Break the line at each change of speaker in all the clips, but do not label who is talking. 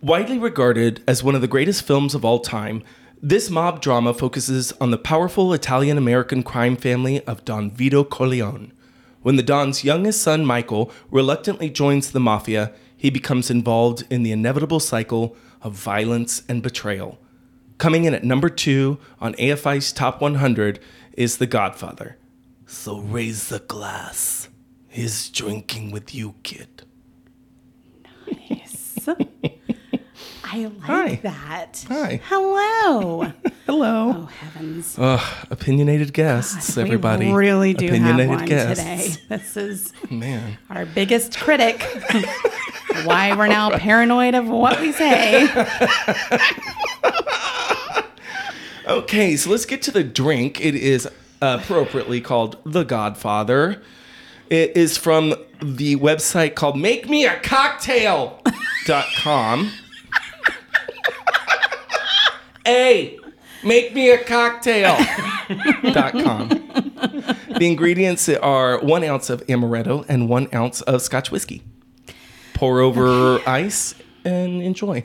Widely regarded as one of the greatest films of all time, this mob drama focuses on the powerful Italian American crime family of Don Vito Corleone. When the Don's youngest son, Michael, reluctantly joins the mafia, he becomes involved in the inevitable cycle of violence and betrayal. Coming in at number two on AFI's Top 100 is The Godfather. So raise the glass. He's drinking with you, kid.
Nice. I like
Hi.
that.
Hi.
Hello.
Hello.
oh heavens.
Ugh, opinionated guests, everybody.
We really do have
opinionated
one
guests.
today. This is
Man,
our biggest critic. Why we're now paranoid of what we say.
Okay, so let's get to the drink. It is appropriately called The Godfather. It is from the website called makemeacocktail.com. hey, makemeacocktail.com. the ingredients are one ounce of amaretto and one ounce of scotch whiskey. Pour over ice and enjoy.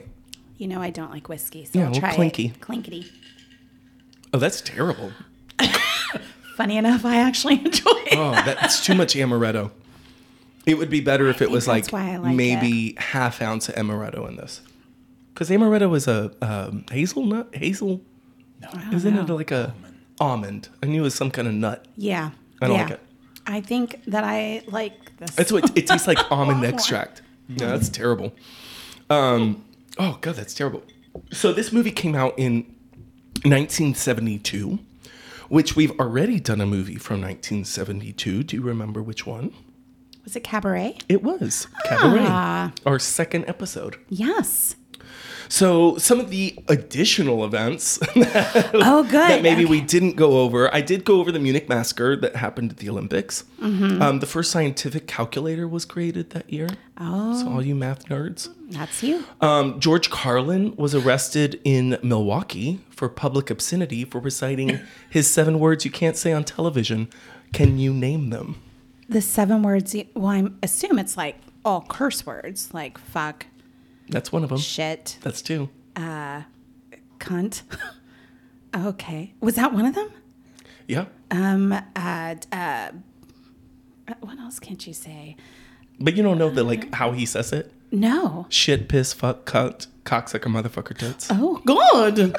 You know I don't like whiskey, so
Yeah,
I'll
well,
try
clinky.
it. Clinkety.
Oh, that's terrible.
Funny enough, I actually enjoy it.
Oh, that's too much amaretto. It would be better if it was
think
like,
that's why I like
maybe half ounce of amaretto in this, because amaretto is a um, hazelnut. Hazel,
I
isn't
don't
it
know.
like a almond? I knew it was some kind of nut.
Yeah.
I don't
yeah.
like it.
I think that I like this.
That's what it tastes like almond extract. No, that's terrible. Um, oh god, that's terrible. So this movie came out in 1972, which we've already done a movie from 1972. Do you remember which one?
Was it cabaret?
It was Cabaret,
Ah.
our second episode.
Yes.
So, some of the additional events
Oh, good.
that maybe we didn't go over, I did go over the Munich Massacre that happened at the Olympics.
Mm-hmm.
Um, the first scientific calculator was created that year.
Oh.
So, all you math nerds.
That's you.
Um, George Carlin was arrested in Milwaukee for public obscenity for reciting his seven words you can't say on television. Can you name them?
The seven words. you- Well, I assume it's like all curse words, like fuck,
That's one of them.
shit,
That's two.
cunt. okay, was that one of them?
Yeah.
Um, uh, d- uh, what else can't you say?
But you don't know the like how he says it.
No.
shit, piss, fuck, cunt, cocksucker, motherfucker, tits.
Oh God.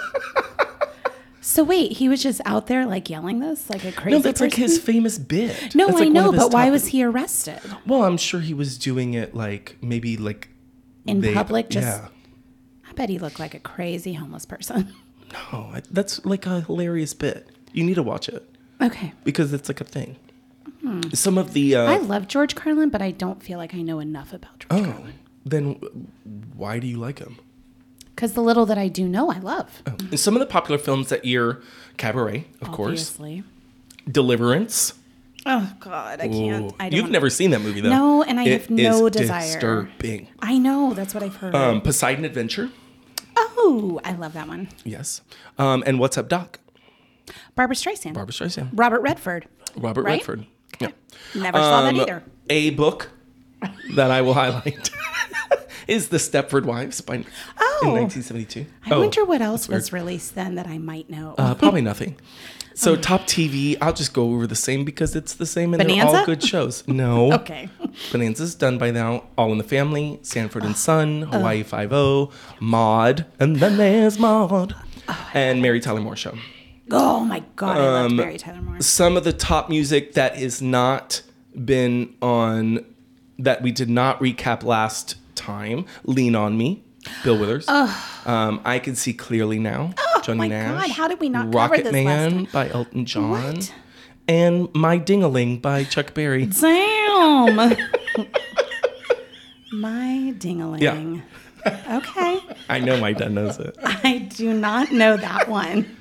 so wait, he was just out there like yelling this, like a crazy.
no, that's like
person?
his famous bit.
No,
That's, like,
I
one
know,
of his
but why
top-
was he arrested?
Well, I'm sure he was doing it like maybe like
In
they-
public, just-
yeah.
I bet he looked like a crazy homeless person.
No, I- that's like a hilarious bit. You need to watch it
okay.
because it's like a thing. Some of the uh,
Hmm. I love George Carlin, but I don't feel like I know enough about George Carlin.
oh, then why do you like him? Oh.
Because the little that I do know, I love. Of
And some of the popular films that year: Cabaret, of course,
Obviously.
Deliverance.
Oh God, I can't.
Ooh.
I don't.
You've never seen that movie, though.
No, and I
It
have no
is
desire.
Disturbing.
I know that's what I've heard.
Um, Poseidon Adventure.
oh, I love that one.
Yes. Um, and What's Up, Doc?
Barbara Streisand,
Barbara Streisand.
Robert Redford.
Robert
right?
Redford.
Okay. Never saw that
Um,
either.
A book that I will highlight is The Stepford Wives by, in
Oh.
1972.
I
Oh,
wonder what else
weird.
was released then that I might know.
uh, probably nothing.
Um.
So, top TV, I'll just go over the same because it's the same and they're all
Bonanza?
good shows. No.
okay.
Bonanza's done by now. All in the Family, Sanford and Son,
Uh.
Hawaii Five-O, Maud, and then there's Maud, and Mary Tyler Moore Show.
Oh my God, I
um,
loved Mary Tyler Moore.
some of the top music that has not been on that we did not recap last time lean on me bill withers um, i can see clearly now johnny
Oh my
nash
God, how did we not cover
rocket
this last
man
time?
by elton john
What?
and my dingaling by chuck berry
Damn. My dingaling. Okay.
i know my dad knows it
I do not know that one,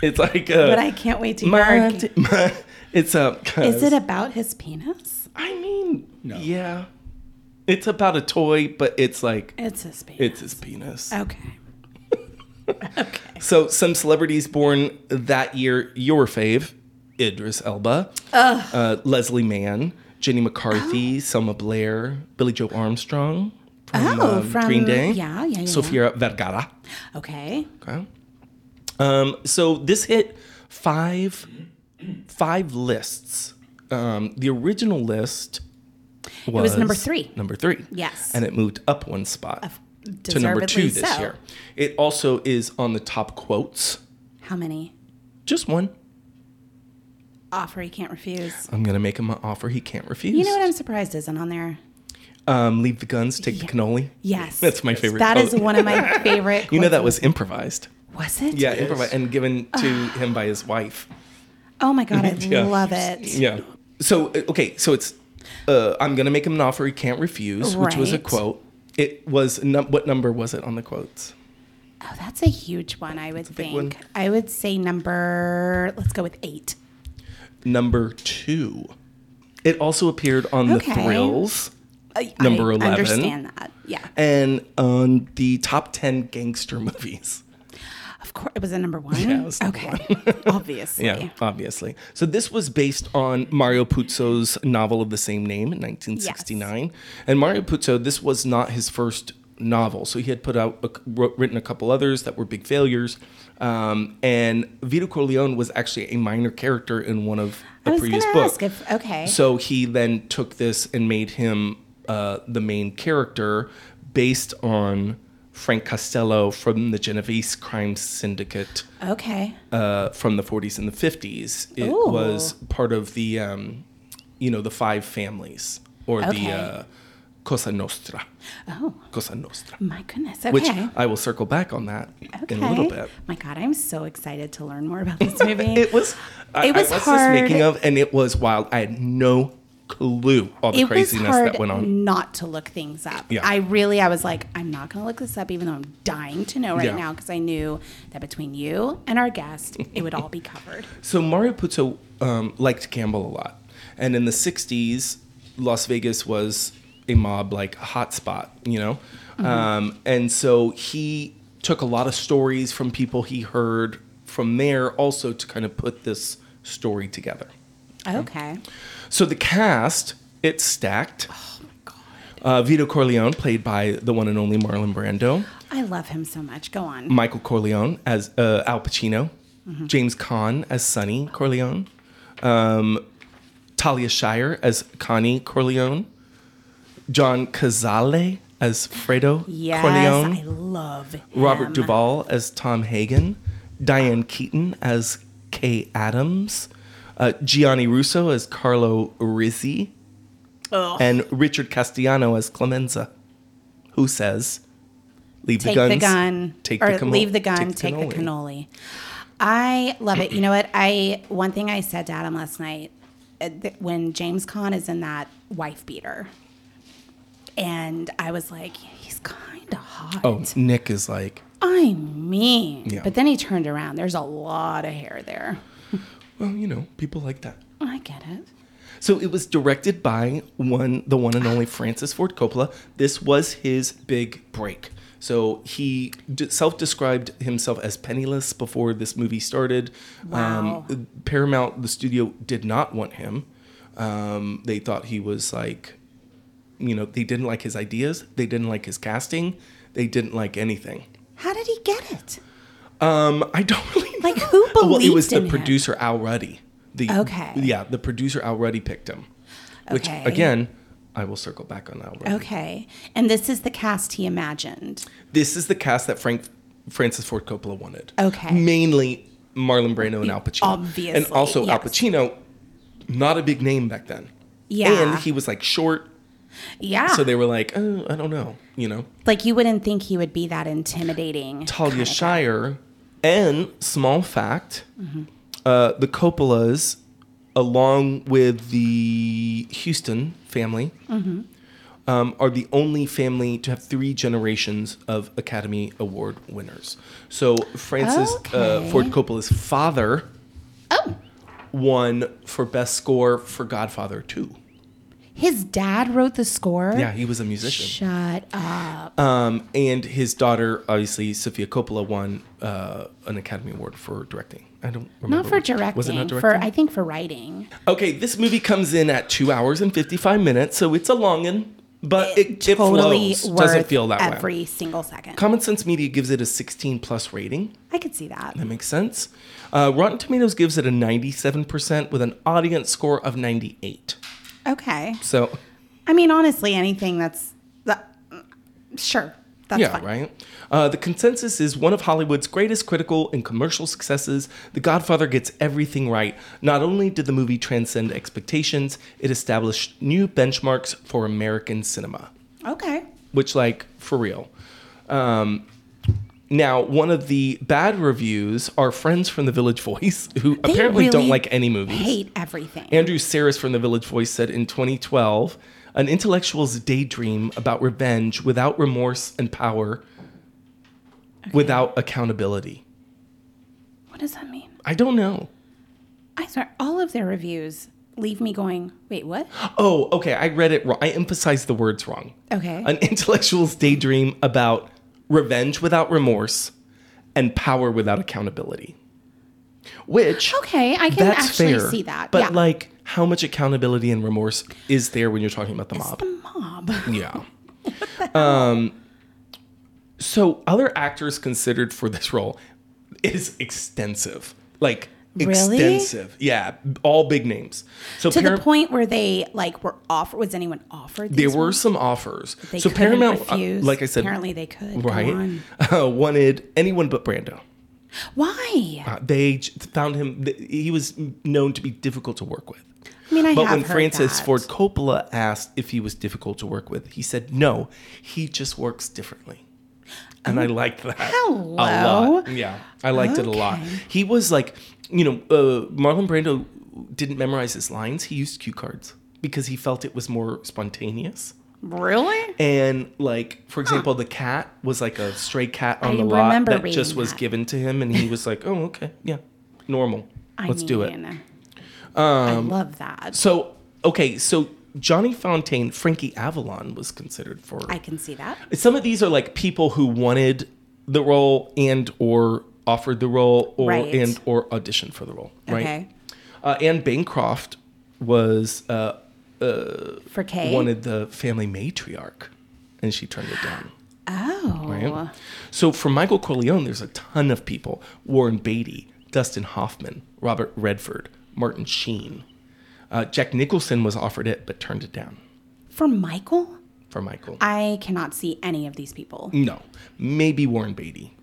it's like uh,
but I can't wait to hear.
my,
our-
di- my- it's a
Is it about his penis?
i mean yeah it's about a toy but it's like
It's his penis.
it's his penis
Okay. okay.
So some celebrities born that year, your fave, Idris Elba,
Oh.
uh, Leslie Mann, Jenny McCarthy, Selma Blair, Billy Joe Armstrong, from,
Oh,
um,
from-
Green Day.
yeah, yeah, yeah,
Sofia Vergara.
Okay.
Okay. Um, so this hit five five lists. Um, the original list was,
was number three.
Number three.
Yes.
And it moved up one spot to number
deservedly
two this
so.
year. It also is on the top quotes.
How many?
Just one.
Offer you can't refuse.
I'm gonna make him an offer he can't refuse.
You know what I'm surprised isn't on there?
um, leave the guns, take the cannoli.
Yes.
That's my favorite.
That is
quote.
one of my favorite.
You know that
quotes.
was improvised.
Was it?
Yeah, improvised and given to him by his wife.
Oh my god, I
Yeah.
love it.
Yeah. So uh, okay, so it's uh, I'm gonna make him an offer he can't refuse, which was a
Right.
quote. It was num- what number was it on the quotes?
Oh, that's a huge one. I would
big
think.
one.
I would say number. Let's go with eight.
Number two. It also appeared on
Okay.
the Thrills
I-
Number
I
11.
Understand that? Yeah.
and on the top ten gangster movies.
Of course, it was a number one.
Yeah, it was number
okay. Obviously.
Yeah, obviously. So this was based on Mario Puzo's novel of the same name in 1969. And Mario Puzo, this was not his first novel. So he had put out, a c- wrote- written a couple others that were big failures. Um, and Vito Corleone was actually a minor character in one of the
I was
previous
gonna
books.
ask if okay.
So he then took this and made him uh, the main character based on Frank Costello from the Genovese Crime Syndicate
okay.
uh, from the 40s and the 50s. It
Ooh.
was part of the, um, you know, the five families or
Okay.
the uh, Cosa Nostra.
Oh
Cosa Nostra.
my goodness. Okay.
Which I will circle back on that
okay.
in a little bit.
My God, I'm so excited to learn more about this movie.
It was. I,
It was
I watched
hard.
this making of, and it was wild. I had no clue all the
it was
craziness
hard
that went on.
not to look things up.
Yeah.
I really, I was like, I'm not going to look this up, even though I'm dying to know right
Yeah.
now because I knew that between you and our guest, it would all be covered.
So Mario Puzo um, liked Campbell a lot, and in the '60s, Las Vegas was a mob like hotspot, you know. Um, and so he took a lot of stories from people he heard from there, also to kind of put this story together.
Okay.
So the cast, it's stacked. Uh, Vito Corleone, played by the one and only Marlon Brando.
I love him so much. Go on.
Michael Corleone as uh, Al Pacino,
Mm-hmm.
James Caan as Sonny Corleone, um, Talia Shire as Connie Corleone, John Cazale as Fredo
Yes.
Corleone,
I love him.
Robert Duvall as Tom Hagen, Diane Keaton as Kay Adams, uh, Gianni Russo as Carlo Rizzi,
Ugh.
and Richard Castellano as Clemenza, who says, "Leave
Take
the guns,
the gun.
take
or
the camo-
leave the gun, take, the
cannoli."
cannoli. I love it. You know what? I one thing I said to Adam last night uh, th- when James Caan is in that wife beater, and I was like, he's kind of hot.
Oh, Nick is like,
I mean,
Yeah.
but then he turned around. There's a lot of hair there.
well, you know, people like that.
I get it.
So it was directed by one, the one and only Francis Ford Coppola. This was his big break. So he d- self-described himself as penniless before this movie started.
Wow.
Um, Paramount, the studio, did not want him. Um, they thought he was like, you know, they didn't like his ideas. They didn't like his casting. They didn't like anything.
How did he get it?
Um, I don't really know. Oh,
Like, who
Well, it was
believed
the
in him?
producer Al Ruddy. The,
Okay.
Yeah, the producer Al Ruddy picked him. Which
Okay.
again, I will circle back on Al Ruddy.
Okay, and this is the cast he imagined.
This is the cast that Frank Francis Ford Coppola wanted.
Okay.
Mainly Marlon Brando and Al Pacino.
Obviously,
And also Al
yes.
Pacino, not a big name back then.
Yeah.
And he was like short,
Yeah,
so they were like, oh, I don't know, you know.
like you wouldn't think he would be that intimidating.
Talia Shire, and small fact,
Mm-hmm.
uh, the Coppolas, along with the Houston family,
Mm-hmm.
um, are the only family to have three generations of Academy Award winners. So Francis uh,
Okay.
Ford Coppola's father
Oh,
won for best score for Godfather Two.
his dad wrote the score.
Yeah, he was a musician.
Shut up.
Um, and his daughter, obviously, Sophia Coppola, won uh, an Academy Award for directing. I don't remember.
Not for
which-
directing.
Was it not
For
directing?
I think for writing.
okay, this movie comes in at two hours and 55 minutes, so it's a long one. But it, it,
totally
flows.
worth
Doesn't feel that way.
every single second.
Common Sense Media gives it a 16 plus rating.
I could see that.
That makes sense. Uh, Rotten Tomatoes gives it a 97% with an audience score of 98.
Okay.
So,
I mean, honestly, anything that's that, sure, that's
yeah,
fine.
right? Uh, the consensus is one of Hollywood's greatest critical and commercial successes. The Godfather gets everything right. Not only did the movie transcend expectations, it established new benchmarks for American cinema.
Okay.
which like for real. Um, now, one of the bad reviews are friends from the Village Voice, who
They
apparently don't
really
like any movies.
Hate everything.
Andrew Saris from the Village Voice said in 2012, an intellectual's daydream about revenge without remorse and power, without accountability.
what does that mean?
I don't know.
I swear, all of their reviews leave me going, wait, what?
Oh, okay. I read it wrong. I emphasized the words wrong.
Okay.
An intellectual's daydream about revenge without remorse and power without accountability. Which
Okay, I can
that's
actually
fair,
see that.
But
yeah.
like how much accountability and remorse is there when you're talking about the
It's
mob?
the mob.
Yeah. um, so other actors considered for this role is extensive. Like
Really?
extensive. Yeah. All big names. So
to the
Param-
point where they like were offered. Was anyone offered?
there
these
were
ones?
some offers.
They
so
couldn't
Paramount, uh,
refuse.
like I said,
apparently they could. Go
right,
on.
uh, wanted anyone but Brando.
Why?
Uh, they j- found him; th- he was known to be difficult to work with.
I mean, I
But
have
when
heard
Francis
that.
Ford Coppola asked if he was difficult to work with, he said no. He just works differently, and I liked that a
hello.
lot. Yeah, I liked it a lot.
Okay.
He was like, you know, uh, Marlon Brando didn't memorize his lines; he used cue cards because he felt it was more spontaneous.
really?
And like, for example, the cat was like a stray cat on
I
the lot
remember
that just
reading
was
that.
given to him, and he was like, "Oh, okay, yeah, normal.
I
Let's
mean,
do it." Um,
I love that.
So, okay, so Johnny Fontaine, Frankie Avalon was considered for.
I can see that.
Some of these are like people who wanted the role and or offered the role or
Right.
and or auditioned for the role, right?
Okay.
Uh, Anne Bancroft was uh,
For Kay.
wanted the family matriarch, and she turned it down.
oh.
Right? So for Michael Corleone, there's a ton of people: Warren Beatty, Dustin Hoffman, Robert Redford, Martin Sheen. Uh, Jack Nicholson was offered it but turned it down
For Michael,
for Michael.
I cannot see any of these people.
no, maybe Warren Beatty.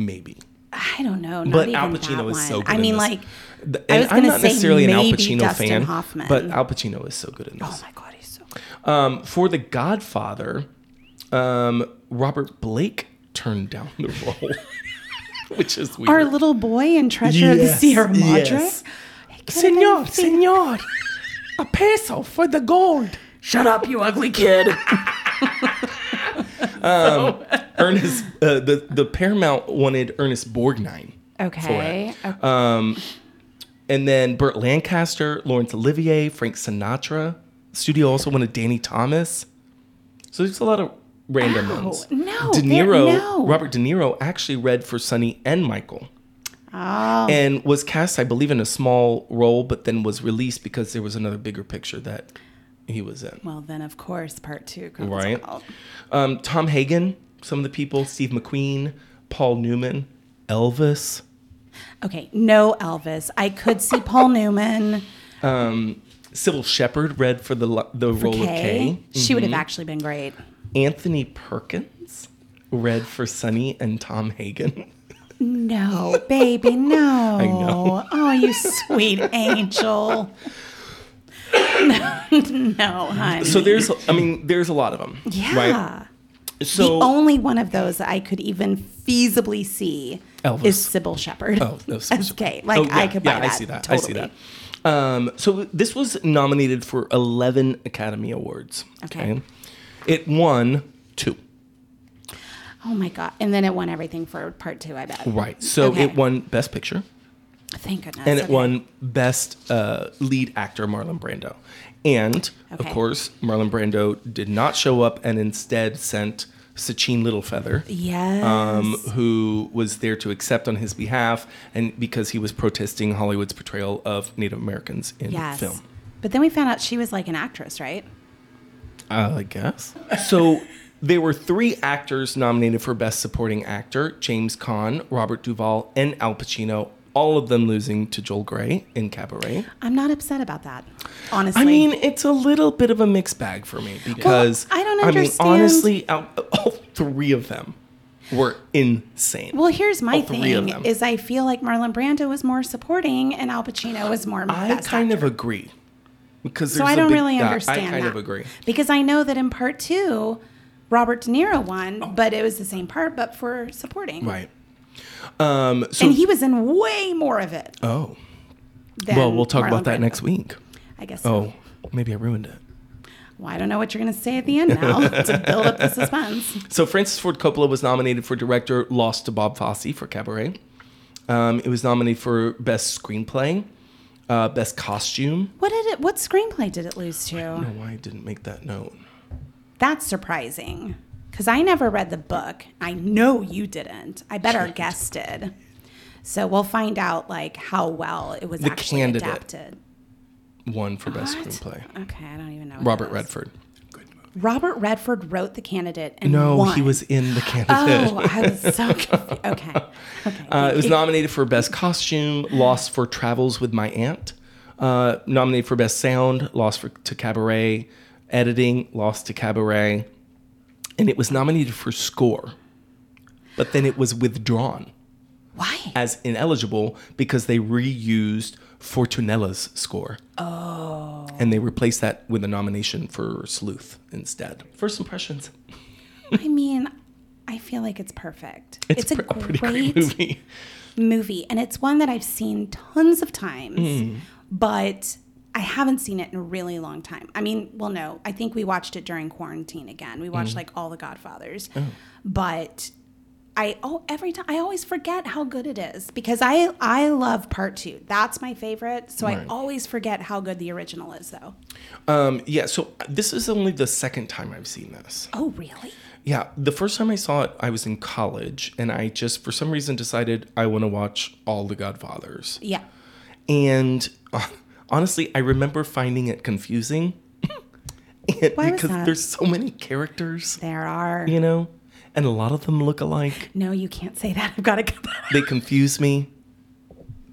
Maybe,
I don't know. Not
but
even
Al
that
Pacino
one.
is so good.
I
in
mean,
this.
like,
Th-
I
and
was
I'm
gonna
not
say
necessarily an Al
maybe
Pacino
Dustin
fan,
Hoffman.
but Al Pacino is so good in this.
oh my god, he's so good.
Um, for The Godfather, um, Robert Blake turned down the role, which is weird.
Our little boy in Treasure of the
Yes,
Sierra Madre.
yes.
He could've been
Senor,
f-
senor, a peso for the gold.
Shut up, you ugly kid.
Um, Ernest, uh, the the Paramount wanted Ernest Borgnine,
Okay. okay.
Uh, and then Burt Lancaster, Laurence Olivier, Frank Sinatra. Studio also wanted Danny Thomas. So there's a lot of random
Ow,
ones.
no,
De
there-
Niro,
no.
Robert De Niro actually read for Sonny and Michael.
oh,
and was cast, I believe, in a small role, but then was released because there was another bigger picture that he was in.
well then, of course, part two comes
Right.
out.
Um, Tom Hagen, some of the people, Steve McQueen, Paul Newman, Elvis.
Okay, no Elvis. I could see Paul Newman.
Sybil Shepherd read for the lo- the
For
role of
Kay.
Kay.
She would have
Mm-hmm.
actually been great.
Anthony Perkins read for Sonny and Tom Hagen.
No, baby, no.
know.
Oh, you sweet angel. no, honey.
So there's, I mean, there's a lot of them.
yeah.
Right. So
the only one of those I could even feasibly see
Elvis.
is Sybil Shepherd.
Oh, no, Sybil Shepherd.
Okay, like
Oh, yeah,
I could buy
yeah,
that.
I see that.
Totally.
I see that. Um, so this was nominated for 11 Academy Awards.
Okay.
It won two.
Oh my god! And then it won everything for part two. I bet.
Right. So
Okay.
it won Best Picture
Thank goodness.
and it
Okay.
won Best uh, Lead Actor Marlon Brando. And of
Okay.
course, Marlon Brando did not show up and instead sent Sachin Littlefeather.
Yes.
um, who was there to accept on his behalf, and because he was protesting Hollywood's portrayal of Native Americans in
yes.
film.
But then we found out she was like an actress, right?
I guess. So there were three actors nominated for Best Supporting Actor James Caan, Robert Duvall, and Al Pacino, all of them losing to Joel Gray in Cabaret.
I'm not upset about that, honestly.
I mean, it's a little bit of a mixed bag for me because
I don't understand-
I mean, honestly, out, all three of them were insane.
well, here's my
all Oh, three of
thing:
them.
is I feel like Marlon Brando was more supporting and Al Pacino was more.
I
best
kind
actor.
of agree because
So
there's
I
a
don't
big-
really
yeah,
understand.
I kind
that.
of agree.
because I know that in part two, Robert De Niro won, but it was the same part, but for supporting.
Oh. Right. Um, so
And he was in way more of it.
oh
Than
well, we'll talk
Marlon
about that
Brando.
next week.
I guess. So.
Oh, maybe I ruined it.
Well, I don't know what you're going to say at the end now to build up the suspense.
So Francis Ford Coppola was nominated for director, lost to Bob Fosse for Cabaret. Um, it was nominated for best screenplay, uh, best costume.
What did it? What screenplay did it lose to?
I don't know why I didn't make that note.
That's surprising because I never read the book. I know you didn't. I bet our guest did. So we'll find out like how well it was
The
actually
candidate.
adapted.
One for best
What?
screenplay.
Okay, I don't even know. what
Robert
that was.
Redford.
Robert Redford wrote the candidate and
No, he
won.
was in the candidate.
Oh, I was so confused. Okay. Okay.
Uh, it was nominated for Best Costume, lost for Travels with My Aunt. Uh, nominated for Best Sound, lost for, to Cabaret. Editing, lost to Cabaret. And it was nominated for Score, but then it was withdrawn
Why?
as ineligible because they reused Fortunella's score. Oh. And they replaced that with a nomination for Sleuth instead. First impressions.
I mean, I feel like it's perfect. It's, a,
pr-
great,
movie.
movie, and it's one that I've seen tons of times, but I haven't seen it in a really long time. I mean, well, no, I think we watched it during quarantine again. We watched like all the Godfathers, but I oh every time I always forget how good it is because I I love part two. That's my favorite, so I
Right.
always forget how good the original is, though.
Um, yeah, so this is only the second time I've seen this.
Oh, really?
Yeah, the first time I saw it, I was in college, and I just, for some reason, decided I want to watch all the Godfathers.
Yeah.
And uh, honestly, I remember finding it confusing And
Why was
because
that?
there's so many characters,
There are.
you know, and a lot of them look alike.
No, you can't say that. I've got to cut that.
They confuse me.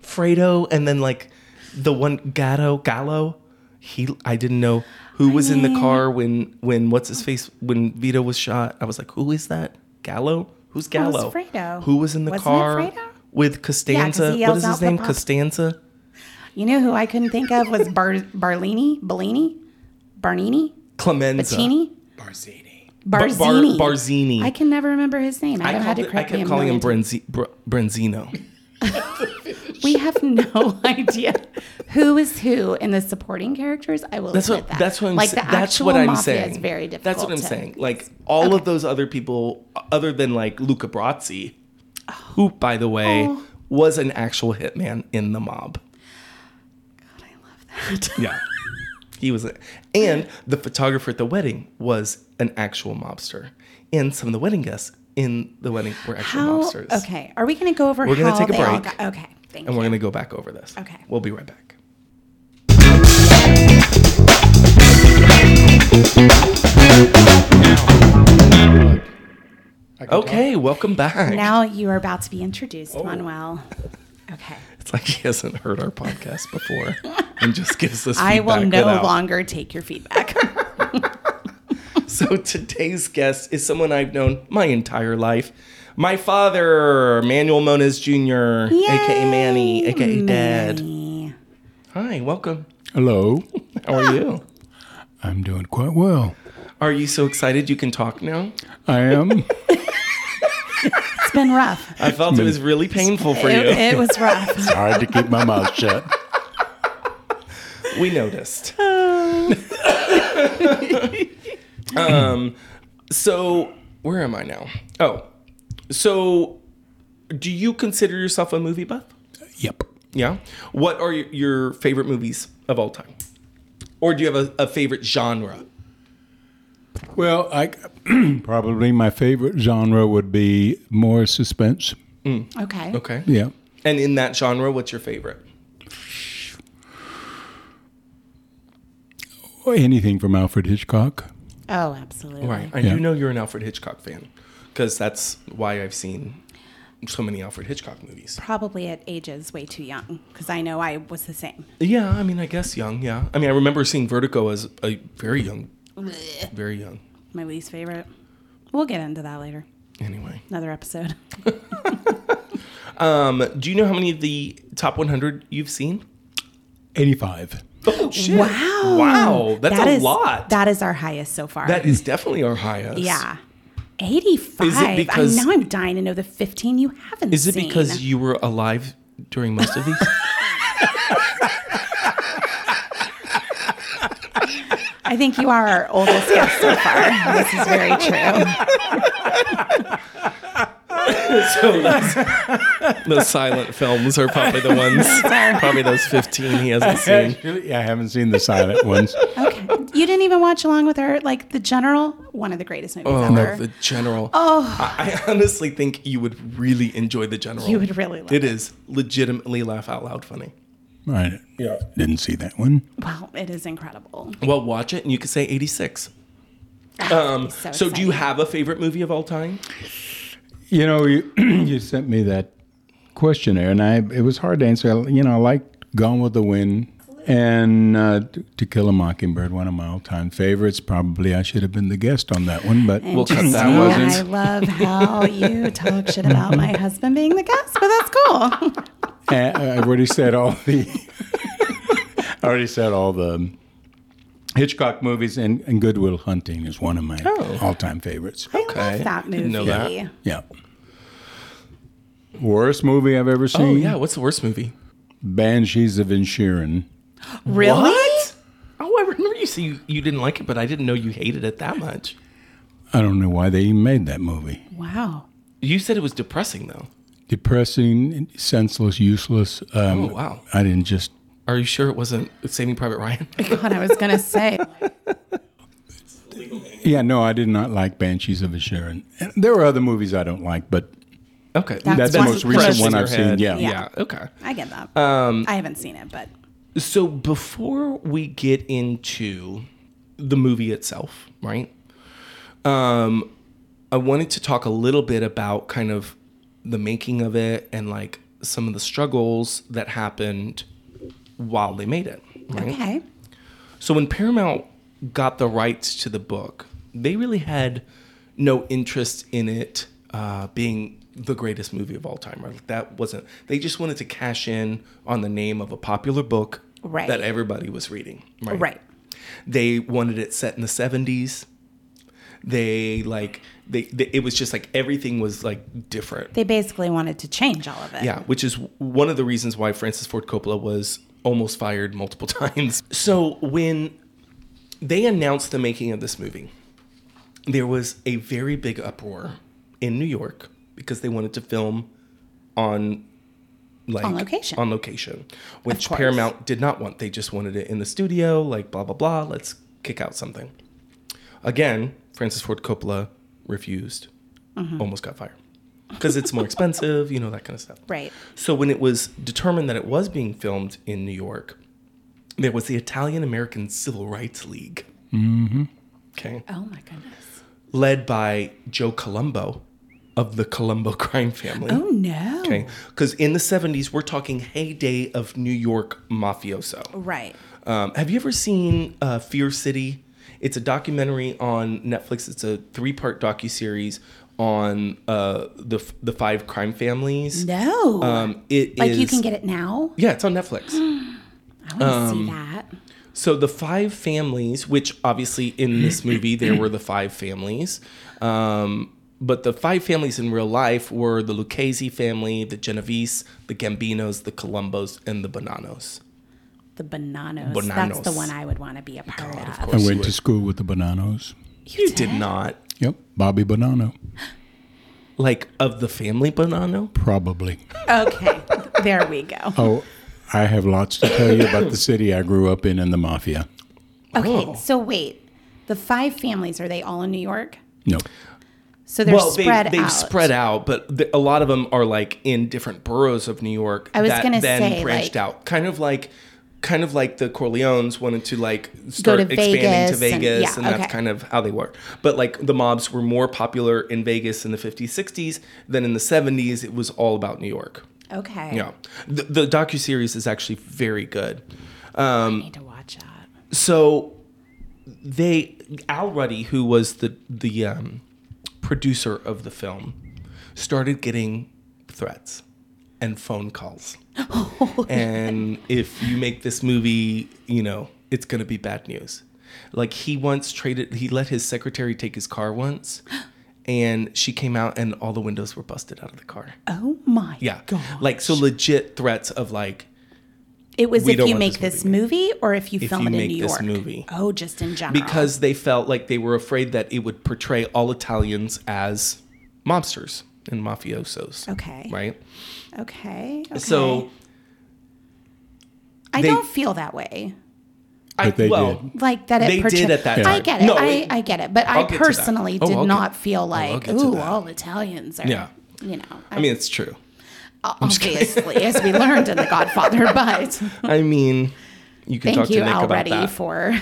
Fredo, and then like the one Gatto Gallo, he I didn't know who was in the
mean-
car when when what's his face when Vito was shot. I was like, who is that? Gallo? Who's
Well, it
Gallo?
was Fredo.
Who was in the
Wasn't it
car
Fredo?
with Costanza? what
yells
is
out,
his name?
"Pop, pop."
Costanza.
You know who I couldn't think of was Bar- Barlini, Bellini, Barnini,
Clemenza.
Chini,
Barzini.
Bar-
Barzini.
Barzini.
I can never remember his name. I,
I,
have had
called
to
it, I
correct me
kept
a
calling him
million times.
Brenzi, Br- Brenzino.
We have no idea who is who in the supporting characters. I will
That's
admit
what
that.
that's what I'm
like.
sa-
The
that's
actual
what I'm
mafia
saying.
is very difficult.
That's what I'm
to-
saying. Like all of those other people, other than like Luca Brasi, who by the way
Oh.
was an actual hitman in the mob.
God, I love that.
Yeah, he was. A, and the photographer at the wedding was an actual mobster, and some of the wedding guests in the wedding were actual
How?
mobsters.
Okay. Are we going to go over?
We're
going
gonna
to
take a break.
okay. Thank
and
you.
we're gonna go back over this.
Okay.
we'll be right back.
I can
Okay, welcome back.
Now you are about to be introduced,
Oh.
Manuel. Okay.
It's like he hasn't heard our podcast before and just gives us.
I will
feedback
no
without-
longer take your feedback.
So today's guest is someone I've known my entire life. My father, Manuel Moniz Jr., aka Manny, aka Dad. Hi, welcome.
talk. Hello.
How are you?
I'm doing quite well.
Are you so excited you can talk now?
I am.
It's been rough.
I felt it was really painful for
It,
you.
it was rough.
Hard to keep my mouth shut.
We noticed. Um, So, where am I now? Oh, so do you consider yourself a movie buff?
Yep.
Yeah. What are your- your favorite movies of all time? Or do you have a, a favorite genre?
Well, I probably my favorite genre would be more suspense.
Okay.
Okay.
Yeah.
And in that genre, what's your favorite?
Or anything from Alfred Hitchcock.
Oh, absolutely.
Right. I
Yeah.
do know you're an Alfred Hitchcock fan because that's why I've seen so many Alfred Hitchcock movies.
Probably at ages way too young because I know I was the same.
Yeah, I mean, I guess young. Yeah, I mean, I remember seeing Vertigo as a very young, very young.
My least favorite. We'll get into that later.
Anyway,
Another episode.
um, do you know how many of the top 100 you've seen?
85.
Oh shit!
Wow.
Wow, that's
That
a
is-
lot.
That is our highest so far.
that is definitely our highest.
yeah. 85.
because-
I know I'm dying to know the 15 you haven't
Is it
seen.
because you were alive during most of these?
I think you are our oldest guest so far. This is very true.
so those, those silent films are probably the ones. Probably those 15 he hasn't seen.
Actually, I haven't seen the silent ones.
Okay. You didn't even watch along with her, like The General, one of the greatest movies
Oh,
ever.
the general. Oh, I, I honestly think you would really enjoy the general.
You would really love
It is legitimately laugh out loud funny.
Right. Yeah. Didn't see that one.
Wow, it is incredible.
Well, watch it, and you could say 86. Um, so, do you
exciting.
have a favorite movie of all time?
You know, you, you sent me that questionnaire, and I it was hard to answer. I- You know, I liked Gone with the Wind and uh, To- To Kill a Mockingbird, one of my all-time favorites. Probably I should have been the guest on that one, but
We'll cut that
Interesting.
one.
I love how you talk shit about my husband being the guest, but that's cool.
Uh, I've already said all the. I already said all the Hitchcock movies, and, and Goodwill Hunting is one of my
Oh.
all-time favorites.
Okay.
I love that movie.
Didn't know that.
Yeah. Worst movie I've ever
Oh
seen.
yeah, what's the worst movie?
Banshees of Inisherin.
Really?
What? Oh, I remember you say you, you didn't like it, but I didn't know you hated it that much.
I don't know why they even made that movie.
Wow.
You said it was depressing though.
Depressing, senseless, useless. Um,
Oh wow.
I didn't just.
Are you sure it wasn't Saving Private Ryan?
God, I was gonna say.
Yeah, no, I did not like Banshees of Inisherin. And There were other movies I don't like, but
Okay,
that's, the
That's
most
fresh
recent
in
one
your
I've seen.
head.
Yeah.
Yeah. Okay.
I get that. Um, I haven't seen it, but
So before we get into the movie itself, right? Um, I wanted to talk a little bit about kind of the making of it and like some of the struggles that happened while they made it. Right?
okay.
So when Paramount got the rights to the book, they really had no interest in it uh, being the greatest movie of all time. Right? Like that wasn't. They just wanted to cash in on the name of a popular book
Right.
that everybody was reading. Right.
Right.
They wanted it set in the seventies. They like they, they. It was just like everything was like different.
They basically wanted to change all of it.
Yeah, which is one of the reasons why Francis Ford Coppola was almost fired multiple times. So when they announced the making of this movie, there was a very big uproar in New York because they wanted to film on like
On location.
on location, which
course.
Paramount did not want. They just wanted it in the studio, like blah blah blah, let's kick out something. Again, Francis Ford Coppola refused.
Mm-hmm.
Almost got fired. Because it's more expensive, you know, that kind of stuff.
Right.
So when it was determined that it was being filmed in New York, there was the Italian American Civil Rights League. Mm-hmm. Okay.
Oh my goodness.
Led by Joe Colombo of the Colombo crime family.
Oh no.
Okay. Because in the 70s, we're talking heyday of New York mafioso.
Right.
Um, have you ever seen uh, Fear City? It's a documentary on Netflix. It's a three-part docu-series on uh, the f- the five crime families.
No.
Um, it is
Mm. Uh, like you can get it now.
yeah, it's on Netflix.
I want to
Um,
see that.
so the five families, which obviously in this movie there were the five families, um, but the five families in real life were the Lucchese family, the Genovese, the Gambinos, the Colombos, and the Bonanos.
The bananas. That's
Bananas.
the one I would want to be a part of.
of
I
course,
went to school with the Bonanos.
you, did not
Yep, Bobby Bonanno,
like of the family Bonano.
probably.
Okay. there we go.
Oh, I have lots to tell you about the city I grew up in and the mafia.
Okay.
Oh.
So wait, the five families are they all in New York?
No,
So they're
well,
spread
they, they've
out.
spread out, but the, a lot of them are like in different boroughs of New York.
I was
that
gonna
then
say,
branched
like-
out, kind of like kind of like the Corleones wanted to like start
to
expanding to
Vegas
Vegas, and,
and- yeah, okay.
that's kind of how they were. But like the mobs were more popular in Vegas in the 50s, 60s than in the 70s. It was all about New York.
Okay.
Yeah, the, the docu series is actually very good.
I need to watch that.
So they Al Ruddy, who was the the um, producer of the film, started getting threats and phone calls. and if you make this movie, you know it's going to be bad news. Like he once traded, he let his secretary take his car once, and she came out and all the windows were busted out of the car.
Oh my
yeah,
god.
like so legit threats of like
It was
We
if
don't
you
want
make
this
this movie, or if you film
you
it in
make
New
this
York.
movie.
Oh, just in general.
because they felt like they were afraid that it would portray all Italians as mobsters and mafiosos.
Okay.
Right?
okay, okay.
So
I
they-
don't feel that way.
I
But they
well,
did.
Like that. It
They
portray-
did at that
I
time.
get it.
No,
I,
it-
I get it. But i
I'll get to that.
personally
Oh,
did
I'll get-
not feel
I'll
like,
get to
ooh,
that."
all Italians are.
Yeah.
You know.
I mean it's true.
obviously, as we learned in The Godfather, but
I mean you can talk
thank
to
you
Nick about
already
that.
for.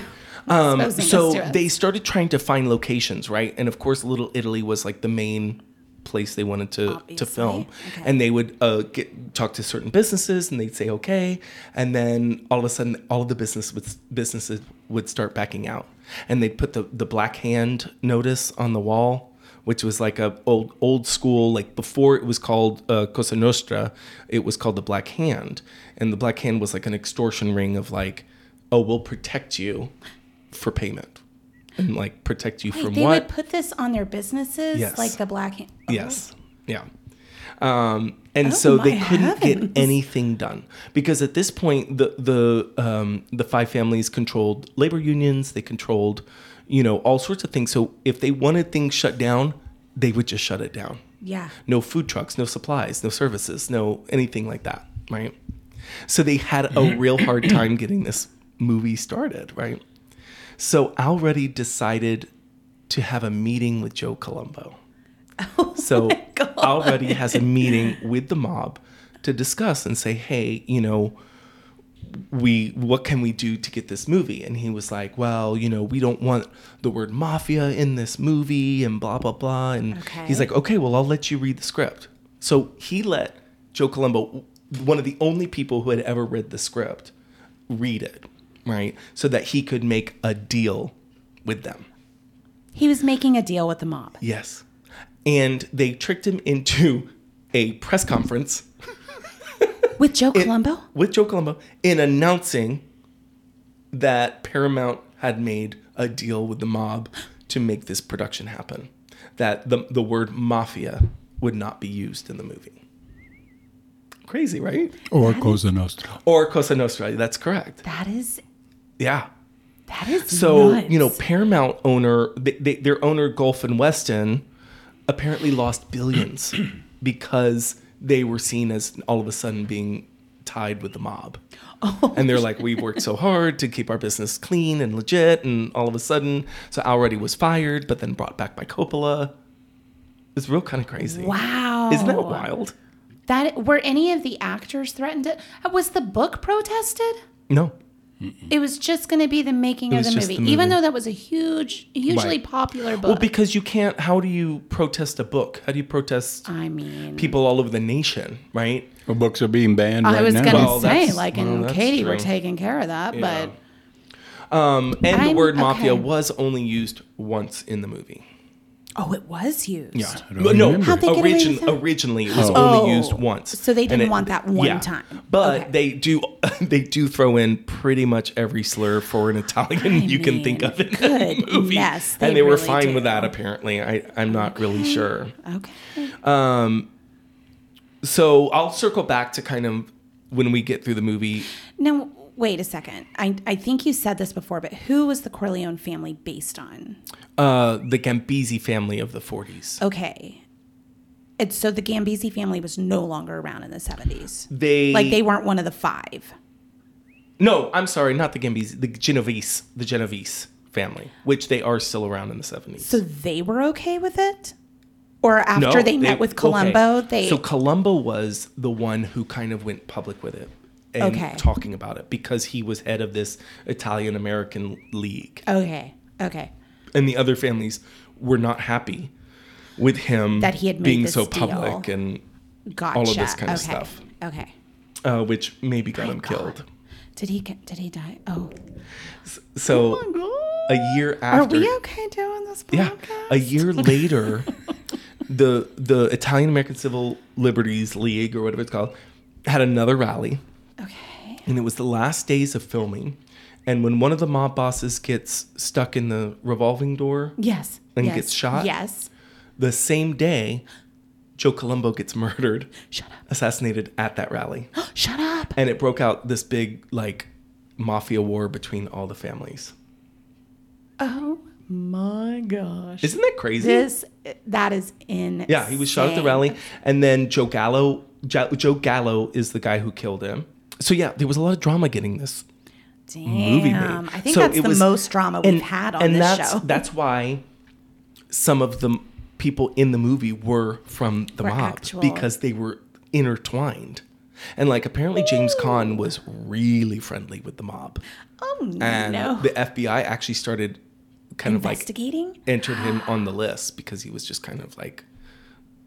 Um,
exposing us
so
to it.
they started trying to find locations, right? And of course, Little Italy was like the main place they wanted to to
Obviously.
film.
Okay.
And they would uh, get, talk to certain businesses, and they'd say okay, and then all of a sudden, all of the business would, businesses would start backing out, and they'd put the the black hand notice on the wall. Which was like a old old school like before it was called uh, Cosa Nostra, it was called the Black Hand, and the Black Hand was like an extortion ring of like, oh we'll protect you, for payment and like protect you
Wait,
from
they
what
would put this on their businesses,
Yes.
like the black. Hand- oh,
yes yeah um and so they
my
couldn't
heavens.
get anything done because at this point the the um the five families controlled labor unions they controlled you know all sorts of things so if they wanted things shut down they would just shut it down
Yeah.
no food trucks no supplies no services no anything like that right so they had a real hard time getting this movie started right So Al Ruddy decided to have a meeting with Joe Colombo. so Al Ruddy has a meeting with the mob to discuss and say, hey, you know, we what can we do to get this movie? And he was like, well, you know, we don't want the word mafia in this movie and blah blah blah. And
Okay.
he's like, okay, well, I'll let you read the script. So he let Joe Colombo, one of the only people who had ever read the script, read it, right? So that he could make a deal with them.
He was making a deal with the mob.
Yes. And they tricked him into a press conference
With Joe Colombo?
with Joe Colombo in announcing that Paramount had made a deal with the mob to make this production happen. That the, the word mafia would not be used in the movie. Crazy, right?
Or Cosa Nostra.
Or Cosa Nostra, that's correct.
That is
Yeah.
that is
So
nuts.
you know, Paramount owner, they, they, their owner Gulf and Weston, apparently lost billions because they were seen as all of a sudden being tied with the mob.
Oh,
And they're like, we worked so hard to keep our business clean and legit, and all of a sudden, so Already was fired, but then brought back by Coppola. It's real kind of crazy.
Wow.
Isn't that wild?
That were any of the actors threatened? To, uh, was the book protested?
No.
It was just going to be the making of
was
the
just
movie,
the
even
movie.
though that was a huge, hugely
Right.
popular book.
Well, because you can't. How do you protest a book? How do you protest
I mean,
people all over the nation? Right.
Well, books are being banned
I
right
was
now.
going to
Well,
say,
that's-
like,
well,
and
that's
Katie were
true.
taking care of that,
Yeah.
but
Um, and the
I'm-
word mafia
okay.
was only used once in the movie.
oh, it was used.
I don't
But no,
remember. How'd
they get away
origin,
with that?
originally it was
Oh.
only
Oh.
used once.
So they
And
didn't want that one time.
But
Okay.
they do they do throw in pretty much every slur for an Italian you can think
mean,
of in
good
that movie.
mess,
and
they
they were
really
fine
do.
with that apparently. I, I'm not really sure.
Okay.
So I'll circle back to kind of when we get through the movie.
Now, wait a second. I, I think you said this before, but who was the Corleone family based on?
Uh, the Gambisi family of the 40s.
Okay. It's so the Gambisi family was no longer around in the 70s.
They
Like they weren't one of the five.
No, I'm sorry, not the Gambisi, the Genovese, the Genovese family, which they are still around in the 70s.
So they were okay with it? Or after
No,
they, met with Columbo,
okay.
they
So Columbo was the one who kind of went public with it. and
Okay.
talking about it because he was head of this Italian American League.
Okay. Okay.
And the other families were not happy with him
That he had made
being
this
so
deal.
public and
Gotcha.
of this kind of
okay.
stuff.
Okay.
uh, which maybe got him killed.
Did he get, did he die? Oh.
So a year
Are
after
we okay doing this
Yeah.
podcast?
A year later, the the Italian American Civil Liberties League or whatever it's called had another rally,
Okay.
and it was the last days of filming. And when one of the mob bosses gets stuck in the revolving door,
Yes.
And
yes.
gets shot?
Yes.
the same day, Joe Colombo gets murdered,
Shut up.
assassinated at that rally,
Shut up.
and it broke out this big like mafia war between all the families.
Oh my gosh.
Isn't that crazy?
This that is in.
Yeah, he was shot at the rally, and then Joe Gallo. Jo- Joe Gallo is the guy who killed him. So yeah, there was a lot of drama getting this
Damn.
movie made.
I think
So
that's
it
the
was-
most drama we've
and-
had on
and
this
that's,
show.
That's why some of the m- people in the movie were from the
Were
mob
actual-
because they were intertwined. And like apparently James Caan was really friendly with the mob,
oh
and
no.
the FBI actually started kind of like
Investigating.
entered him on the list because he was just kind of like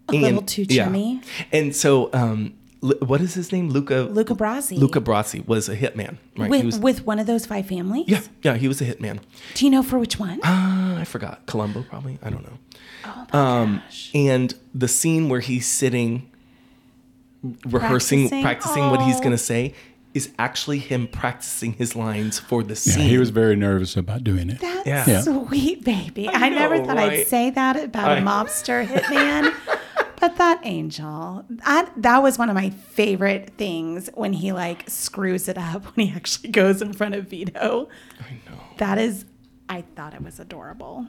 A little too chummy.
And so, um, Lu- what is his name? Luca
Luca Brasi.
Luca Brasi was a hitman, right?
With,
he was,
with one of those five families?
yeah, yeah, he was a hitman.
Do you know for which one?
Uh, I forgot. Columbo, probably. I don't know.
Oh
um, And the scene where he's sitting, rehearsing,
Practicing? Oh.
practicing, what he's
Aw.
gonna say, is actually him practicing his lines for the
Yeah,
scene.
he was very nervous about doing it.
That's
Yeah.
Yeah.
sweet, baby. I, never
know,
thought I'd
right?
say that about
I-
a mobster hitman. But that angel, that that was one of my favorite things when he like screws it up when he actually goes in front of Vito.
I know.
That is, I thought it was adorable.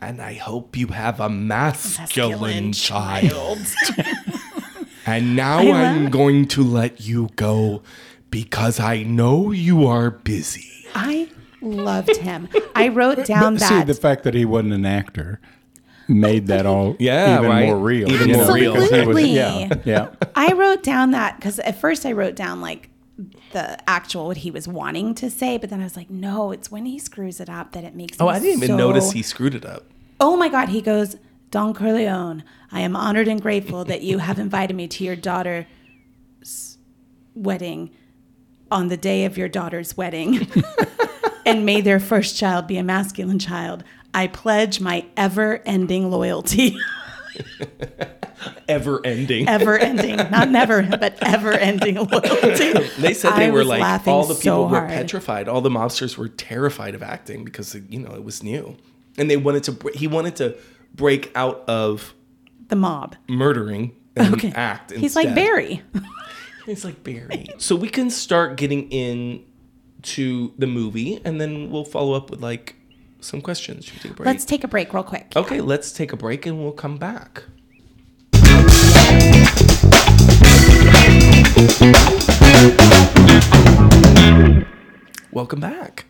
And I hope you have a masculine,
Masculine
child. and now
I
I'm
love-
going to let you go because I know you are busy.
I loved him. I wrote down
But
that.
See, the fact that he wasn't an actor made that all
Yeah,
even
right.
more real.
Even
you know,
more real.
because he was-
Absolutely.
yeah, yeah.
I wrote down that because at first I wrote down like the actual what he was wanting to say, but then I was like, no, it's when he screws it up that it makes.
Oh,
me
I didn't
so-
even notice he screwed it up.
Oh my God, he goes, Don Corleone. I am honored and grateful that you have invited me to your daughter's wedding on the day of your daughter's wedding, and may their first child be a masculine child. I pledge my ever-ending loyalty.
Ever ending.
ever ending, not never, but ever ending loyalty.
They said
I
they were
was
like
laughing
all the people
so
were
hard.
petrified. All the mobsters were terrified of acting because you know it was new, and they wanted to. br- He wanted to break out of
The mob.
murdering and
Okay.
Mm, act.
He's like
instead.
Barry.
He's like Barry. so we can start getting in to the movie, and then we'll follow up with like some questions. Should we take a break?
Let's take a break real quick.
okay, let's take a break, and we'll come back. Welcome back.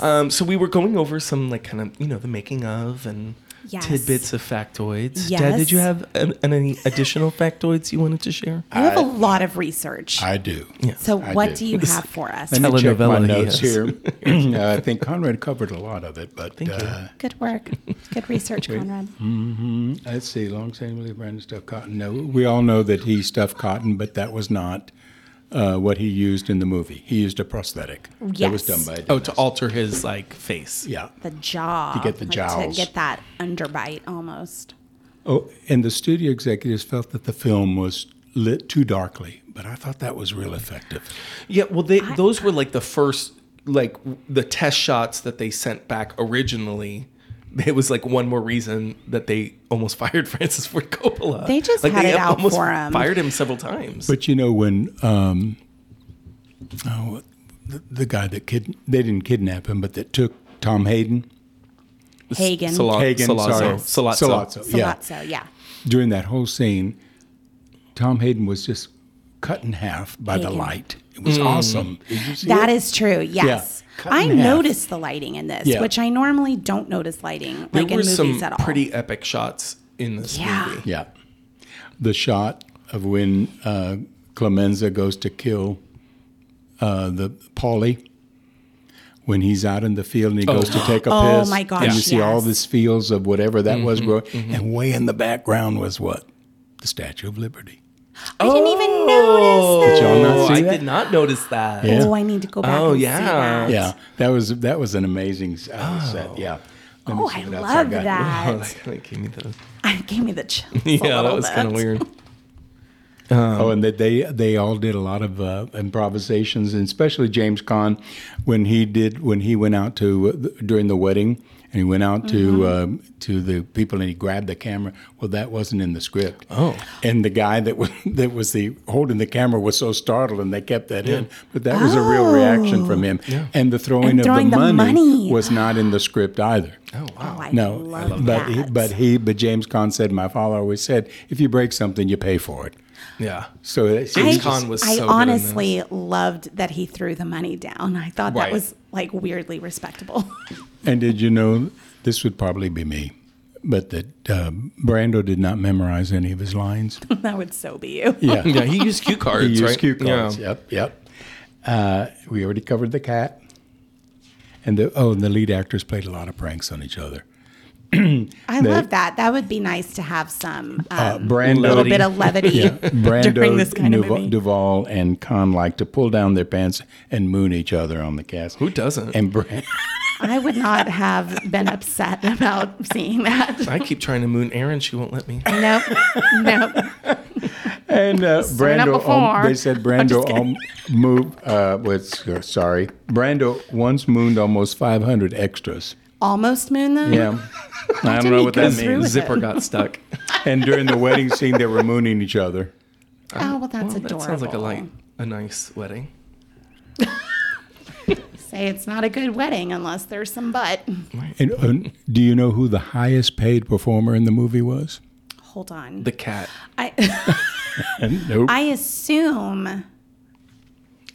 Um, so we were going over some like kind of you know the making of and
Yes.
tidbits of factoids. Dad, did you
Yes.
have an, an, any additional factoids you wanted to share?
I have a lot of research.
I do.
so
I
what
did.
do you have for us?
Let me check my
Telenovela he
notes
is.
here. Uh, I think Conrad covered a lot of it, but
you.
uh,
Good work. Good research, Conrad.
let's see. Long standing brand stuffed cotton. No, we all know that he stuffed cotton, but that was not uh, what he used in the movie. He used a prosthetic that was done
Yes.
by. a
Oh, to
dentist.
alter his like face.
yeah.
The jaw.
To get the jowls.
To get that underbite almost.
Oh, and the studio executives felt that the film was lit too darkly, but I thought that was real effective.
Yeah, well, they those were like the first like w- the test shots that they sent back originally. It was like one more reason that they almost fired Francis Ford Coppola.
They just
like
had it out
almost
for him.
Fired him several times.
But you know when um, oh, the, the guy that kid they didn't kidnap him, but that took Tom Hayden.
Hagen.
Sala-
Hagen,
Salazzo.
sorry.
Salazzo.
Salazzo, yeah.
Salazzo, yeah.
During that whole scene, Tom Hayden was just cut in half by the
Hagen.
light. It was awesome. Did you see
Mm. That
it?
is true. Yes.
Cut
I
in half.
noticed the lighting in this,
Yeah.
which I normally don't notice lighting
there
like in
were
movies
some
at all.
pretty epic shots in this
Yeah.
movie.
Yeah. The shot of when uh, Clemenza goes to kill uh, the Paulie when he's out in the field and he goes to take a
Oh,
piss.
my
And
gosh,
you see all
yes.
these fields of whatever that was growing. And way in the background was what? The Statue of Liberty.
I didn't
Oh!
even notice that.
Did y'all not see
I
that?
did not notice that.
Yeah.
Oh, I need to go back.
Oh,
and see
yeah.
that.
Yeah, that was that was an amazing uh, set. Yeah. Let me
Oh,
see
I
what else
love
got.
Oh,
that.
that kind of gave me the.
I gave me the chills.
Yeah, that was kind of weird.
oh, and that they they all did a lot of uh, improvisations, and especially James Caan when he did when he went out to uh, th- during the wedding. And he went out to
Mm-hmm.
um, to the people and he grabbed the camera. Well, that wasn't in the script. Oh, and the guy that was that was the holding the camera was so startled, and they kept that in. But that was a real reaction from him. And the throwing
Oh. And
of
throwing
the,
the
money,
money.
was not in the script either. Oh,
Oh, I
no,
love
but
that.
He, but he but James Caan said, my father always said, if you break something, you pay for it.
Yeah.
So uh, it's,
I,
James Caan was so
I
good in
honestly loved that he threw the money down. I thought
Right.
that was like weirdly respectable.
and did you know this would probably be me, but that uh, Brando did not memorize any of his lines.
that would so be you.
Yeah,
Yeah, he used cue cards.
he used
right?
cue cards.
Yeah.
Yep, yep. Uh, we already covered the cat, and the oh, and the lead actors played a lot of pranks on each other.
I
They-
love that. That would be nice to have some
Uh,
um,
Brando,
little bit of levity
yeah,
during
Brando,
this kind
Nuva-
of movie.
Duvall, and Khan like to pull down their pants and moon each other on the cast.
Who doesn't?
And Brand-
I would not have been upset about seeing that.
I keep trying to moon Aaron. She won't let me.
Nope, nope.
And
it
uh,
up
Brando,
before.
um, they said
I'm just
Brando um, moved. Uh, was uh, sorry, Brando once mooned almost 500 extras.
Almost moon though.
Yeah, I don't
did
know
he
what
go
that
through
means.
with
Zipper
it?
got stuck.
And during the wedding scene, they were mooning each other.
Oh well, that's adorable.
That sounds like a light, a nice wedding.
Say it's not a good wedding unless there's some butt.
And, and do you know who the highest paid performer in the movie was?
Hold on.
The cat.
I
Uh, Nope.
I assume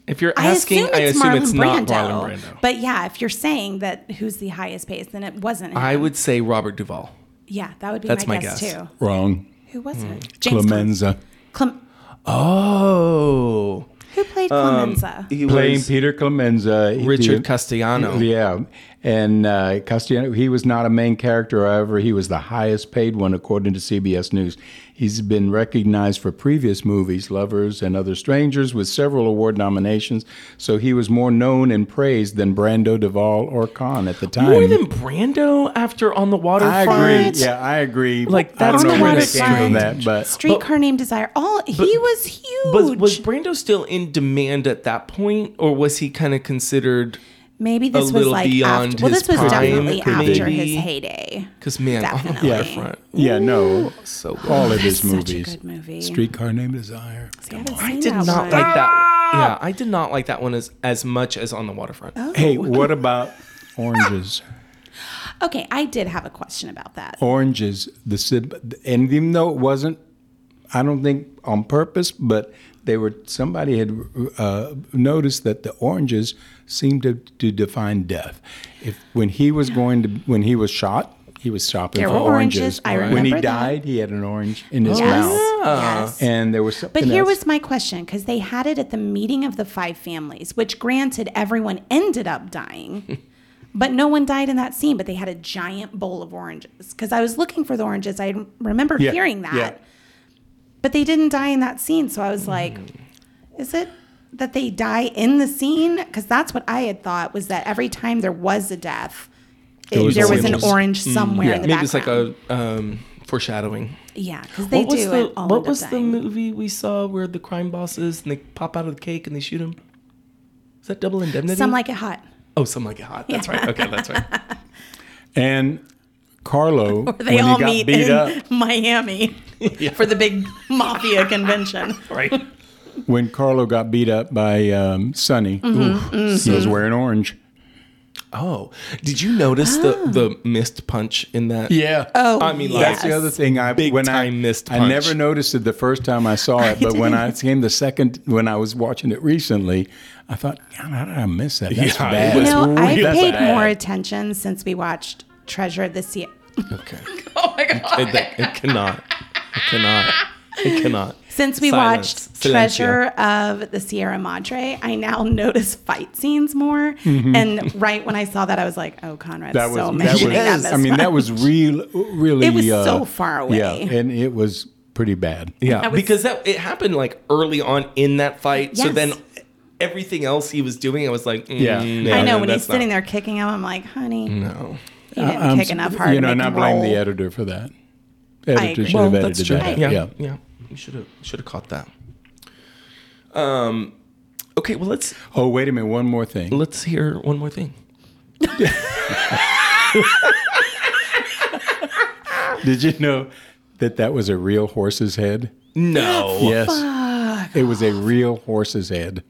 If you're
I
asking,
assume
I
it's
assume
Marlon
it's, not
Brando.
Marlon Brando.
But yeah, if you're saying that who's the highest paid, then it wasn't. Him.
I would say Robert Duvall.
Yeah, that would be
That's
my,
my
guess,
guess. Hmm.
too.
Wrong.
Who was it? James
Clemenza
Clem-
Oh,
who played Clemenza?
he
playing
was
Peter Clemenza. he
Richard
did-
Castellano.
Yeah, and uh, Castellano, he was not a main character, however, he was the highest paid one, according to CBS News. He's been recognized for previous movies, Lovers and Other Strangers, with several award nominations, so he was more known and praised than Brando, Duvall, or Khan at the time.
More than Brando after On the Water.
I
Front?
agree. Yeah, I agree.
Like,
I
that's
don't know where
kind
they
of
came from that,
strange.
but
Streetcar Named Desire. All he was huge.
Was was Brando still in demand at that point, or was he kind of considered?
Maybe this was
little
like
beyond
after, well,
his
this was
prime,
definitely
could
after
be.
his heyday.
Because man,
Definitely.
On the
Yeah.
Waterfront.
yeah, no,
So good.
all of his
Such
movies.
a good movie.
Streetcar Named Desire.
I haven't
I
seen
did
that
not
one.
like that. Yeah, I did not like that one as as much as on the waterfront.
Oh,
Hey, what about oranges?
Okay, I did have a question about that.
Oranges, the Sib, and even though it wasn't, I don't think on purpose, but they were. Somebody had uh, noticed that the oranges seemed to, to define death. If when he was going to, when he was shot, he was shopping
There
for
were oranges,
oranges.
I
when he
remember that.
died, he had an orange in his
Yes.
mouth,
Yes.
and there was something.
But here
else.
was my question because they had it at the meeting of the five families, which granted everyone ended up dying, but no one died in that scene. But they had a giant bowl of oranges because I was looking for the oranges. I remember
Yeah,
hearing that,
yeah.
but they didn't die in that scene. So I
Mm.
was like, is it that they die in the scene? Because that's what I had thought was that every time there was a death, it-
was
there was an
oranges.
orange somewhere in the
Mm, Maybe
background.
it's like a um, foreshadowing.
yeah, because they
what was
do.
the
and all
What
end up
was the
dying.
movie we saw where the crime boss is and they pop out of the cake and they shoot him? Is that Double Indemnity?
Some like it hot.
oh, some like it hot. That's right. Okay, that's right.
and Carlo
They
when
all
he got
meet
beat
in
up.
Miami for the big mafia convention.
Right.
When Carlo got beat up by um, Sonny,
Mm-hmm.
he was wearing orange.
Oh, did you notice the the missed punch in that?
Yeah.
Oh,
I mean, like,
That's the
yes.
other thing. I
Big
when I
time missed
I
punch.
never noticed it the first time I saw it, but when I came the second when I was watching it recently, I thought, God, how did I miss that? That's
Yeah, it
bad.
You
was
know, I've
That's
paid
bad.
more attention since we watched Treasure of the Sea.
Okay. oh my god. It, it cannot. It cannot. I cannot.
Since we
Silence.
watched
Silencio.
Treasure of the Sierra Madre, I now notice fight scenes more. And right when I saw that, I was like, "Oh, Conrad's
Mm-hmm. That was,
so
that was
mentioning that,
Yes.
this
I mean, that
one.
was real, really.
It was
uh,
so far away.
Yeah, and it was pretty bad.
Yeah,
I was-
Uh, because that it happened like early on in that fight. So
Yes.
then everything else he was doing, I was like, mm,
Yeah.
no,
I know
no,
when he's
that's
sitting
not-
there kicking him, I'm like, "Honey, you
No.
didn't
Uh, I'm
kick
s-
enough hard."
Mm. um, You know,
make
and I
him
blame the
roll."
editor for that. Editor
agree.
should
Well,
have
that's
edited
true.
that.
Yeah,
out.
yeah,
Yeah.
You should have should have caught that. Um. Okay. Well, let's
Oh, wait a minute. One more thing.
let's hear one more thing.
Did you know that that was a real horse's head?
No.
Yes. It was a real horse's head.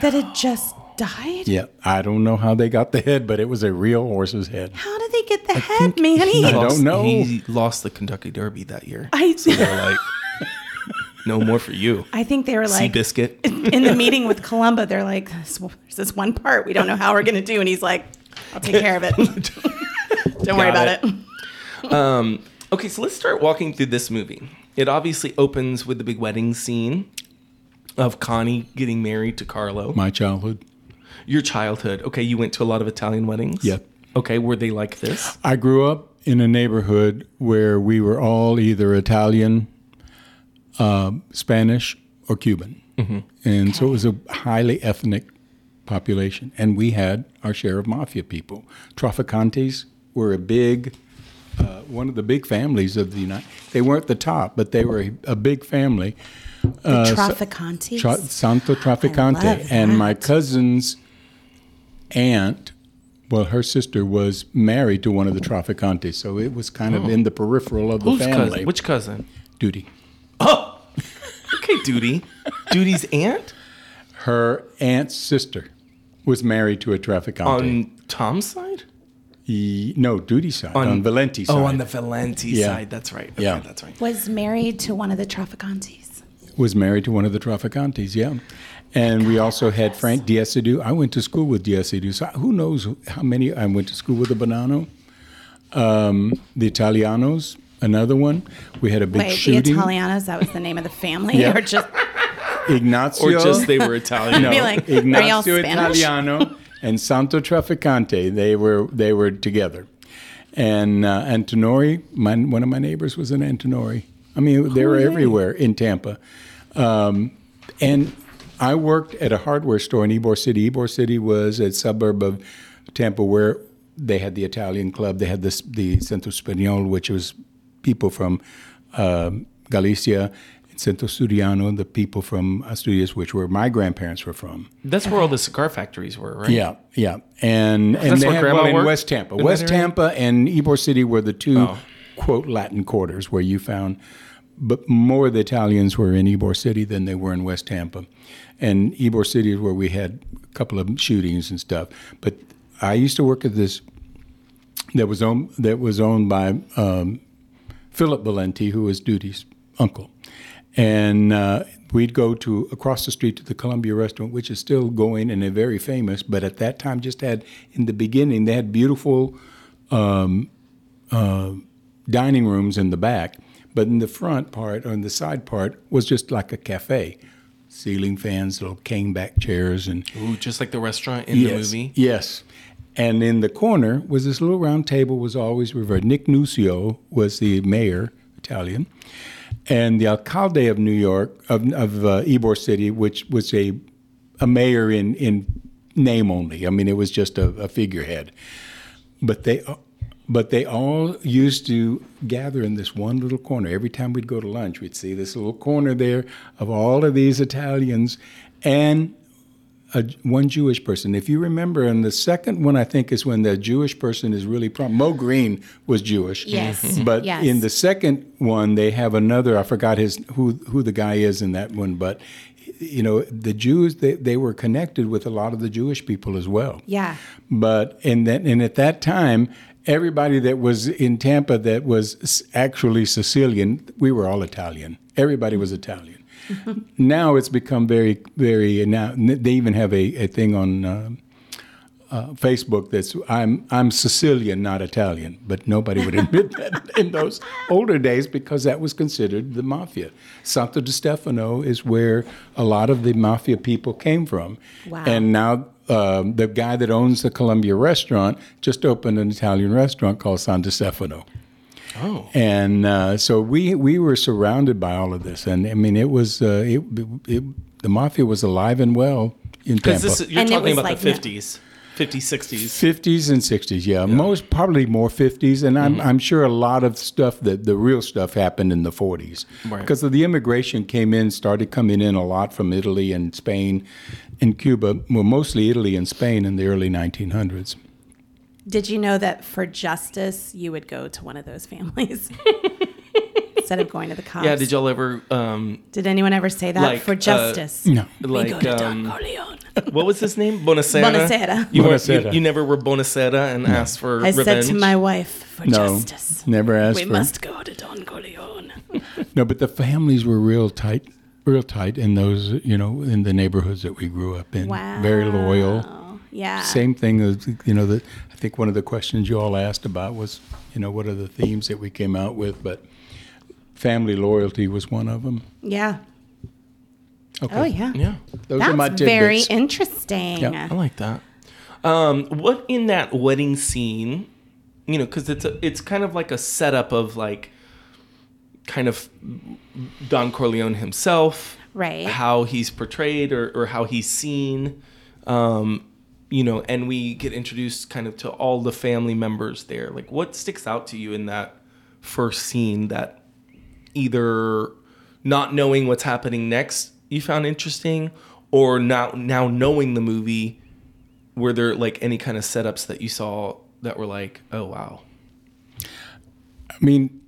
That it just died.
Yeah. I don't know how they got the head, but it was a real horse's head.
How did they get the head,
He
Manny?
don't
lost-
know.
He lost the Kentucky Derby that year.
I,
They're like, no more for you.
I think they were
Sea
like
biscuit.
in the meeting with Columba. They're like, "There's there's this one part we don't know how we're gonna do," and he's like, "I'll take care of it. don't worry
Got it.
about it.
Okay, so let's start walking through this movie. It obviously opens with the big wedding scene of Connie getting married to Carlo.
My childhood.
Your childhood. Okay, you went to a lot of Italian weddings?
Yeah.
Okay, were they like this?
I grew up in a neighborhood where we were all either Italian, uh, Spanish, or Cuban. And so it was a highly ethnic population. And we had our share of mafia people. Traficantes were a big, uh, one of the big families of the United They weren't the top, but they were a, a big family.
Traficantes.
Tra- Santo Traficante.
love
And my cousin's aunt, well, her sister was married to one of the Traficantes, so it was kind of in the peripheral of the
Hmm. Whose
family. Oh!
cousin? Which cousin?
duty?
Okay, Duty. Duty's aunt?
Her aunt's sister was married to a Traficante.
On Tom's side?
E- no, Duty side, on, Valenti's side.
Oh, on the Valenti
Yeah.
side. That's right. Okay,
Yeah.
That's right.
was married to one of the Traficantes.
was married to one of the Traficantes, yeah. And we also had Frank Diasidu. I went to school with Diasidu. So who knows how many? I went to school with the Bonanno, um, the Italianos, another one. We had a big
Wait, the
shooting.
Italianos, that was the name of the family?
Yeah.
Or just
Or
Ignazio.
just they were Italian.
no,
be like, "Are y'all
Ignazio
Spanish?"
Italiano and Santo Traficante. They were they were together. And uh, Antonori, my, one of my neighbors was an Antonori. I mean, they were everywhere in Tampa. And I worked at a hardware store in Ybor City. Ybor City was a suburb of Tampa where they had the Italian club. They had this, the Centro Español, which was people from um Galicia, and Centro Studiano, the people from Asturias, which were my grandparents were from.
That's where all the cigar factories were, right?
Yeah, yeah, and and
That's
they
where
had
Grandma
well, in
worked?
West Tampa,
In that
West
area?
Tampa and Ybor City were the two
Oh.
quote Latin quarters where you found, but more of the Italians were in Ybor City than they were in West Tampa, and Ybor City is where we had a couple of shootings and stuff. But I used to work at this that was owned that was owned by um, Philip Valenti, who was Duty's uncle, and uh, we'd go to across the street to the Columbia Restaurant, which is still going and they're very famous. But at that time, just had in the beginning, they had beautiful um, uh, dining rooms in the back, but in the front part or in the side part was just like a cafe, ceiling fans, little cane back chairs, and
Ooh, just like the restaurant in the
yes.
movie.
Yes. And in the corner was this little round table was always revered. Nick Nuccio was the mayor, Italian, and the alcalde of New York of of uh, Ybor City, which was a a mayor in in name only. I mean, it was just a, a figurehead. But they but they all used to gather in this one little corner. Every time we'd go to lunch, we'd see this little corner there of all of these Italians and a, one Jewish person. If you remember, and the second one I think is when the Jewish person is really prominent. Mo Green was Jewish,
Yes. Mhm.
But
Yes.
in the second one, they have another. I forgot his who who the guy is in that one, but you know the Jews they, they were connected with a lot of the Jewish people as well.
Yeah.
But and then and at that time, everybody that was in Tampa that was s- actually Sicilian, we were all Italian. Everybody was Italian. uh, now it's become very very now they even have a, a thing on. um uh, Facebook that's I'm I'm Sicilian, not Italian, but nobody would admit that in those older days because that was considered the mafia. Santo Di Stefano is where a lot of the mafia people came from,
Wow.
and now. Um, the guy that owns the Columbia restaurant just opened an Italian restaurant called San Di Stefano.
Oh.
And uh, so we we were surrounded by all of this, and I mean it was uh, it, it the mafia was alive and well in
Because
Tampa.
this you're
And it
talking
was
about
like,
the
no.
50s, 50s, 60s.
50s and 60s, yeah. Most probably more 50s, and I'm,
Mm-hmm.
I'm sure a lot of stuff that the real stuff happened in the 40s
Right.
because of the immigration came in, started coming in a lot from Italy and Spain, and Cuba. Well, mostly Italy and Spain in the early 1900s.
Did you know that for justice, you would go to one of those families instead of going to the cops?
Yeah, did y'all ever um
Did anyone ever say that
Like,
for
uh,
justice?
No,
like um,
Corleone.
what was his name? Bonacera.
Bonacera.
You, weren't- you-
Bonacera.
you never were Bonacera and asked for
I
revenge.
said to my wife, for
no,
justice.
never asked
We
for
must go to Don Corleone.
No, but the families were real tight, real tight in those, you know, in the neighborhoods that we grew up in.
Wow.
Very loyal.
Yeah.
Same thing as, you know, the, I think one of the questions you all asked about was, you know, what are the themes that we came out with? But family loyalty was one of them.
Yeah.
Okay.
Oh, yeah.
yeah,
Those
That's
are my
very
tidbits.
interesting.
Yeah.
I like that. Um, what in that wedding scene? You know, because it's a, it's kind of like a setup of like kind of Don Corleone himself,
Right.
How he's portrayed or or how he's seen. Um, you know, and we get introduced kind of to all the family members there. Like, what sticks out to you in that first scene that either not knowing what's happening next you found interesting or not now knowing the movie were there like any kind of setups that you saw that were like oh wow
I mean,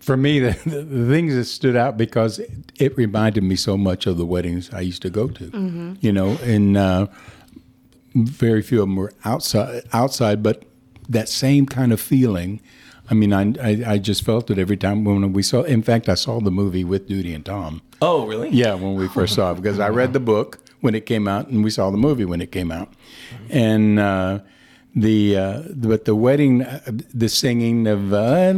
for me, the, the, the things that stood out because it, it reminded me so much of the weddings I used to go to. You know, and uh, very few of them were outside. Outside, but that same kind of feeling. I mean, I, I, I just felt it every time when we saw. In fact, I saw the movie with Duty and Tom.
oh really
Yeah, when we first saw it, because I read the book when it came out, and we saw the movie when it came out, and uh, the uh, but the wedding, uh, the singing of uh,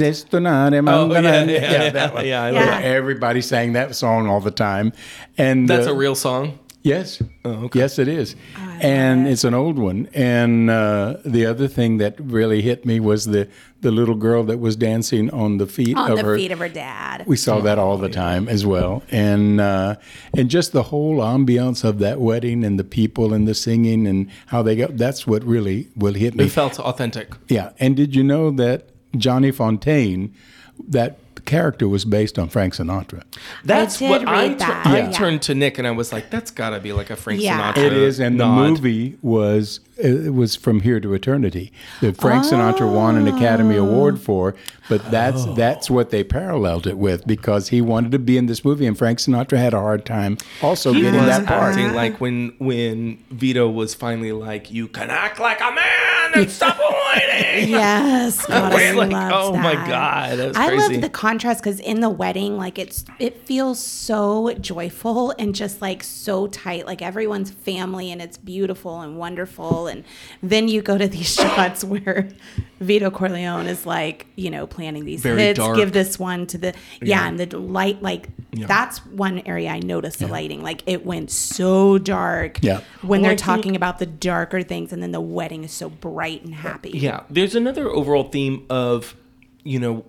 oh, yeah, yeah, yeah,
yeah, that one.
yeah, I
Yeah.
love that.
everybody sang that song all the time, and
that's
uh,
a real song
Yes.
okay.
Yes, it is.
Oh, love
and it's an old one. And uh, the other thing that really hit me was the, the little girl that was dancing on the feet
On
of
the
her.
feet of her dad.
We saw that all the time as well, and uh, and just the whole ambiance of that wedding and the people and the singing and how they got. That's what really will hit me.
it felt authentic
Yeah, and did you know that Johnny Fontaine, that character was based on Frank Sinatra.
that's
did
what i
read
tur-
that,
i
yeah.
turned to nick and i was like that's gotta be like a frank
Yeah.
sinatra
It is, and
nod.
the movie was it was from here to eternity. That Frank
Ah.
Sinatra won an Academy Award for, but that's
Oh.
that's what they paralleled it with because he wanted to be in this movie, and Frank Sinatra had a hard time also
he was
getting that part.
acting like when when vito was finally like you can act like a man and stop waiting
Yes. God, I
Like,
loved
oh my
that.
God, that was
I
crazy.
love the contrast because in the wedding, like it's it feels so joyful and just like so tight, like everyone's family and it's beautiful and wonderful. And then you go to these shots where Vito Corleone is like, you know, planning these
Very
hits.
dark.
Give this one to the yeah, and the light like that's one area I noticed the lighting. Like it went so dark.
Yeah.
When
Well, I
they're
think-
talking about the darker things, and then the wedding is so bright and happy.
Yeah, there's another overall theme of, you know,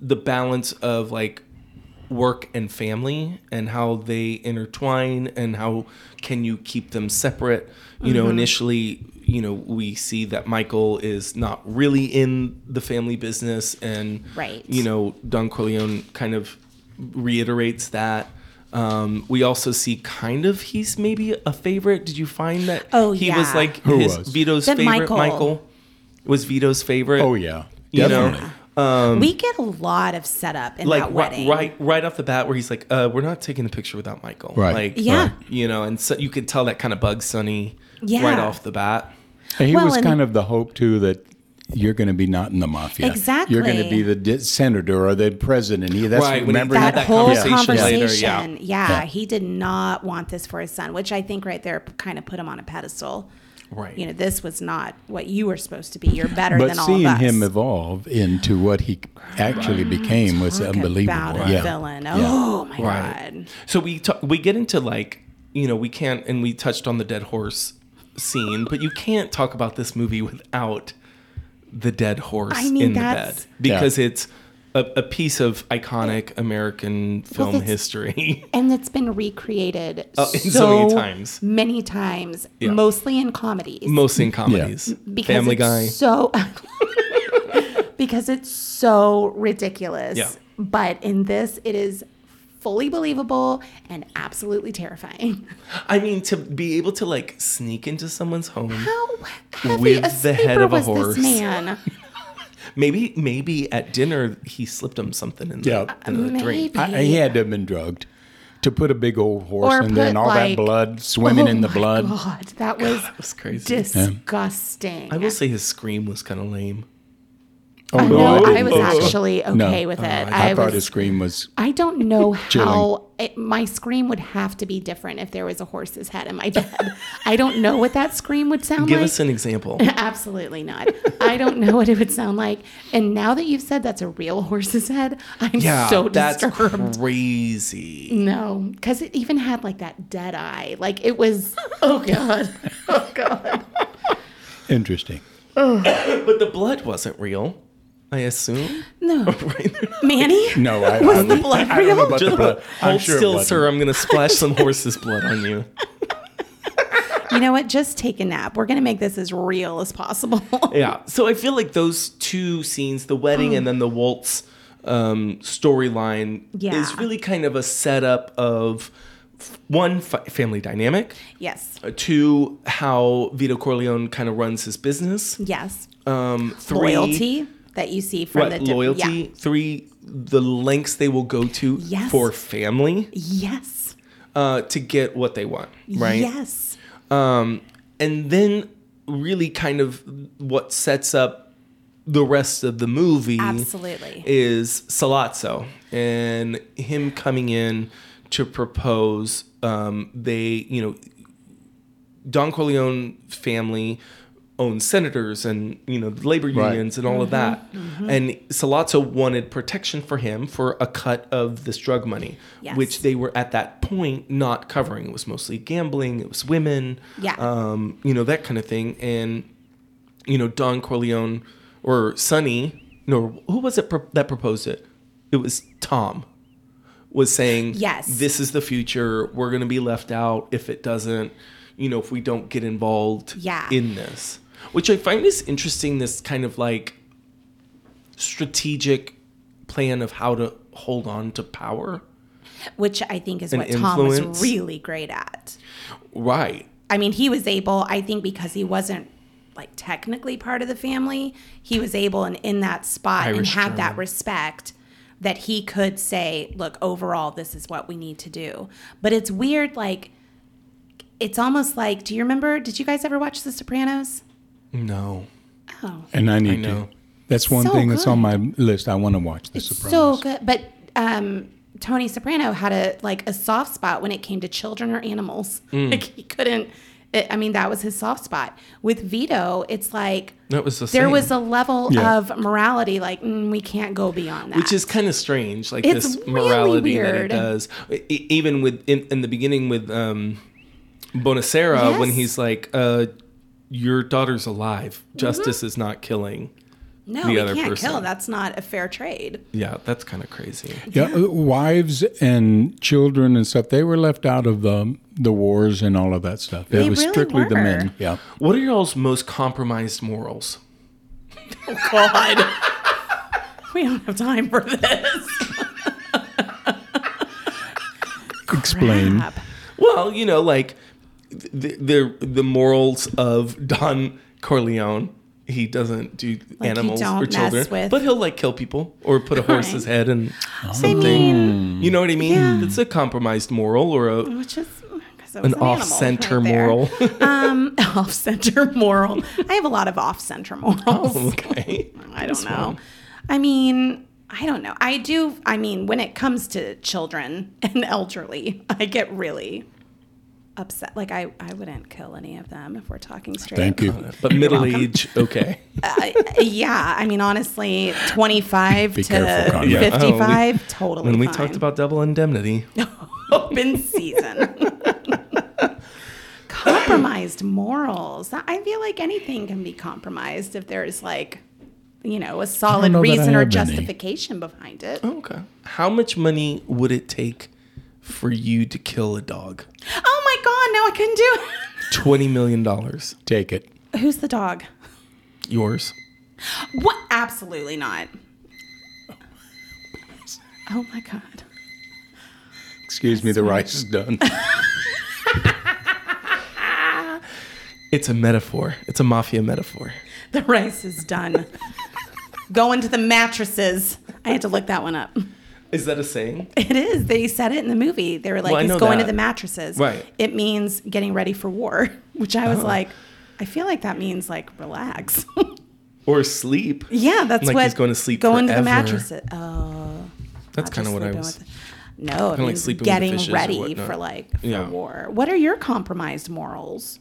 the balance of like work and family and how they intertwine and how can you keep them separate. You
Mm-hmm.
know, initially, you know, we see that Michael is not really in the family business and
Right.
you know, Don Corleone kind of reiterates that. Um, we also see kind of he's maybe a favorite. Did you find that
Oh,
he was
yeah.
like
Who
his
was?
Vito's
That
favorite
Michael.
Michael was Vito's favorite.
Oh yeah,
you
definitely.
know,
we get a lot of setup in
Um, like
that
ri-
wedding.
right, right off the bat, where he's like, uh, "We're not taking a picture without Michael."
Right.
Like,
Yeah. Right.
you know, and so you could tell that kind of bugs Sunny
Yeah.
right off the bat.
And he
Well,
was
and-
kind of the hope too that you're going to be not in the mafia. You're going to
Exactly.
be the di- senator or the president. He that's
Right, when he-
remember
That
That,
that
whole
conversation
conversation,
later, yeah.
yeah. he did not want this for his son, which I think right there kind of put him on a pedestal.
Right.
You know, this was not what you were supposed to be. You're better
But
than all
seeing
of us.
him evolve into what he actually became was
Talk
unbelievable.
About a
yeah.
villain. Oh my
Right.
god.
So we ta- we get into like you know we can't and we touched on the dead horse scene, but you can't talk about this movie without the dead horse
I mean,
in the bed
that's-
because it's a, a piece of iconic American film
that's-
history.
And it's been recreated
Oh,
so,
in so many times.
many times,
Yeah.
mostly in comedies.
Most in comedies,
because
Family
it's
Guy.
So because it's so ridiculous.
Yeah.
But in this, it is fully believable and absolutely terrifying.
I mean, to be able to like sneak into someone's home,
How heavy
With
a
the head
sleeper
of a
was
horse.
this man?
maybe maybe at dinner he slipped him something in the,
Yeah.
in the drink.
Maybe.
I, he had to have been drugged to put a big old horse
Or
and then
put,
all
like-
that blood swimming
Oh
in the
my
blood.
God, that was
That's crazy.
disgusting.
I will say his scream was kind of lame.
Oh,
no, I,
didn't
was
think so.
actually
No.
okay with it.
I,
I,
thought his
was.
scream was
I don't know
Chilling.
how it, my scream would have to be different if there was a horse's head in my bed. I don't know what that scream would sound
Give
like.
us an example.
Absolutely not. I don't know what it would sound like. And now that you've said that's a real horse's head, I'm
Yeah,
so
that's
disturbed.
crazy.
No, because it even had like that dead eye. Like it was. Oh god. Oh god.
interesting.
But the blood wasn't real, I assume.
No,
Right?
Manny.
No, I, I,
Was the
would-
blood
I don't know
real?
about the
Just
blood. I'm
hold
sure it
still,
wasn't.
sir. I'm going to splash some horse's blood on you.
You know what? Just take a nap. We're gonna make this as real as possible.
Yeah. So I feel like those two scenes, the wedding
Mm.
and then the waltz um, storyline,
Yeah.
is really kind of a setup of f- one, fa- family dynamic,
yes.
uh, two, how Vito Corleone kind of runs his business,
Yes.
um, three,
loyalty that you see from
Right,
the di-
loyalty.
yeah.
Three, the lengths they will go to
Yes.
for family
Yes.
uh, to get what they want, right?
Yes.
Um, and then really kind of what sets up the rest of the movie
Absolutely.
is Salazzo and him coming in to propose. Um, they, you know, Don Corleone family owns senators and you know the labor
Right.
unions and all
Mm-hmm.
of that. And Salazzo wanted protection for him for a cut of this drug money,
Yes.
which they were at that point not covering. It was mostly gambling. It was women.
Yeah.
Um, you know that kind of thing. And you know Don Corleone or Sonny, no, who was it pro- that proposed it? It was Tom. Was saying
Yes.
this is the future. We're going to be left out if it doesn't, you know, if we don't get involved
Yeah.
in this. Which I find is interesting this kind of like strategic plan of how to hold on to power.
Which I think is
An
what Tom was
influence.
really great at.
Right.
I mean, he was able, I think, because he wasn't like technically part of the family, he was able and in that spot and
Irish
had that
German.
respect that he could say, look, overall, this is what we need to do. But it's weird, like, it's almost like, do you remember? Did you guys ever watch The Sopranos?
No.
Oh,
And I need
know.
to. That's one
So
thing that's on
good.
my list. I want to watch The
so
Sopranos.
good. But um, Tony Soprano had a like a soft spot when it came to children or animals.
Mm.
Like he couldn't. It, I mean, that was his soft spot. With Vito, it's like
That was the
there
same.
was a level
Yeah.
of morality. Like mm, we can't go beyond that.
which is kind of strange like
It's
this
really
morality that it
weird.
does E- e- even with in, in the beginning with um bonacera when
Yes.
he's like uh your daughter's alive
Mm-hmm.
justice is not killing
no,
the
we
other
can't kill.
person.
That's not a fair trade.
yeah that's kind of crazy
Yeah, uh, wives and children and stuff, they were left out of the the wars and all of that stuff.
They
it was
really
strictly the
were.
men. Yeah.
what are y'all's most compromised morals
God, we don't have time for this.
Explain.
Crap.
well you know like th- th- the the, the morals of don corleone he doesn't do
you
animals
don't
or
mess
children
with-
but he'll like kill people or put a horse's head in
I
something
mean,
You know what I mean? It's a compromised moral or a,
which is. 'cause it was
an
animal
off center
right there.
moral.
um off center moral i have a lot of off center morals
Oh, okay.
i don't know i mean i don't know i do i mean when it comes to children and elderly i get really upset. Like I, I wouldn't kill any of them if we're talking straight.
Thank you.
But middle age, okay.
Uh, yeah, I mean honestly, 25
Be
to
careful, Conrad.
Yeah.
55
Oh, we-
totally.
When we
fine.
talked about double indemnity,
open season. compromised morals. I feel like anything can be compromised if there's like, you know, a solid
know that I
reason or
have any.
justification behind it. Oh
okay. How much money would it take for you to kill a dog?
Oh my god, no, I couldn't do
Twenty million dollars.
Take it.
it. Who's the dog?
Yours.
What? Absolutely not. Oh my god.
Excuse me, the rice is done.
It's a metaphor. It's a mafia metaphor.
The rice is done. Go into the mattresses. I had to look that one up.
Is that a saying?
It is. They said it in the movie. They were like,
Well, I
he's
know
going
that.
to the mattresses.
Right. Oh.
It means getting ready for war, which I was like, I feel like that means like relax.
Or sleep?
yeah, that's
Like
what.
he's going to sleep
Going to the
forever.
mattresses. Oh.
That's
not
kind of
just
what I
sleeping
was.
with- No,
like
it means
sleeping with the
getting
fishes or
ready
whatnot.
for like for
Yeah.
war. What are your compromised morals?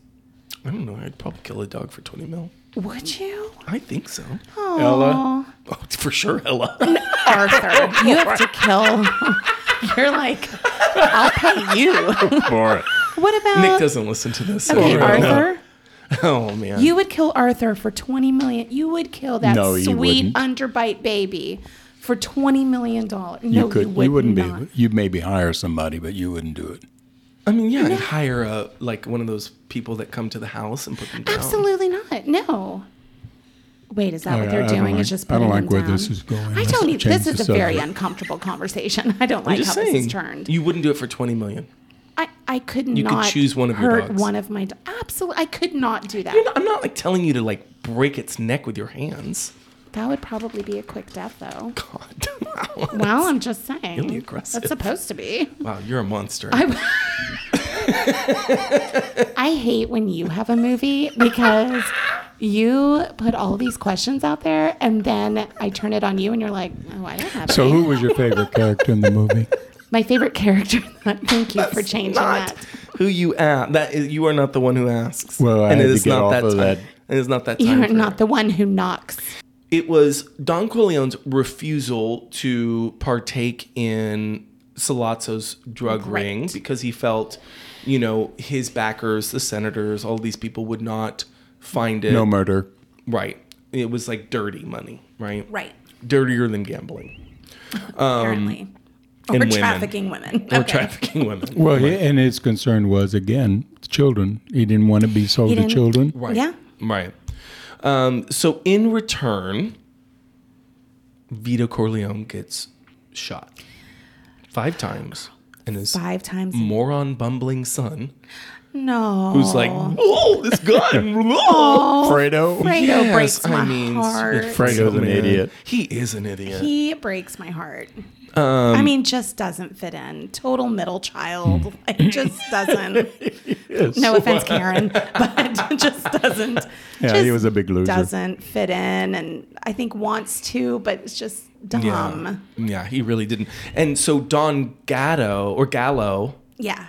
I don't know. I'd probably kill a dog for twenty mil.
Would you?
I think so.
Ella,
Oh, for sure, Ella.
Arthur, you have to kill. You're like, I'll pay you.
for it.
What about
Nick doesn't listen to this.
okay,
Oh,
Arthur?
Oh man.
You would kill Arthur for 20 million. You would kill that
No, you
sweet
wouldn't.
underbite baby for 20 million dollars. No,
you could.
you, would
You, would not
not.
be. You maybe hire somebody, but you wouldn't do it.
I mean, yeah, I'd hire a like one of those people that come to the house and put them down.
Absolutely not. No. Wait, is that
All
what
right,
they're
I don't
doing?
like-
Is just
I
putting
don't like
him
where
down?
this is going.
I
Let's
don't need.
change
This is
the
a very
subject.
uncomfortable conversation. I don't
I'm
like how
just
this
saying.
is turned.
You wouldn't do it for twenty million.
I, I could
You could
not
choose one of your
hurt
dogs.
one of my. Do- Absolutely, I could not do that.
I'm not, I'm not like telling you to like break its neck with your hands.
that would probably be a quick death, though.
God. Wow.
Well, I'm just saying.
really aggressive.
That's supposed to be.
Wow, you're a monster.
I, I hate when you have a movie because you put all these questions out there and then I turn it on you and you're like, oh, I don't have
So,
any.
who was your favorite character in the movie?
My favorite character. Thank you for changing
not
that.
who you ask. That is, you are not the one who asks.
Well, I had
it
to
is
get off of
time.
that.
It is not that time.
You're
for
not
it.
the one who knocks.
It was Don Corleone's refusal to partake in Salazzo's drug ring because he felt, you know, his backers, the senators, all these people would not find it
No murder.
right. It was like dirty money, right?
Right.
Dirtier than gambling
Apparently.
and Um, women. trafficking
women.
or trafficking women.
Well, he- and his concern was again children. He didn't want to be sold to
didn't-
children.
Right.
Yeah.
Right. Um, so in return, Vito Corleone gets shot five times, and his
Five times.
moron bumbling son,
No.
who's like, "Whoa, this gun!" Whoa.
Oh,
Fredo.
Fredo breaks my heart.
Fredo's an
man,
idiot.
He is an idiot.
He breaks my heart.
Um,
I mean, just doesn't fit in. Total middle
Hmm.
child. Like, just doesn't. No offense, Karen, but just doesn't.
Yeah,
just
he was a big loser.
Doesn't fit in, and I think wants to, but it's just dumb.
yeah, he really didn't. And so Don Gatto or Gallo
Yeah.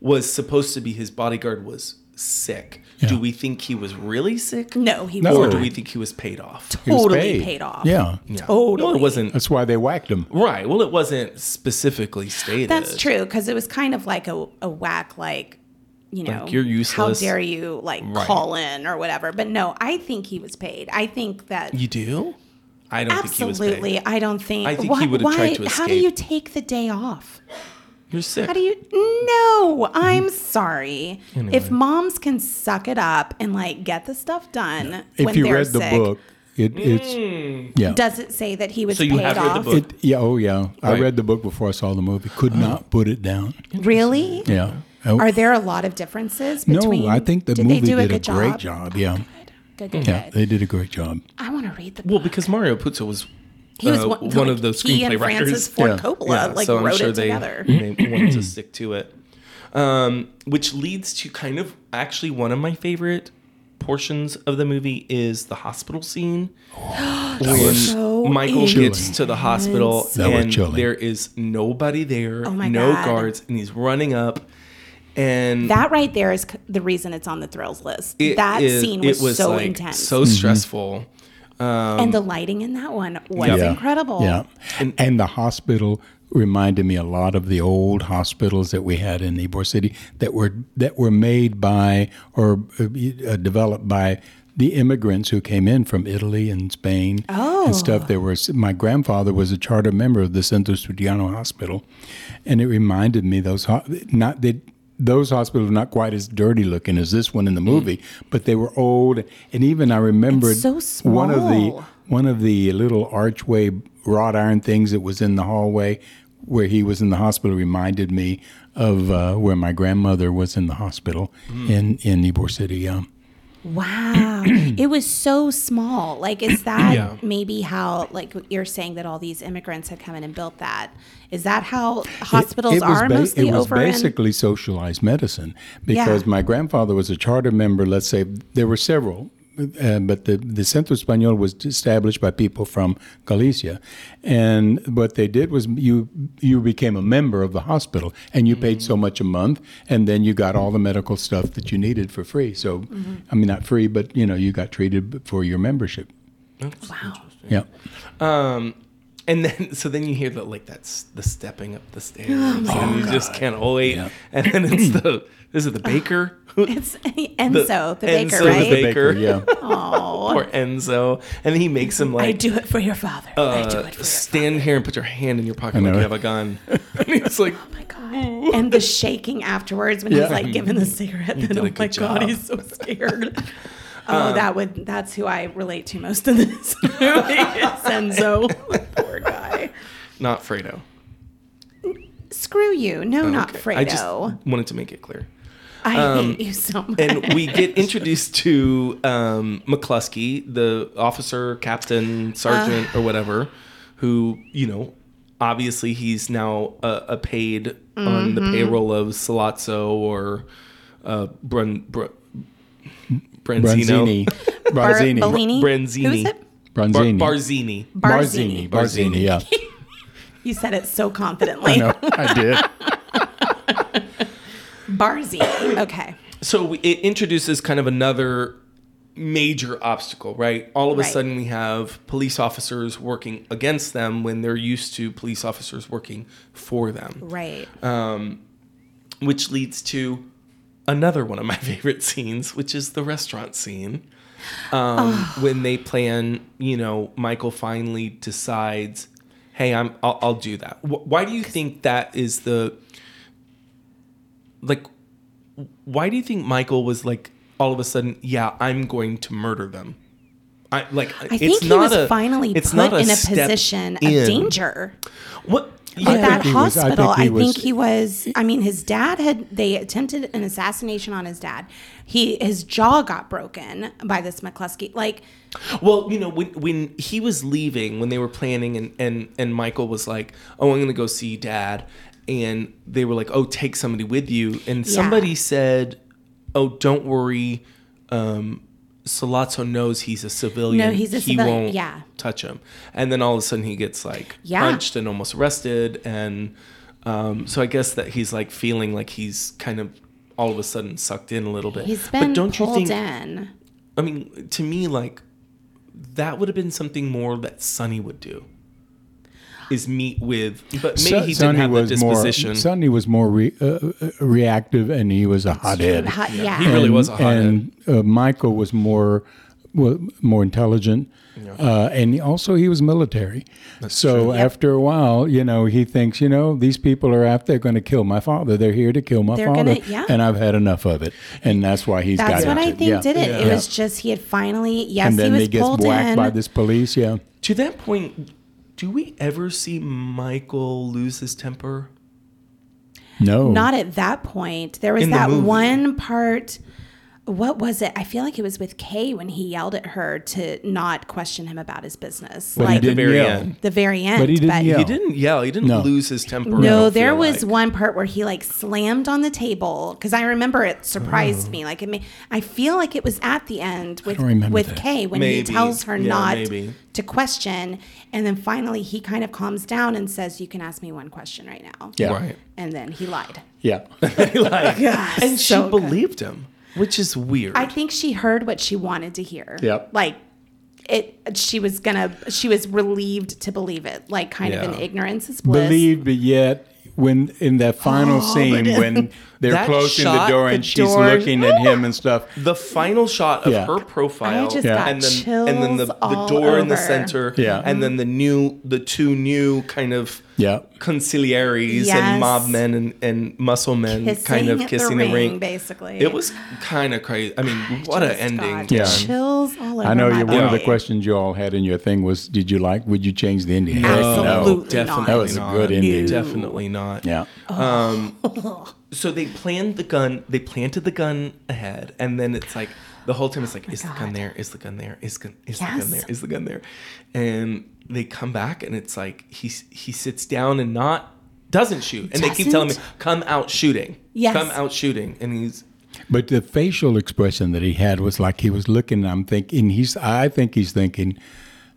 was supposed to be his bodyguard was sick. Do we think he was really sick?
No, he
No.
Or
was
do we think he was paid off?
He was
totally paid. off.
Yeah.
Well,
Totally.
it wasn't
That's why they whacked him.
right. Well, it wasn't specifically stated.
That's true because it was kind of like a, a whack, like you know,
Like, you're useless.
How dare you like
Right.
call in or whatever? But no, I think he was paid. I think that
You do? I don't think he was
absolutely.
paid.
I don't think.
I think he would've tried to
How do
escape.
you take the day off?
You're sick.
How do you? No, I'm sorry.
Anyway.
If moms can suck it up and like get the stuff done
If
when
you
they're
read the
sick,
book, it, it's yeah.
does it say that he was
So you
paid
have read the
off?
book.
It, yeah, oh yeah. I
Right.
read the book before I saw the movie. Could not put it down.
Really?
Yeah. Oh,
Are there a lot of differences between?
no, I think the
did
movie
they do
did
a,
a,
good
great job. Yeah.
Good, good,
Yeah,
good.
they did a great job.
I want to read the book.
well, because Mario Puzo was,
He was
uh,
one,
one, of the
he
screenplay
and Francis
writers.
Ford
Yeah.
Coppola
Yeah,
like
so I'm
wrote
sure
it
they,
together.
they wanted to stick to it. Um, which leads to kind of actually one of my favorite portions of the movie is the hospital scene when
so
Michael gets
Chilling.
to the hospital
That was
and
chilling.
there is nobody there,
Oh my
no
God.
guards, and he's running up and
That right there is c- the reason it's on the thrills list.
it
that
is-
scene was,
it was
so
like,
intense.
so
Mm-hmm.
stressful.
and the lighting in that one was
Yeah.
incredible.
Yeah. And, the hospital reminded me a lot of the old hospitals that we had in Ybor City that were that were made by or uh, uh, developed by the immigrants who came in from Italy and Spain and stuff. There was my grandfather was a charter member of the Centro Studiano Hospital, and it reminded me those ho- not they those hospitals were not quite as dirty looking as this one in the movie, but they were old. And even I remembered
so
one of the
small.
one of the little archway wrought iron things that was in the hallway where he was in the hospital reminded me of uh, where my grandmother was in the hospital
Mm.
in in Ybor City. um, Yeah.
Wow. it was so small. Like, is that
Yeah.
maybe how, like, you're saying that all these immigrants had come in and built that? Is that how hospitals
It- it was
are
ba-
mostly
It was
over? in-
basically socialized medicine because
Yeah.
my grandfather was a charter member. Let's say there were several, uh, but the the Centro Español was established by people from Galicia, and what they did was you you became a member of the hospital and you paid
Mm.
so much a month, and then you got all the medical stuff that you needed for free. So,
Mm-hmm.
I mean, not free, but you know, you got treated for your membership.
wow.
Yeah.
Um, And then, so then you hear the like that's the stepping up the stairs, and you just can't wait. And then it's the is it the baker? Who-
It's Enzo, the,
Enzo
baker,
the
right?
baker.
yeah.
Poor Enzo, and he makes him
I
like
do it for your father. I do
uh,
it for your
stand here and put your hand in your pocket
know.
like you have a gun. and he's like,
and the shaking afterwards when he's like giving the cigarette.
father.
did
Oh
a
my
good job. Um,
god, he's so scared.
Oh, that would that's who I relate to most in this movie. It's Enzo. Poor guy.
not Fredo.
Screw you. No, not
Oh, Okay.
Fredo.
I
I,
just wanted to make it clear.
hate you so much.
And we get introduced to um, McCluskey, the officer, captain, sergeant, or whatever, who, you know, obviously he's now uh, a paid on the payroll of Salazzo or uh, Brun, Br- Branzino.
Branzini. Branzini.
Bellini?
Branzini.
Who is it?
Bar-
Branzini.
Barzini.
Barzini. Barzini. Yeah.
You said it so confidently.
No, I did.
Barzini. Okay.
so we- it introduces kind of another major obstacle, right? All of a
Right.
sudden, we have police officers working against them when they're used to police officers working for them,
Right.
Uh, which leads to another one of my favorite scenes, which is the restaurant scene. Um, When they plan, you know, Michael finally decides, "Hey, I'm, I'll, I'll do that." Wh- why do you think that is the like? Why do you think Michael was like all of a sudden? Yeah, I'm going to murder them. I like.
I think he was finally put in a
step
position
in.
of danger.
What?
at
Yeah.
that
he was- I think
hospital.
he
I
was-
think he was. I mean, his dad had. They attempted an assassination on his dad. He his jaw got broken by this McCluskey. Like,
Well, you know, when when he was leaving, when they were planning, and and and Michael was like, "Oh, I'm gonna go see Dad," and they were like, "Oh, take somebody with you," and
Yeah.
somebody said, "Oh, don't worry, um, Salazzo knows he's a civilian.
No, he's a
he
civilian,
won't
yeah.
touch him." And then all of a sudden, he gets like
Yeah.
punched and almost arrested, and um, so I guess that he's like feeling like he's kind of all of a sudden sucked in a little bit.
he's been
but don't you
pulled
think
in.
I mean, to me, like that would have been something more that Sonny would do. Is meet with, but maybe he didn't
Sonny
have the disposition.
More, Sonny was more re, uh, uh, reactive, and he was a hothead.
Hot- yeah.
He really was a hothead.
And uh, Michael was more wa- more intelligent, uh, and also he was military. so after a while, you know, he thinks, you know, these people are out there going to kill my father. They're here to kill my
They're
father,
gonna- yeah.
and I've had enough of it. And that's why he's
That's
got
what
into
I
it.
think
Yeah.
did it. It
Yeah.
was just he had finally. Yes,
And then
he was
they gets
pulled
whacked
in.
by this police. Yeah.
to that point, do we ever see Michael lose his temper?
No.
Not at that point. There was
In the
that
movie.
one part. what was it? I feel like it was with Kay when he yelled at her to not question him about his business.
But he
like
didn't
very
yell.
end.
the very end.
But he didn't yell.
He didn't yell. He didn't
No.
lose his temper. I
No,
don't
there
feel
was
like.
one part where he like slammed on the table because I remember it surprised me. Like it made, I feel like it was at the end with
Oh. don't remember
with
that.
Kay when he
Maybe.
tells her
Yeah,
not
maybe.
to question, and then finally he kind of calms down and says, "You can ask me one question right now."
Yeah.
Right.
And then he lied.
Yeah.
Like, and she
so good.
believed him, which is weird.
I think she heard what she wanted to hear.
Yep.
Like it. She was gonna. She was relieved to believe it. Like kind of
Yeah.
an ignorance is bliss.
Believed, but yet when in that final scene when they're
That
closing the
shot,
door
the
and she's
door-
looking at him and stuff.
the final shot of
Yeah.
her profile
I just
Yeah. got
and then and then the,
chills
the
all
door in the
over.
center
Yeah.
and then the new the two new kind of
Yeah.
conciliaries and
Yes.
mob men and, and muscle men kind of kissing the ring,
basically.
It was kind of crazy. I mean, what an
Just
ending.
got
Yeah.
Chills all over
I know
my
you, one of the
body.
questions you all had in your thing was, did you like? Would you change the ending?
Absolutely.
Oh, No.
definitely
That
was a
not.
good ending.
Definitely not.
Yeah.
So they planned the gun. They planted the gun ahead, and then it's like the whole time it's like, is the gun there? Is the gun there? Is gun? Is the gun
Oh Yes.
there? Is the gun there? And they come back, and it's like he s- he sits down and not doesn't shoot, and they keep telling me,
Doesn't.
come out shooting.
Yes.
Come out shooting, and he's
But the facial expression that he had was like he was looking. I'm thinking he's. I think he's thinking,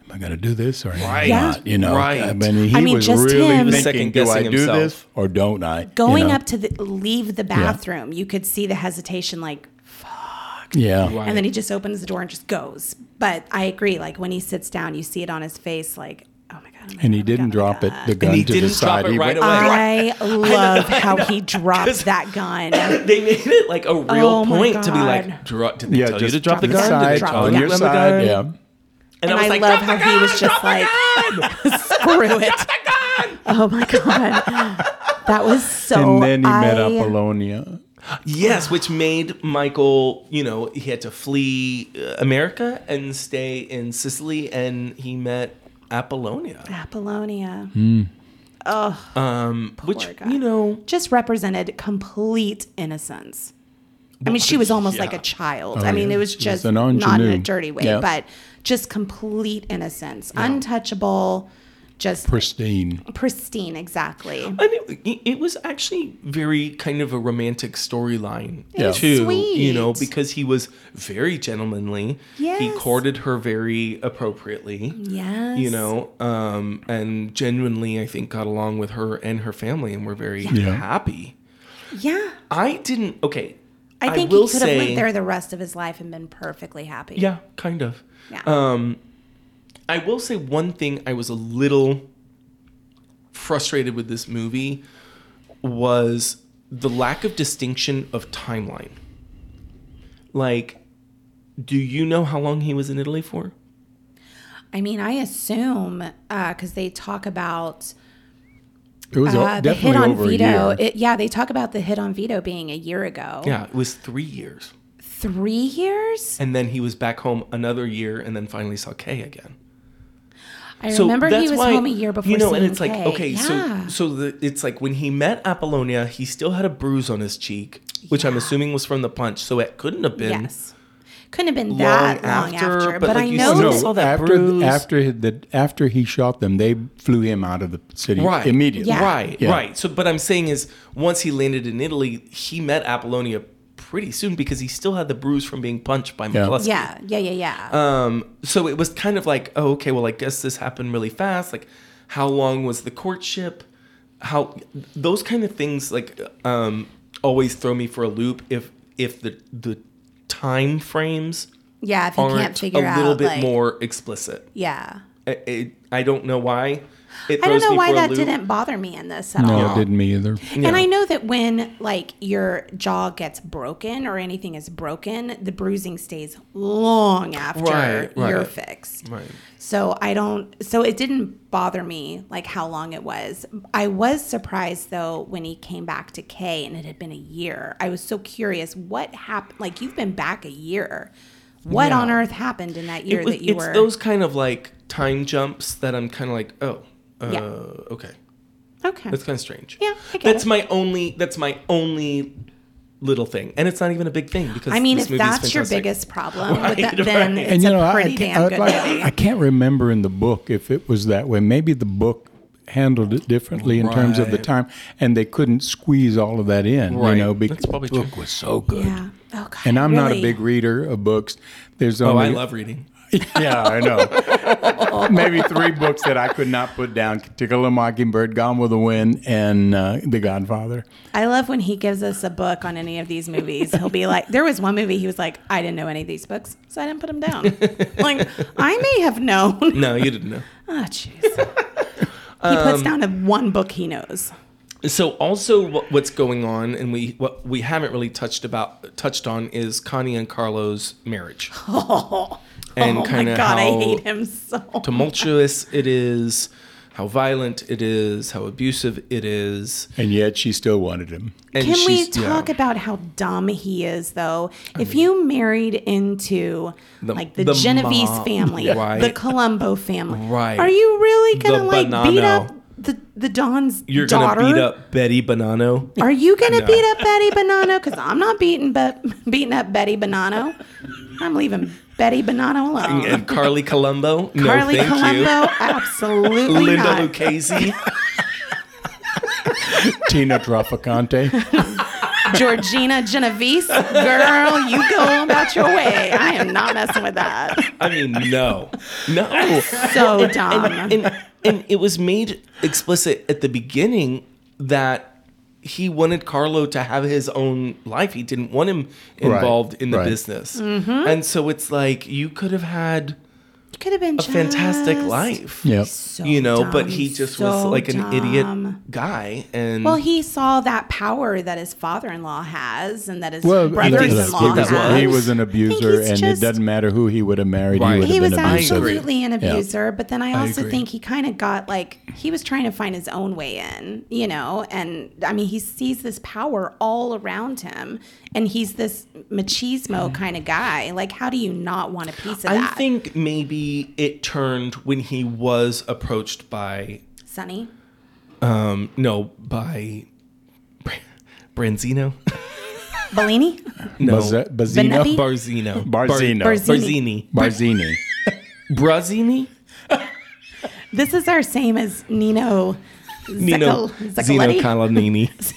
"Am I going to do this or am I
Right.
not?" You know.
Right.
I mean, he
I mean,
was
just
really
him- He was
thinking, "Do I
second-guessing
do
himself.
this or don't I?" You
Going
know?
up to the, leave the bathroom, you could see the hesitation, like,
Yeah.
Right.
and then he just opens the door and just goes. But I agree, like when he sits down, you see it on his face, like, oh my god. oh my
And
God, oh
he
my
didn't drop it.
God.
The gun
he
to the
didn't drop
side.
it
He
right
went-
away.
I love how he dropped that gun.
they made it like a real
Oh my
point to be
God.
like, dro- did they
Yeah,
tell you
just
to drop the
the
gun?
side,
did they
drop
tell
the
on
you
your
to drop the
side.
gun?
Yeah.
And,
And
I was
I
like,
love
drop the
how he was
gun, drop
just
the
like-
gun!
Screw it. Oh my god. That was so
And then he met
I-
Apollonia.
Yes, which made Michael, you know, he had to flee uh, America and stay in Sicily, and he met Apollonia,
Apollonia.
which
guy.
you know,
just represented complete innocence. I mean, she was almost like
yeah.
a child. I mean,
Oh, yeah.
it was
She was
just
an
not in a
ingenue.
dirty way,
Yeah.
but just complete innocence, untouchable, just
Pristine.
pristine, exactly.
and it, it- it was actually very kind of a romantic storyline
Yeah.
too, you know,
Sweet.
because he was very gentlemanly. he
Yes.
courted her very appropriately.
Yes.
You know, um, and genuinely, I think got along with her and her family, and were very
Yeah.
happy.
Yeah.
I didn't. Okay,
I think
will
he could have
say-
lived there the rest of his life and been perfectly happy.
Yeah, kind of.
Yeah.
Um, I will say one thing I was a little frustrated with this movie was the lack of distinction of timeline. Like, do you know how long he was in Italy for?
I mean, I assume because they talk about
It was
uh,
o-
the hit
definitely
on
over
veto.
a year.
It, yeah, they talk about the hit on veto being a year ago.
Yeah, it was three years.
Three years?
And then he was back home another year and then finally saw Kay again.
I remember he was home a year before.
You know, and
seeing
it's like
Kay.
okay,
Yeah.
so so the, it's like when he met Apollonia, he still had a bruise on his cheek, which I'm assuming was from the punch. So it couldn't have been.
yes, couldn't have been that long
after,
after.
but
but
like
I
you
know
said-
that-
I saw that
Oh, after
bruise.
after the, after he shot them, they flew him out of the city
Right.
immediately.
Yeah.
Right.
Yeah.
Right. So, but I'm saying is once he landed in Italy, he met Apollonia pretty soon because he still had the bruise from being punched by McCluskey.
yeah, yeah, yeah, yeah.
Um, so it was kind of like, oh, okay, well, I guess this happened really fast. Like, how long was the courtship? How those kind of things like um, always throw me for a loop if if the the time frames
yeah, if you can't
aren't a
figure out,
little bit
like,
more explicit.
Yeah,
I, I, I don't know why. It
I don't
throws
know
me
why
for a
that
loop.
didn't bother me in this at
No,
all.
it didn't me either.
And I know that when like your jaw gets broken or anything is broken, the bruising stays long after
Right, right.
you're fixed.
Right.
So I don't. So it didn't bother me like how long it was. I was surprised though when he came back to K and it had been a year. I was so curious what happened. Like you've been back a year. What
Yeah.
on earth happened in that year
It was-
that you
it's
were?
those kind of like time jumps that I'm kind of like, oh, uh,
Yeah.
okay,
okay.
that's kind of strange.
Yeah, I get
that's
it.
my only. That's my only little thing, and it's not even a big thing because
I mean,
this
if
movie is
that's your
fantastic.
biggest problem, with
Right,
that, then
right.
it's
and you know,
a
I,
pretty
can't-
damn
I'd
good
like-
movie.
I can't remember in the book if it was that way. Maybe the book handled it differently in terms of the
Right.
time, and they couldn't squeeze all of that in.
Right.
You know, because
That's probably
the book
true.
was so good.
yeah. Oh, God,
And I'm not a
really?
big reader of books. There's
Oh,
only
I love reading.
yeah, I know. Maybe three books that I could not put down: *To Kill a Mockingbird*, *Gone with the Wind*, and uh, *The Godfather*.
I love when he gives us a book on any of these movies. He'll be like, there was one movie he was like, I didn't know any of these books, so I didn't put them down. like, I may have known.
No, you didn't know.
Oh, jeez. He
Um,
puts down a one book he knows.
So also what, what's going on and we what we haven't really touched about touched on is Connie and Carlo's marriage.
Oh,
And
oh my
kinda
God, I
how-
hate him so.
Tumultuous it is, how violent it is, how abusive it is.
And yet, she still wanted him.
And
Can we
she's- yeah.
talk about how dumb he is, though? if you married into
The-
like the,
the
Genovese
mom,
family,
right.
the Colombo family,
Right.
Are you really
The
gonna like beat
banano.
up the the Don's
You're
daughter?
gonna beat up Betty Bonanno.
Are you gonna
No.
beat up Betty Bonanno? Because I'm not beating be- beating up Betty Bonanno. I'm leaving Betty Bonanno alone.
and Carly Colombo. No,
Carly
thank
Colombo,
you.
absolutely
Linda
not.
Lucchese.
Tina Traficante.
Georgina Genovese, girl, you go about your way. I am not messing with that.
I mean, no, no.
So dumb.
and and it was made explicit at the beginning that he wanted Carlo to have his own life. He didn't want him involved in the
right.
business.
Mm-hmm.
And so it's like you could have had
You could have been
a fantastic
just
life.
yep.
so
You know, but
dumb,
he just was
so
like an
dumb.
idiot guy and
Well, he saw that power that his father-in-law has, and that his
Well,
think that's
brother-in-law
what that
has.
was.
he was an
I think
abuser,
he's
and
just-
it doesn't matter who he would have married.
Right.
He would
He
have
was
been abusive.
absolutely an
Yeah.
abuser, but then I also
agree.
think he kind of got like he was trying to find his own way in, you know. And I mean, he sees this power all around him, and he's this machismo kind of guy. Like, how do you not want a piece of
Mm. I
that,
think maybe it turned when he was approached by
Sonny?
um no by Bra- Branzino.
Bellini,
No.
Bazza- Bazzino?
Benetti?
Barzino.
Barzino.
Bar-
Barzini.
Barzini.
Barzini.
Brazini?
this is our same as Nino.
Nino
Zaccal-
Zeno
Zaccaletti?
Colonnini.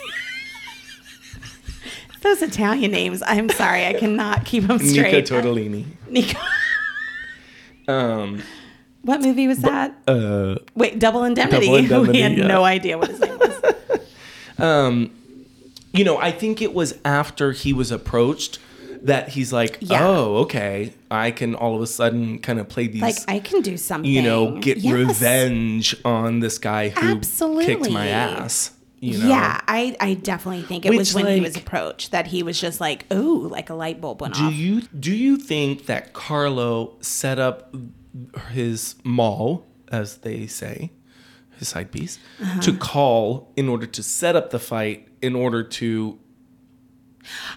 Those Italian names. I'm sorry, I cannot keep them
Nico
straight.
Tortolini.
Nico.
Um,
What movie was that?
uh,
Wait, Double Indemnity.
Double Indemnity,
we had
yeah.
no idea what his name was.
you know, I think it was after he was approached that he's like,
Yeah.
oh, okay, I can all of a sudden kind of play these,
like I can do something.
you know, get
Yes.
revenge on this guy who kicked my
Absolutely.
ass. You know?
Yeah, I, I definitely think it was
Which,
when he was
like-
approached that he was just like, oh, like a light bulb went
Do
off.
you do you think that Carlo set up his mall, as they say, his side piece,
Uh-huh.
to call in order to set up the fight in order to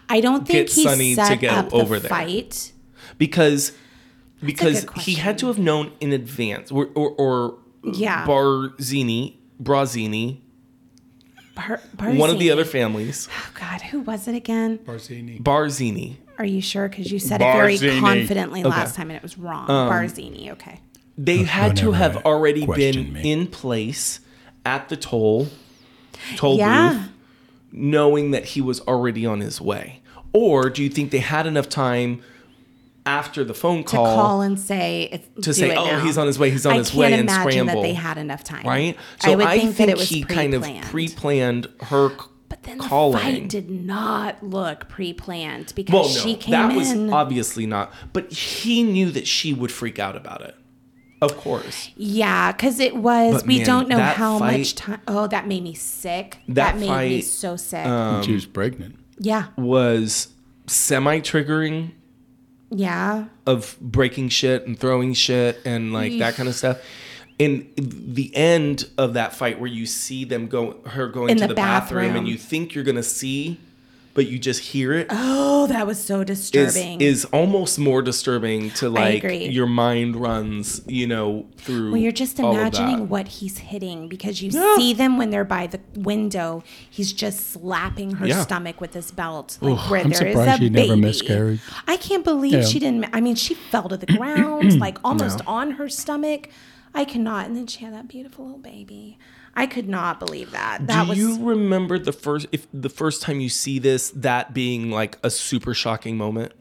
I don't think
get
he
Sonny
set
to go
up
over
the
there?
fight.
because because
good
he had to have known in advance or or, or
Yeah.
Barzini, Brazini,
Bar-
one of the
Barzini.
other families,
Oh God, who was it again?
Barzini.
Barzini.
Are you sure? Because you said it very
Barzini.
confidently last time and it was wrong.
Um,
Barzini. Okay.
They had to
never
have already been
question me.
in place at the toll toll booth.
Yeah.
knowing that he was already on his way? Or do you think they had enough time after the phone
To
call,
call, and say it's,
to say, "Oh, he's on his way, he's on
I
his way,"
can't
and
imagine
scramble?
that they had enough time,
right?
So I would think, that it was
he
pre-planned.
kind of pre-planned her c-
But then
calling.
the fight did not look pre-planned because
well, no,
she came
that
in.
was obviously not. But he knew that she would freak out about it. Of course,
yeah, because it was.
But
we
man,
don't know
that
how
fight-
much time. Oh, that made me sick.
That
That, made me
fight, uh,
so sick.
she was pregnant.
yeah,
was semi-triggering
yeah.
of breaking shit and throwing shit and like that kind of stuff. In the end of that fight, where you see them go, her going
In
to
the
the bathroom,
bathroom.
and you think you're gonna see but you just hear it
Oh, that was so
is
disturbing.
is almost more disturbing to like
agree.
your mind runs, you know, through.
well, you're just
all of
imagining
that.
what he's hitting because you
Yeah.
see them when they're by the window. He's just slapping her
Yeah.
stomach with his belt. Like where
I'm
there is
surprised
a
she never
baby.
miscarried.
I can't believe
Yeah.
she didn't. ma- I mean, she fell to the ground, like almost on her stomach. I could not. And then she had that beautiful little baby. I could not believe that. That
Do
was
you remember the first if the first time you see this that being like a super shocking moment?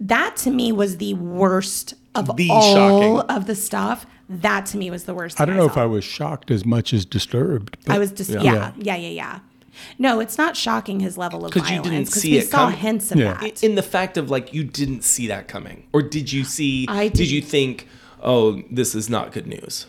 that to me was the worst of
The
all
shocking.
of the stuff. That to me was the worst.
I don't
thing
know if
saw.
I was shocked as much as disturbed. but-
I was just yeah. yeah, yeah, yeah, No, it's not shocking his level of
'Cause you didn't
violence
see
we
it
saw
come-
hints of
Yeah.
that.
In the fact of like you didn't see that coming, or did you see?
I
did
didn't.
you think, oh, this is not good news?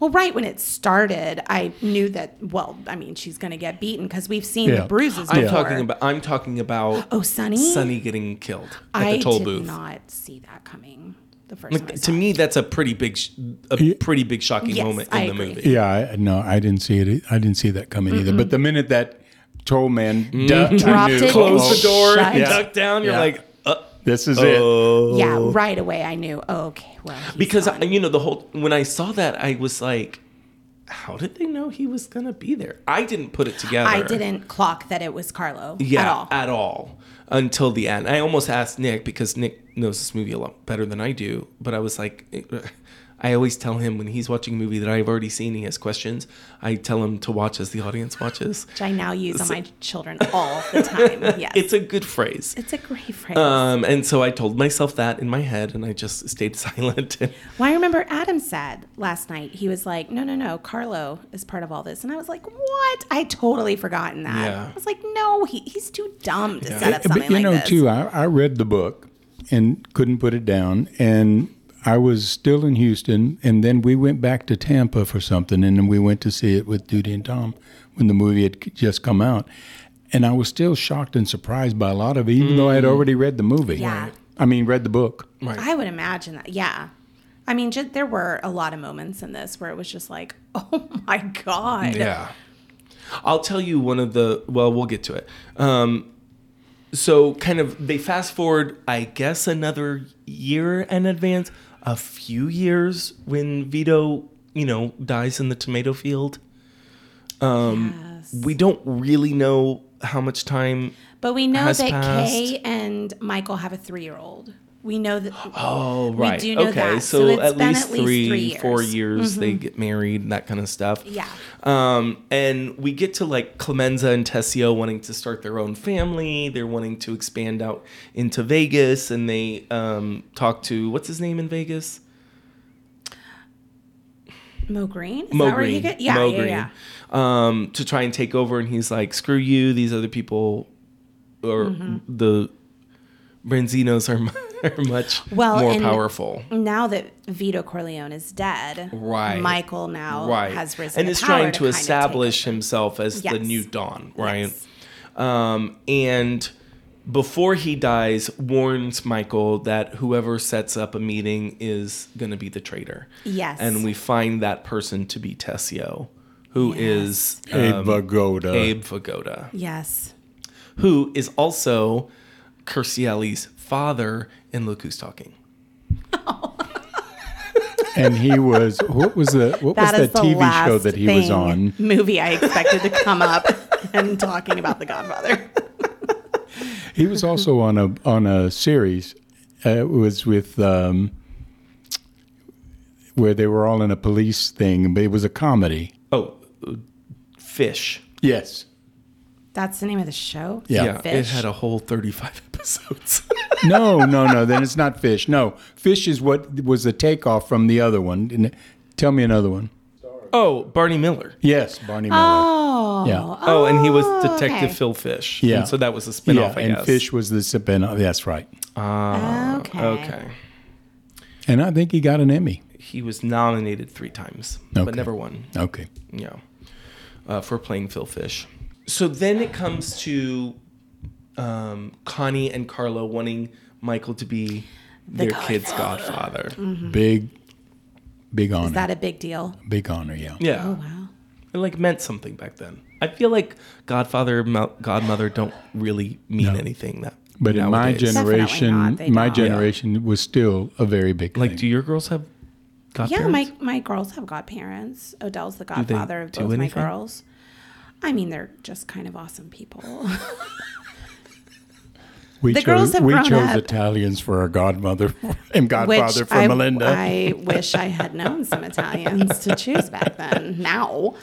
well, right when it started, I knew that. Well, I mean, she's going to get beaten because we've seen
Yeah.
the bruises.
I'm
before.
talking about. I'm talking about.
Oh, Sonny?
Sonny getting killed at
I
the toll
did
booth.
not see that coming. The first
Like,
time I
to
saw it.
me, that's a pretty big, sh- a
Yeah.
pretty big shocking
Yes,
moment in
I
the
agree.
movie.
Yeah, I, no, I didn't see it. e, I didn't see that coming either. But the minute that toll man ducked, I
Dropped
knew,
it.
Close
"Uh-oh,
the door,
Shut
and
Yeah.
duck down. You're
Yeah.
like, uh,
This is
oh.
Yeah, right away I knew. Oh, okay, well, he's
because
gone.
I, you know the whole. When I saw that, I was like, how did they know he was gonna be there? I didn't put it together.
I didn't clock that it was Carlo
yeah,
at all.
all, until the end. I almost asked Nick because Nick knows this movie a lot better than I do, but I was like, I always tell him when he's watching a movie that I've already seen, he has questions. I tell him to watch as the audience watches.
which I now use on my children all the time. Yes,
It's a good phrase.
It's a great phrase.
Um, and so I told myself that in my head, and I just stayed silent.
well, I remember Adam said last night, he was like, no, no, no, Carlo is part of all this. And I was like, what? I totally forgotten that.
Yeah.
I was like, no, he, he's too dumb to set
Yeah,
up something
but you
like
know,
this.
too, I, I read the book and couldn't put it down, and I was still in Houston, and then we went back to Tampa for something, and then we went to see it with Duty and Tom when the movie had c- just come out, and I was still shocked and surprised by a lot of it, even though I had
Mm.
already read the movie.
Yeah. Right.
I mean, read the book.
I would imagine that. Yeah. I mean, ju- there were a lot of moments in this where it was just like, oh my God.
yeah. I'll tell you one of the, well, we'll get to it. Um, so, kind of, they fast forward, I guess, another year in advance, a few years when Vito, you know, dies in the tomato field. Um,
Yes.
We don't really know how much time.
But we know
has
that
passed.
Kay and Michael have a three year old. We know that.
Oh, right.
do know
okay.
that.
So,
So it's
at,
been
least
at least
three,
three
four
years. Mm-hmm.
years they get married, that kind of stuff.
Yeah.
Um, and we get to like Clemenza and Tessio wanting to start their own family. They're wanting to expand out into Vegas, and they um, talk to what's his name in Vegas?
Mo Green? Is
Mo
that where he
Green.
get- Yeah,
Mo
yeah,
Green.
yeah.
Um, to try and take over, and he's like, "Screw you! These other people, or
Mm-hmm.
the Branzinos are, mu- are much
Well,
more
and-
powerful."
now that Vito Corleone is dead,
Right.
Michael now Oh, has risen
and
to
is
power
trying to,
kind of take
establish himself as the
Yes.
new Don,
over.
right?
Yes.
Um, and before he dies, warns Michael that whoever sets up a meeting is going to be the traitor.
Yes.
And we find that person to be Tessio, who is uh,
Um,
Abe Vagoda.
Abe Vagoda,
Yes.
who is also Curcielli's father in Look Who's Talking.
and he was what was the what was
That
the
is the
TV show
last
that he was
thing-
on?
Movie I expected to come up and talking about The Godfather.
He was also on a on a series. Uh, it was with um, where they were all in a police thing, but it was a comedy.
Oh, uh, Fish.
Yes.
That's the name of the show.
Yeah.
yeah it
Fish.
had a whole 35 episodes.
No, no, no. Then it's not fish. No, fish is what was the takeoff from the other one. Didn't it? Tell me another one.
Oh, Barney Miller.
Yes, Barney Miller.
Oh.
Yeah.
Oh, and he was
Oh,
Detective
okay.
Phil Fish.
Yeah.
And so that was a
yeah,
spinoff, I
and
guess.
fish was the spinoff. Oh, That's right.
Okay.
Okay.
And I think he got an Emmy.
He was nominated three times, but
Okay.
never won.
Okay.
Yeah. Uh, for playing Phil Fish. So then it comes to um, Connie and Carlo wanting Michael to be their kid's godfather.
Mm-hmm.
Big, big honor.
Is that a big deal? Oh,
big honor. Yeah.
Yeah.
Wow.
It like meant something back then. I feel like Godfather, Mo- Godmother don't really mean anything that.
But in my
nowadays.
Definitely
generation,
not. They
my
don't.
generation was still a very big
like,
thing.
do your girls have
Yeah,
godparents?
my, my girls have godparents. Odell's the
they
godfather of
do
both my
anything?
girls. I mean, they're just kind of awesome people.
we
the
chose,
girls have
we
grown
chose
up.
Italians for our godmother and godfather
Which
for
I,
Melinda.
I wish I had known some Italians to choose back then. Now.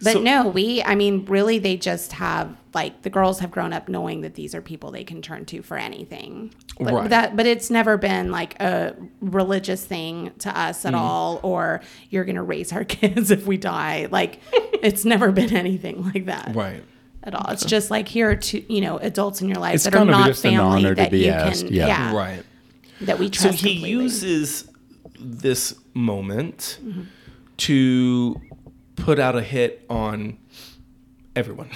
But
So-
no, we, I mean, really, they just have, like, the girls have grown up knowing that these are people they can turn to for anything. But,
Right.
that, but it's never been, like, a religious thing to us
Mm.
at all, or you're going to raise our kids if we die. Like, it's never been anything like that
right.
at all. It's just, like, here are two, you know, adults in your life
It's
that are
kind of
not
just an
family
honor to
that
be
you
asked,
can,
yeah.
yeah.
Right.
that we
So
trust.
he
completely.
uses this moment to put out a hit on everyone,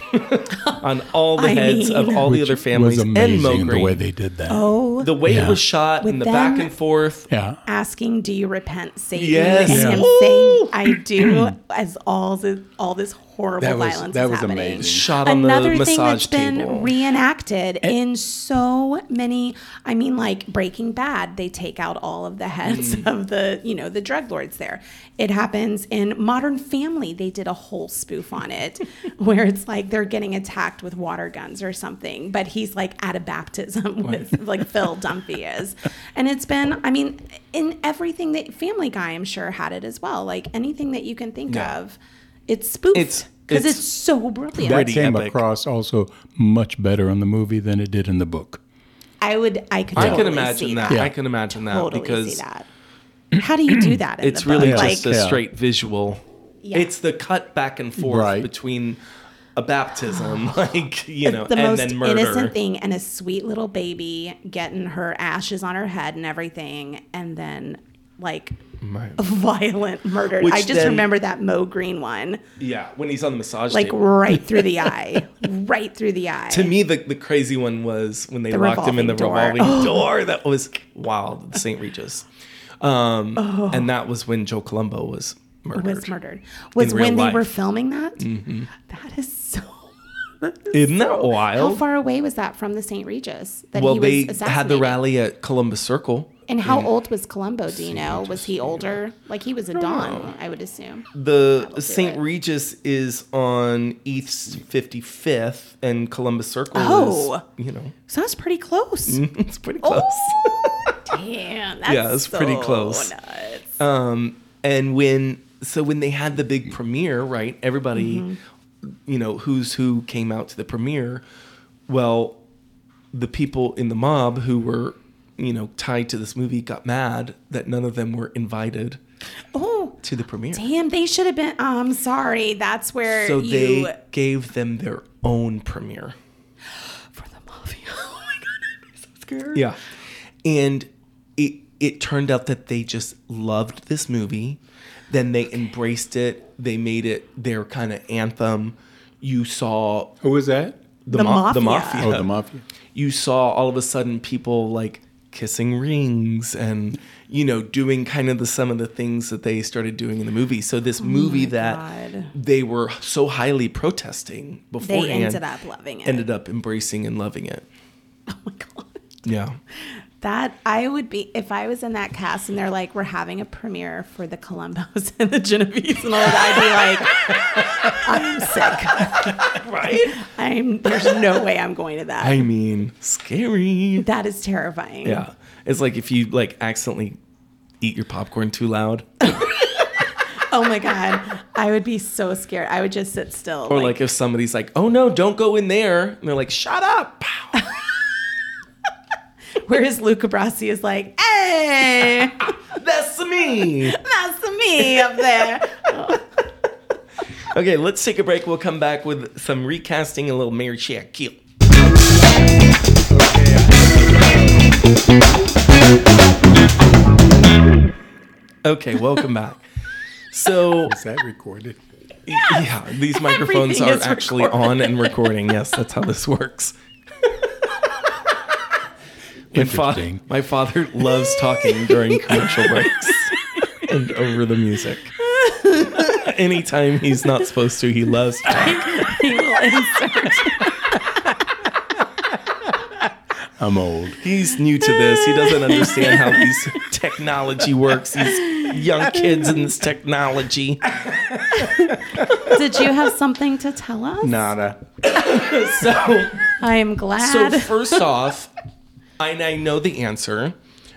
on all the
I
heads of
mean-
all the
which
other families
was
and
amazing
Mo
the
Green.
way they did that.
Oh,
The way
Yeah.
it was shot
With
and the back
them-
and forth.
yeah.
asking, "Do you repent, Satan?"
Yes.
and
Yeah.
him
Ooh.
saying, "I do," as all this all this horrible
That was-
violence
that
is
was
happening.
amazing.
Shot on
Another
the
thing
massage
that's been
table.
reenacted in so many. I mean, like Breaking Bad, they take out all of the heads
Mm.
of the you know the drug lords there. It happens in Modern Family. They did a whole spoof on it, where it's like they're getting attacked with water guns or something, but he's like at a baptism with like Phil Dunphy is, and it's been. I mean, in everything that Family Guy, I'm sure had it as well. Like anything that you can think
Yeah.
of, it's spoofed.
It's-
because
it's
it's so brilliant.
That
Pretty
came
epic.
across also much better on the movie than it did in the book.
I would. I could.
I
Totally
can imagine
see
that.
that.
I can imagine that
totally
because
see that. How do you do that? In
it's
the book?
really
like,
just a
Yeah.
straight visual.
Yeah.
It's the cut back and forth
Right.
between a baptism, like you know,
the
and
most
then murder.
innocent thing, and a sweet little baby getting her ashes on her head and everything, and then like a violent murder.
Which
I just
then-
remember that Mo Green one,
Yeah, when he's on the massage
like
table.
right through the eye, right through the eye.
to me, the, the crazy one was when they locked him in the
revolving
revolving door. That was wild, St. Regis. Um, And that was when Joe Colombo was murdered.
Oh. was murdered. Was
In real
when
life. Mm-hmm.
they were filming that. That is so.
Isn't that
How
wild?
far away was that from the St. Regis that
well,
he was
they
assassinated?
had the rally at Columbus Circle.
And how old was Columbo? Do you know? Was he older? Like he was a don, I would assume.
The
do
St.
it.
Regis is on East 55th, and Columbus Circle
Oh.
is, you know,
So that's pretty close.
it's pretty close.
Oh, Damn, that's
Yeah, it's pretty
so
close.
nuts.
Um, and when so when they had the big premiere, right? Everybody, you know, who's who came out to the premiere. Well, the people in the mob who were, you know, tied to this movie got mad that none of them were invited
Oh,
to the premiere.
damn! They should have been. I'm sorry. That's where
So
you
they gave them their own premiere.
for the mafia. Oh my god, I'm so scared.
Yeah. And it it turned out that they just loved this movie. Then they embraced it. They made it their kind of anthem. You saw
Who was that?
The
the
mafia.
mafia.
Oh, the mafia.
You saw all of a sudden people like kissing rings and you know doing kind of the some of the things that they started doing in the movie. So this movie that
Oh God.
they were so highly protesting beforehand
ended up loving it.
Ended up embracing and loving it.
Oh my god.
Yeah.
That I would be if I was in that cast and they're like, we're having a premiere for the Columbos and the Genevese and all that. I'd be like, I'm sick.
Right?
I'm there's no way I'm going to that.
I mean, scary.
that is terrifying.
Yeah. It's like if you like accidentally eat your popcorn too loud
Oh my god. I would be so scared. I would just sit still.
or like if somebody's like, "Oh no, don't go in there." And they're like, "Shut up." Pow.
whereas Luca Brasi is like, hey,
That's me.
that's me up there.
Okay, let's take a break. We'll come back with some recasting and a little Mary Shack Kill. Okay, welcome back. So,
Is that recorded?
yeah, these microphones
Everything
are
is
actually on and recording. Yes, that's how this works. My father,
Interesting.
my father loves talking during commercial breaks and over the music. Anytime he's not supposed to, he loves to.
he will insert.
I'm old.
He's new to this. He doesn't understand how these technology works. These young kids and this technology.
Did you have something to tell us?
Nada.
So,
I am glad.
so first off, and I know the answer,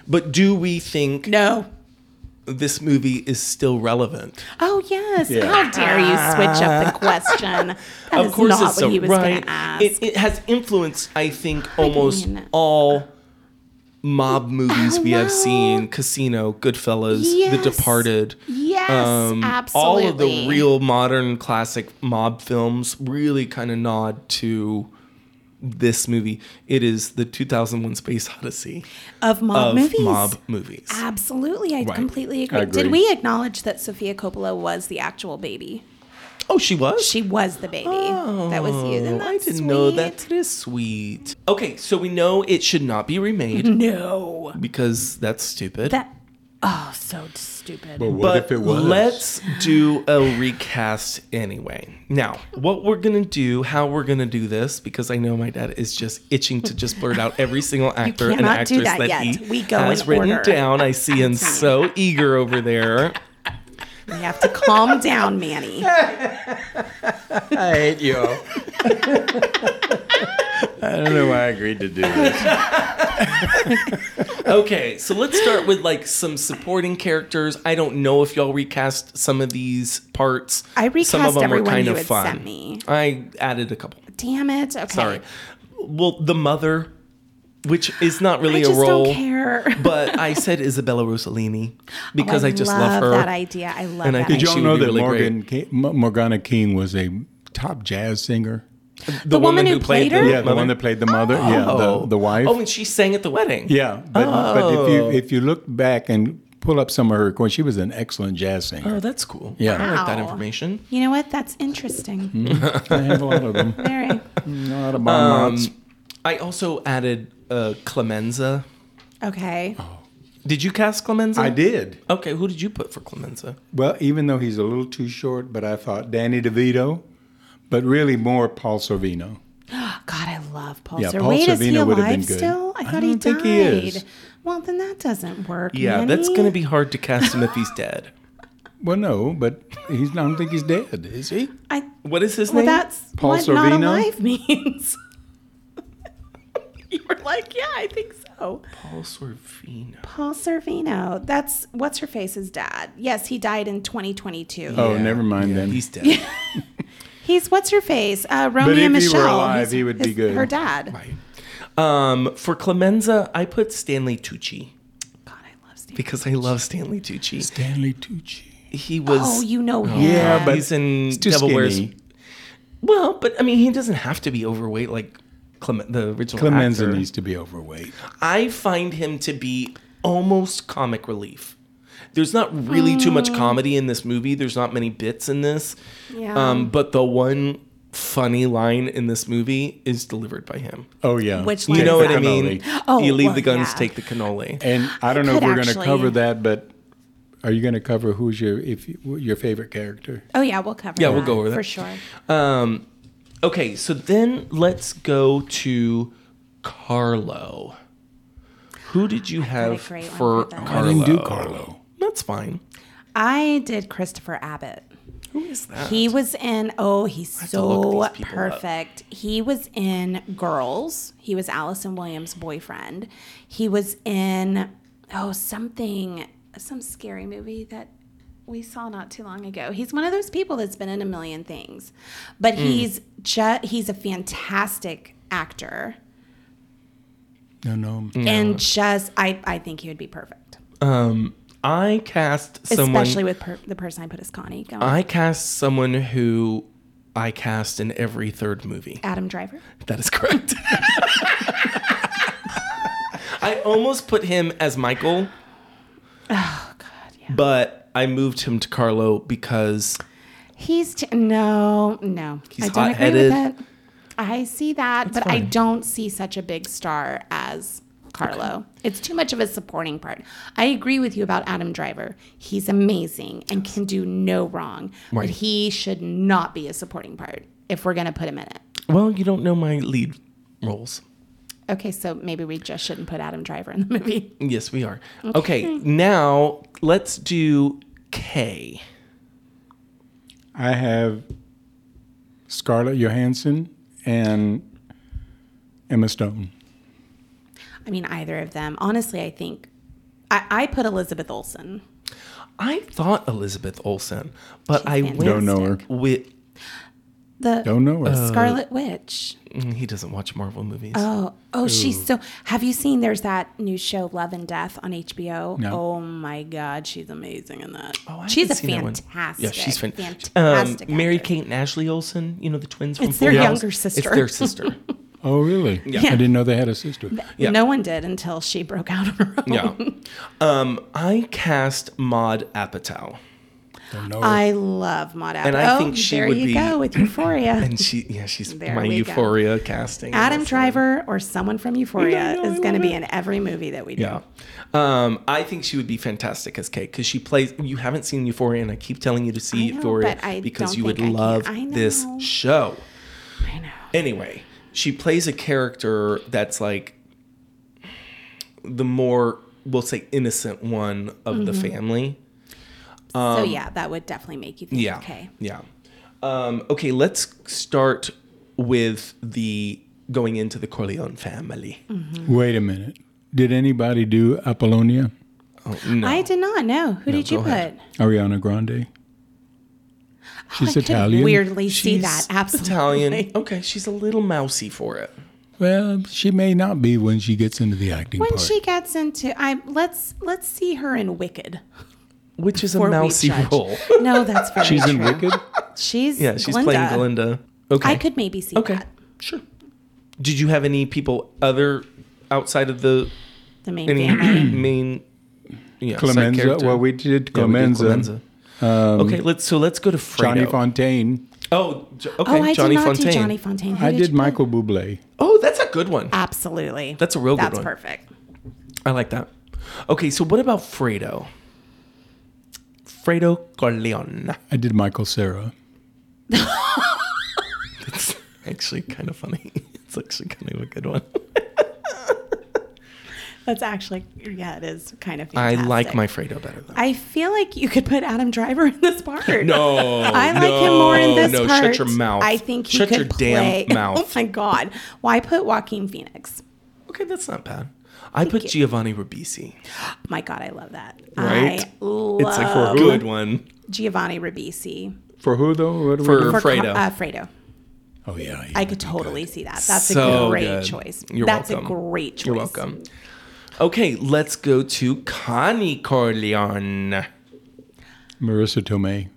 but do we think
no.
this movie is still relevant?
Oh yes!
Yeah.
How dare you switch up the question? That is
of course,
not
it's
what
so
he was going
right.
to ask.
It, it has influenced, I think, almost
mean-
all mob movies we have
well-
seen: Casino, Goodfellas,
Yes.
The Departed.
yes, absolutely.
um, all of the real modern classic mob films really kind of nod to this movie. It is the 2001 Space Odyssey
of mob
of
movies.
mob movies.
Absolutely, I completely agree.
I agree.
Did we acknowledge that Sofia Coppola was the actual baby?
Oh, she was?
She was the baby that was you.
Oh,
Isn't that
I didn't know
sweet?
that. That is sweet. Okay, so we know it should not be
Mm-hmm.
remade
No.
because that's stupid.
That
Oh, so stupid.
But what
but
if it was?
let's do a recast anyway. Now, what we're gonna do, how we're gonna do this, because I know my dad is just itching to just blurt out every single actor and
cannot
actress
do that
that,
yet.
he
We go
has
in
written
order.
down. I see him so eager over there.
we have to calm down, Manny.
I hate you. I don't know why I agreed to do this.
Okay, so let's start with like some supporting characters. I don't know if y'all recast some of these parts. some
I
of
recast
them were
everyone
kind
you
of
had
fun.
sent me.
I added a couple.
Damn it! Okay,
Sorry. Well, the mother, which is not really
I just
a role.
don't care.
but I said Isabella Rossellini because I, just love, her.
Oh, that idea. I love
And I
that.
think
Did
She
idea.
y'all
would
know
be
that
really
Morgan Ke- M- Morgana Keane was a top jazz singer?
the,
woman who played her?
Yeah, the one that played the mother. Yeah, the, the wife.
Oh, and she sang at the wedding.
yeah, but, but if
Oh.
you if you look back and pull up some of her, well, she was an excellent jazz singer.
Oh, that's cool.
Yeah.
I like that
Wow.
information.
you know what? That's interesting.
I have a lot of them.
Very.
A lot of bon
Um,
mots.
I also added uh, Clemenza.
Okay.
Did you cast Clemenza?
I did.
Okay, who did you put for Clemenza?
Well, even though he's a little too short, but I thought Danny DeVito, but really more Paul Sorvino.
God, I love Paul.
Yeah,
Sorvino.
Paul
Wait, is he
Sorvino would've been
alive
good.
still? I
I
thought he
don't
died.
think he is.
Well, then that doesn't work.
Yeah,
Manny.
that's going to be hard to cast him if he's dead.
Well, no, but he's, I don't think he's dead, is he?
I.
What is his
Well,
name?
that's
Paul
what not
Sorvino?
alive means. you were like, yeah, I think so.
Paul Sorvino.
Paul Sorvino. That's what's her face's dad. Yes, he died in 2022.
Oh, never mind then.
He's dead.
He's what's her face? Uh, Romeo
if he were
and Michelle.
alive,
He's-
he would be
is
good.
Her dad.
um, for Clemenza, I put Stanley Tucci
God, I love Steve.
because I love Stanley Tucci.
Stanley Tucci.
He was.
Oh, you know him.
Yeah, but
Uh, he's in
he's too
Devil Wears.
skinny.
Well, but I mean, he doesn't have to be overweight like Clemen the original
Clemenza
actor.
needs to be overweight.
I find him to be almost comic relief. There's not really too much comedy in this movie. There's not many bits in this.
Mm. Yeah.
Um, but the one funny line in this movie is delivered by him.
Oh yeah,
Which
You
Like
know what I
that.
mean?
Oh,
you leave
well,
the guns,
yeah.
take the cannoli.
And I don't know if
could
we're going to
actually-
cover that, but are you going to cover who's your if you- your favorite character?
Oh yeah, we'll cover.
Yeah,
that
we'll go over that.
for sure.
Um, okay, so then let's go to Carlo. Who did you have
great one
for
for that.
Carlo?
I didn't do Carlo.
That's fine.
I did Christopher Abbott.
Who is that?
He was in. Oh, he's
to look
so
these people up.
perfect. He was in Girls. He was Allison Williams' boyfriend. He was in oh something some scary movie that we saw not too long ago. He's one of those people that's been in a million things, but
Hmm.
he's ju- he's a fantastic actor
No, no.
and just I I think he would be perfect.
um, I cast someone.
Especially with per- the person I put as Connie. Go on.
I cast someone who I cast in every third movie.
Adam Driver.
That is correct. I almost put him as Michael,
Oh God, yeah.
but I moved him to Carlo because
He's t- no, no.
He's
I don't agree
hot-headed.
with that. I see that, but I
fine.
don't see such a big star as Carlo. It's too much of a supporting part. I agree with you about Adam Driver. He's amazing and can do no wrong,
Right.
but he should not be a supporting part if we're going to put him in it.
Well, you don't know my lead roles.
Okay, so maybe we just shouldn't put Adam Driver in the movie.
Yes, we are. Okay, now let's do K.
I have Scarlett Johansson and Emma Stone.
I mean, either of them. Honestly, I think I, I put Elizabeth Olsen.
I thought Elizabeth Olsen, but I went
fantastic.
Don't know her.
with.
The
Don't know her.
uh,
Scarlet Witch.
Mm, He doesn't watch Marvel movies.
Oh, oh, she's so. Have you seen? There's that new show, Love and Death, on HBO.
No.
Oh my God, she's amazing in that.
Oh, I
she's a
haven't seen that one.
fantastic.
Yeah, she's fan-
fantastic.
Um, Mary
actor.
Kate and Ashley Olsen, you know the twins from
It's their
Full House.
younger sister.
It's their sister.
Oh, really? I didn't know they had a sister.
yeah.
No one did until she broke out on her own.
yeah. Um, I cast Maud Apatow,
Don't know her.
I love Maud Apatow.
Oh. And I think she
there
would
you
be-
go with Euphoria.
and she yeah she's
There
my
we go.
Euphoria casting.
Adam
That's
Driver or someone from Euphoria
No, no, I
is going to
love
be
it.
in every movie that we do.
Yeah. Um, I think she would be fantastic as Kate because she plays. You haven't seen Euphoria, and I keep telling you to see
I know,
Euphoria
but I
because
don't
you would
think I can.
love
I
this
know.
show.
I know.
Anyway, she plays a character that's like the more, we'll say, innocent one of the
Mm-hmm.
family.
so yeah, that would definitely make you think.
Um, Yeah.
Okay.
Yeah. Um, okay, let's start with the going into the Corleone family.
Mm,
Wait a minute. Did anybody do Apollonia?
Oh, no.
I did not know. Who did you
go
put?
ahead.
Ariana Grande?
Oh, I
She's
could
Italian.
weirdly see
She's
that. Absolutely.
Italian. Okay, she's a little mousy for it.
Well, she may not be when she gets into the acting
When
part.
she gets into, I let's let's see her in Wicked.
Which is
before
a
we
mousy
judge.
role.
No, that's very
She's
true.
in Wicked.
She's
Yeah, she's
Glinda.
playing Glinda. Okay.
I could maybe see
Okay.
that.
Sure. Did you have any people other outside of the
The main
any
family.
main yeah, side
Clemenza.
character?
Well, we did
Yeah, we did
Clemenza. um,
okay, let's so let's go to Fredo.
Johnny Fontaine.
Oh, Jo- okay,
Oh, I
Johnny
did not
Fontaine.
do Johnny Fontaine. Who
I
you
did
put?
Michael Bublé.
Oh, that's a good one.
Absolutely.
That's a real good
That's
one.
perfect.
I like that. Okay, so what about Fredo? Fredo Corleone.
I did Michael Sarah.
It's actually kind of funny. It's actually kind of a good one.
That's actually yeah, it is kind of.
I
Fantastic.
like my Fredo better though.
I feel like you could put Adam Driver in this part.
No,
I like him more in
no,
this
no,
part.
shut your mouth.
I think he
Shut
could
your
play.
damn mouth.
Oh my god, why put Joaquin Phoenix?
Okay, that's not bad. I put Giovanni Ribisi.
Oh my god, I love that.
Right?
I love
It's like for a good one.
Giovanni Ribisi
For who though? What do we
For-
do?
for
Fredo.
Car- uh, Fredo.
oh yeah, he
I
would
could
be
totally
good.
see that. That's
So
a great
good.
choice.
You're
That's
welcome.
a great choice.
You're welcome. Okay, let's go to Connie Corleone.
Marissa Tomei.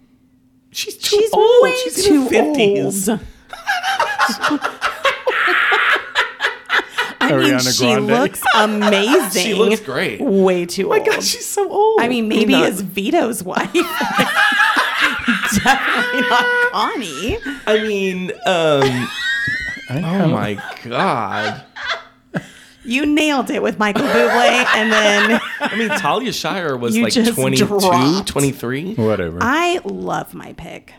She's too
She's
old.
way
Oh, She's in
too
her 50s.
old. I mean,
Ariana
she
Grande.
looks amazing.
She looks great. Oh
Way too
my
old.
gosh, she's so old.
I mean, maybe
not-
it's Vito's wife. Definitely not Connie.
I mean, um,
I
oh my god.
You nailed it with Michael Bublé, and then
I mean, Talia Shire was
You
like
just
22,
dropped.
23.
Whatever.
I love my pick.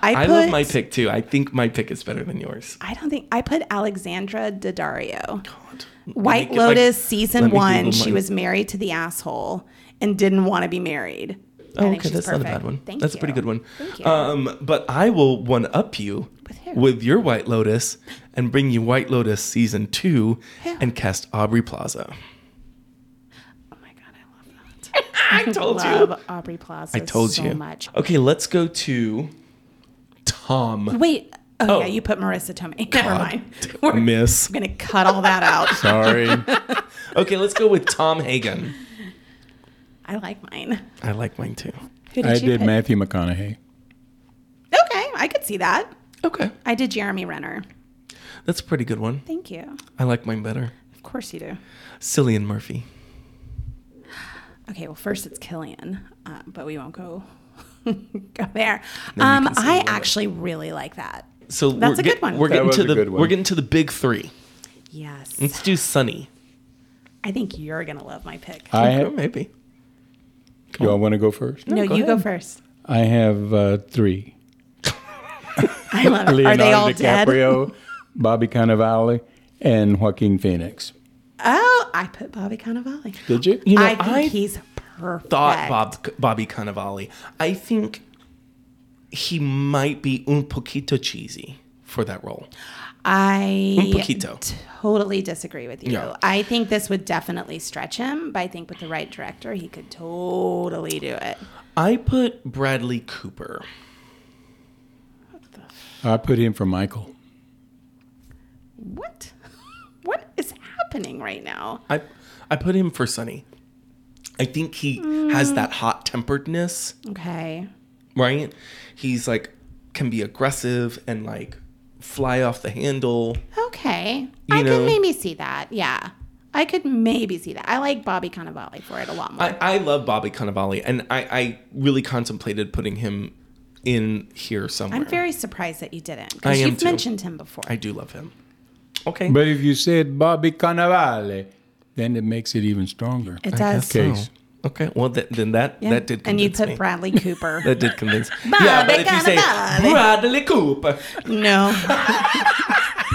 I, put,
I love my pick too. I think my pick is better than yours.
I don't think I put Alexandra Daddario.
God. Let me
White
get, like-
Lotus
let
season
me
one.
Google
She
mine.
was married to the asshole and didn't want to be married. I
Oh,
think
okay,
she's
that's not a bad
perfect.
one.
Thank
that's a pretty
you.
good one.
Thank you.
Um, but I will one up you
With who?
your White Lotus and bring you White Lotus season two
Who?
and cast Aubrey Plaza.
oh my god, I love that. I
told you.
love Aubrey Plaza.
I told
so
you.
much.
Okay, let's go to Tom.
Wait. Oh,
Oh.
yeah, you put Marissa Tomei. Never mind. We're
Miss.
going to cut all that out.
Sorry.
Okay, let's go with Tom Hagen.
I like mine.
I like mine too.
Who did
I
you
did
pick?
Matthew McConaughey.
Okay, I could see that.
Okay,
I did Jeremy Renner.
that's a pretty good one.
Thank you.
I like mine better.
Of course you do.
Cillian Murphy.
Okay, well, first it's Killian, uh, but we won't go go
Then
there.
you
Um,
can say
I
what.
actually really like that.
So
That's
we're
a good
get-
one.
We're
That
getting
was
to
a
the
good one.
Mm. we're getting to the big three.
Yes.
Let's do Sunny.
I think you're gonna love my pick.
I
Oh,
have,
maybe.
do I want to go first?
no,
go
you go
ahead.
first.
I have uh, three.
I love it. Are
Leonardo
they all dead?
DiCaprio, Bobby Cannavale, and Joaquin Phoenix.
Oh, I put Bobby Cannavale.
Did you?
You know,
I think
I
he's perfect.
thought Bob Bobby Cannavale. I think he might be un poquito cheesy for that role. Un
I
poquito.
totally disagree with you.
Yeah.
I think this would definitely stretch him, but I think with the right director, he could totally do it.
I put Bradley Cooper.
I put him for Michael.
What? What is happening right now?
I I put him for Sonny. I think he
Mm.
has that hot temperedness,
Okay.
right? He's like can be aggressive and like fly off the handle.
Okay.
You
I
know.
could maybe see that. Yeah. I could maybe see that. I like Bobby Cannavale for it a lot more.
I, I love Bobby Cannavale, and I, I really contemplated putting him in here somewhere.
I'm very surprised that you didn't
I
because
am
you've
too.
mentioned him before.
I do love him. Okay.
But if you said Bobby Cannavale, then it makes it even stronger.
it does.
Okay. case.
Okay. Well, th- then that
Yeah.
that did convince
And you put
me.
Bradley Cooper.
that did convince. yeah, but if you say
Cannavale.
Bradley Cooper,
no,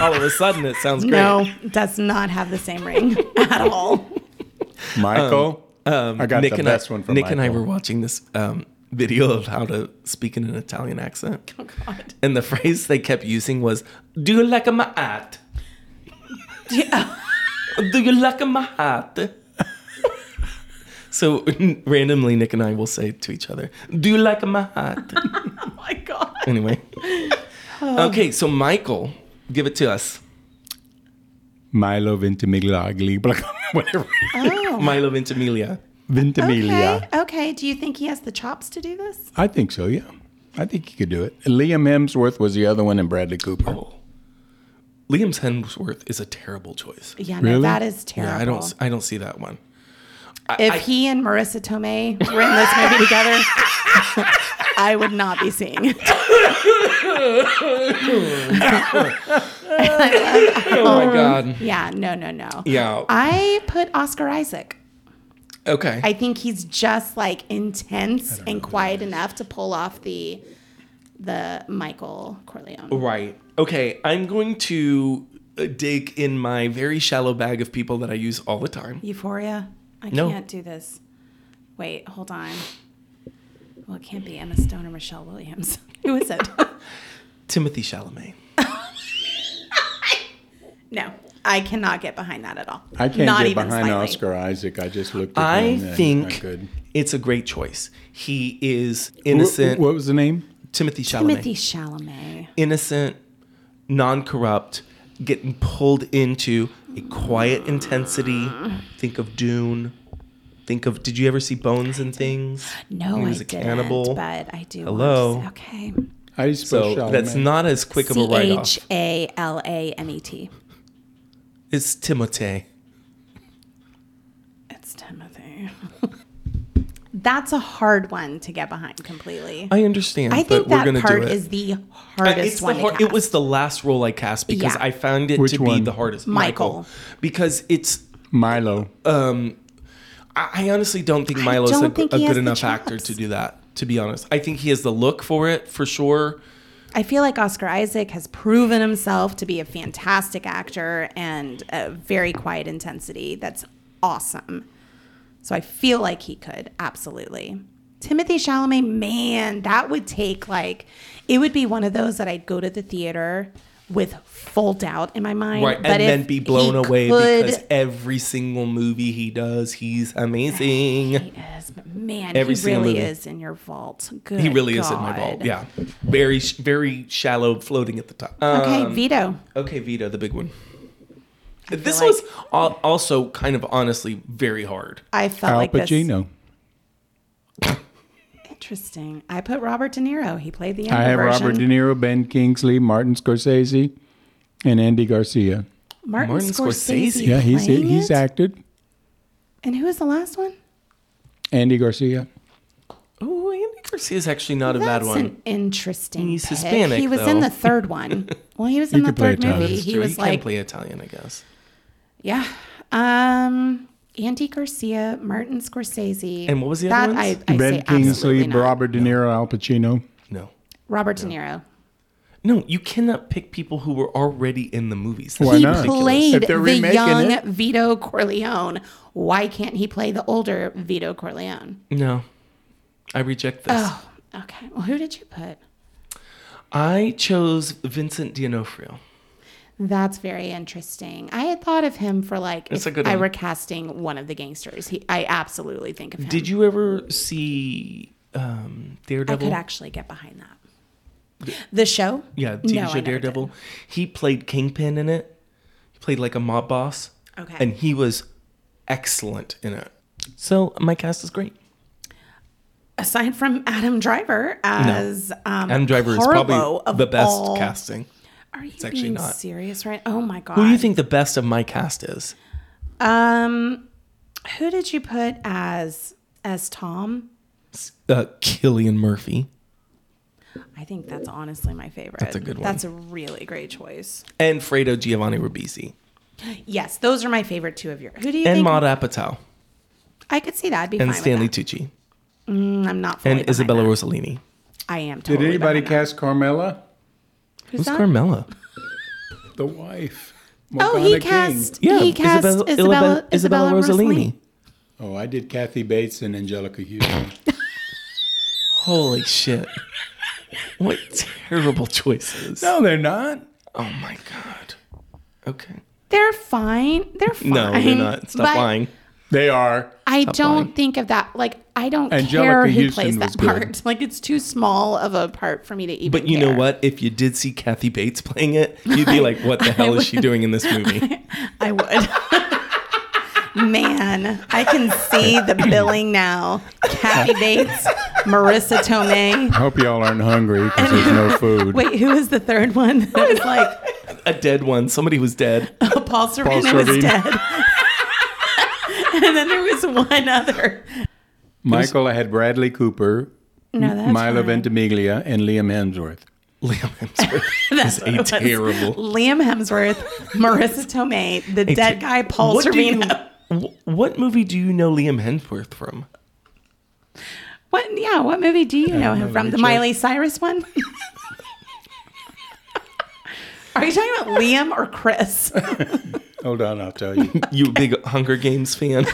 all of a sudden it sounds great.
no, does not have the same ring at all.
Michael, I got the
and I-
best one for
Um, Nick
Michael.
and I were watching this um, video of how to speak in an Italian accent. Oh God! And the phrase they kept using was "Do you like my hat? Do you like my hat?" so randomly, Nick and I will say to each other, "Do you like my hat?"
Oh my God.
anyway.
Oh.
Okay, so Michael, give it to us.
Milo Ventimiglia, whatever.
Oh.
Milo Ventimiglia.
Ventimiglia.
Okay. Okay. Do you think he has the chops to do this?
I think so, yeah. I think he could do it. Liam Hemsworth was the other one, and Bradley Cooper.
Oh. Liam Hemsworth is a terrible choice.
Yeah.
Really?
No, that is terrible.
Yeah, I don't. I don't see that one.
if he and Marissa Tomei were in this movie together, I would not be seeing it.
Oh my god.
Yeah, no, no, no.
Yeah.
um, I put Oscar Isaac.
Okay.
I think he's just like intense and quiet enough to pull off the the Michael Corleone.
right. Okay. I'm going to uh, dig in my very shallow bag of people that I use all the time.
Euphoria. I
No.
can't do this. Wait, hold on. Well, it can't be Emma Stone or Michelle Williams. Who is it?
Timothy Chalamet.
no, I cannot get behind that at all.
I can't
Not
get
even
behind
slightly.
Oscar Isaac. I just looked at
I
him. uh, and I
think
could.
it's a great choice. He is
Innocent.
innocent.
What was the name?
Timothy Chalamet.
Timothy Chalamet.
innocent, non corrupt, getting pulled into a quiet intensity. Think of Dune. Think of did you ever see Bones and Things? When
No, I
he was a
didn't.
cannibal.
But I do. want to
Hello.
s- Okay.
How do you spell
So
Chalamet?
that's not as quick of a
C
write
H
off.
A L A M E T.
It's Timothée.
It's Timothy. That's a hard one to get behind completely.
I understand,
I
but
think
we're
that
gonna
part
do it.
is the
Uh,
hardest
it's the
one.
har-
to
it
cast.
was the last role I cast because
Yeah.
I found it
Which
to be
one?
the hardest.
Michael.
Because it's
Milo.
Oh, I I honestly don't think
I
Milo's a,
don't think
a
he has
good
the
enough actor
chops.
to do that, to be honest. I think he has the look for it for sure.
I feel like Oscar Isaac has proven himself to be a fantastic actor and a very quiet intensity. That's awesome. So I feel like he could absolutely. Timothy Chalamet, man, that would take like it would be one of those that I'd go to the theater with full doubt in my mind,
Right, and then
if
be blown
he
away
could-
because every single movie he does, he's amazing.
he is, but man,
Every
he
single
really
movie.
is in your vault. Good
He really is in my vault.
God.
Yeah, very, sh- very shallow, floating at the top.
Okay,
Um,
Vito.
okay, Vito, the big one. This
like-
was al- also kind of honestly very hard.
I felt
Al
like this.
Pacino.
Interesting. I put Robert De Niro. He played the younger
I have
version.
Robert De Niro, Ben Kingsley, Martin Scorsese, and Andy Garcia.
Martin,
Martin
Scorsese.
Scorsese.
Yeah, he's
playing
he's
it?
acted.
And who was the last one?
Andy Garcia.
Oh, Andy Garcia is actually not a bad
That's
one.
an interesting.
He's
pick.
Hispanic,
He was
though.
in the third one. Well, he was in the
E.
could play
third
Italian.
movie.
That's
He
True,
was
can
like,
play Italian, I guess.
yeah. Um, Andy Garcia, Martin Scorsese.
And what was the
that
other ones?
I, I say
Ben Kingsley,
absolutely not.
Robert De Niro, Al Pacino.
No.
Robert De Niro.
No, you cannot pick people who were already in the movies.
Why
That's
not?
ridiculous.
Played
If they're
the
remaking
young
it.
Vito Corleone. Why can't he play the older Vito Corleone?
No. I reject this.
Oh, okay. Well, who did you put?
I chose Vincent D'Onofrio.
That's very interesting. I had thought of him for like
It's
if
a good
I
one.
were casting one of the gangsters. He, I absolutely think of him.
Did you ever see um,
I
Daredevil?
could actually get behind that. The show?
yeah, TV
No, I
show
never
Daredevil. He played Kingpin in it. He played like a mob boss.
Okay.
And he was excellent in it. So my cast is great.
Aside from Adam Driver as um,
Adam Driver
Carlo
is
of
probably the best
all-
casting.
Are you it's
actually
being
not.
serious right? Oh my god.
Who do you think the best of my cast is?
Um, who did you put as as Tom?
Uh, Killian Murphy.
I think that's honestly my favorite.
That's a good one.
That's a really great choice.
and Fredo Giovanni Ribisi
Yes, those are my favorite two of yours. Who do you
and
think?
Maud Apatow
I could see that. I'd be
and
fine
Stanley
With
Tucci
that. Mm, I'm not. fully
and
behind
Isabella
that.
Rossellini.
I am.
Did
Totally
anybody
behind
cast Carmela?
that. Who's
Who's
that?
Carmela?
The wife.
Oh,
Morgana
he
King.
cast. he cast Isabella, Isabella, Rossellini.
Oh, I did Kathy Bates and Angelica Houston.
Holy shit! what terrible choices!
no, they're not.
Oh my god. Okay.
They're fine. They're fine.
No, they're not. Stop
But
lying.
They are.
I don't
lying.
think of that. Like I don't
Angelica
care who
Houston
plays
was
that
good.
part. Like it's too small of a part for me to even.
But you know
care.
what? If you did see Kathy Bates playing it, you'd be like, "What the hell is she doing in this movie?"
I would. Man, I can see the billing now. Kathy Bates, Marissa Tomei.
I hope y'all aren't hungry because there's no food.
Wait, who is the third one? That was like
A dead one. Somebody was dead.
oh, Paul Sorvino
Sorvino.
was dead. and then there was one other.
Michael, I had Bradley Cooper,
No, that's
Milo
fine.
Ventimiglia, and Liam Hemsworth.
Liam Hemsworth
That's
is
what
a
it was.
terrible.
Liam Hemsworth, Marissa Tomei, the dead guy Paul
What do you-
Sorvino.
wh- What movie do you know Liam Hemsworth from?
What? Yeah, what movie do you know him
know,
from?
let
The
me check.
Miley Cyrus one? Are you talking about Liam or Chris?
Hold on, I'll tell you.
You a big Hunger Games fan?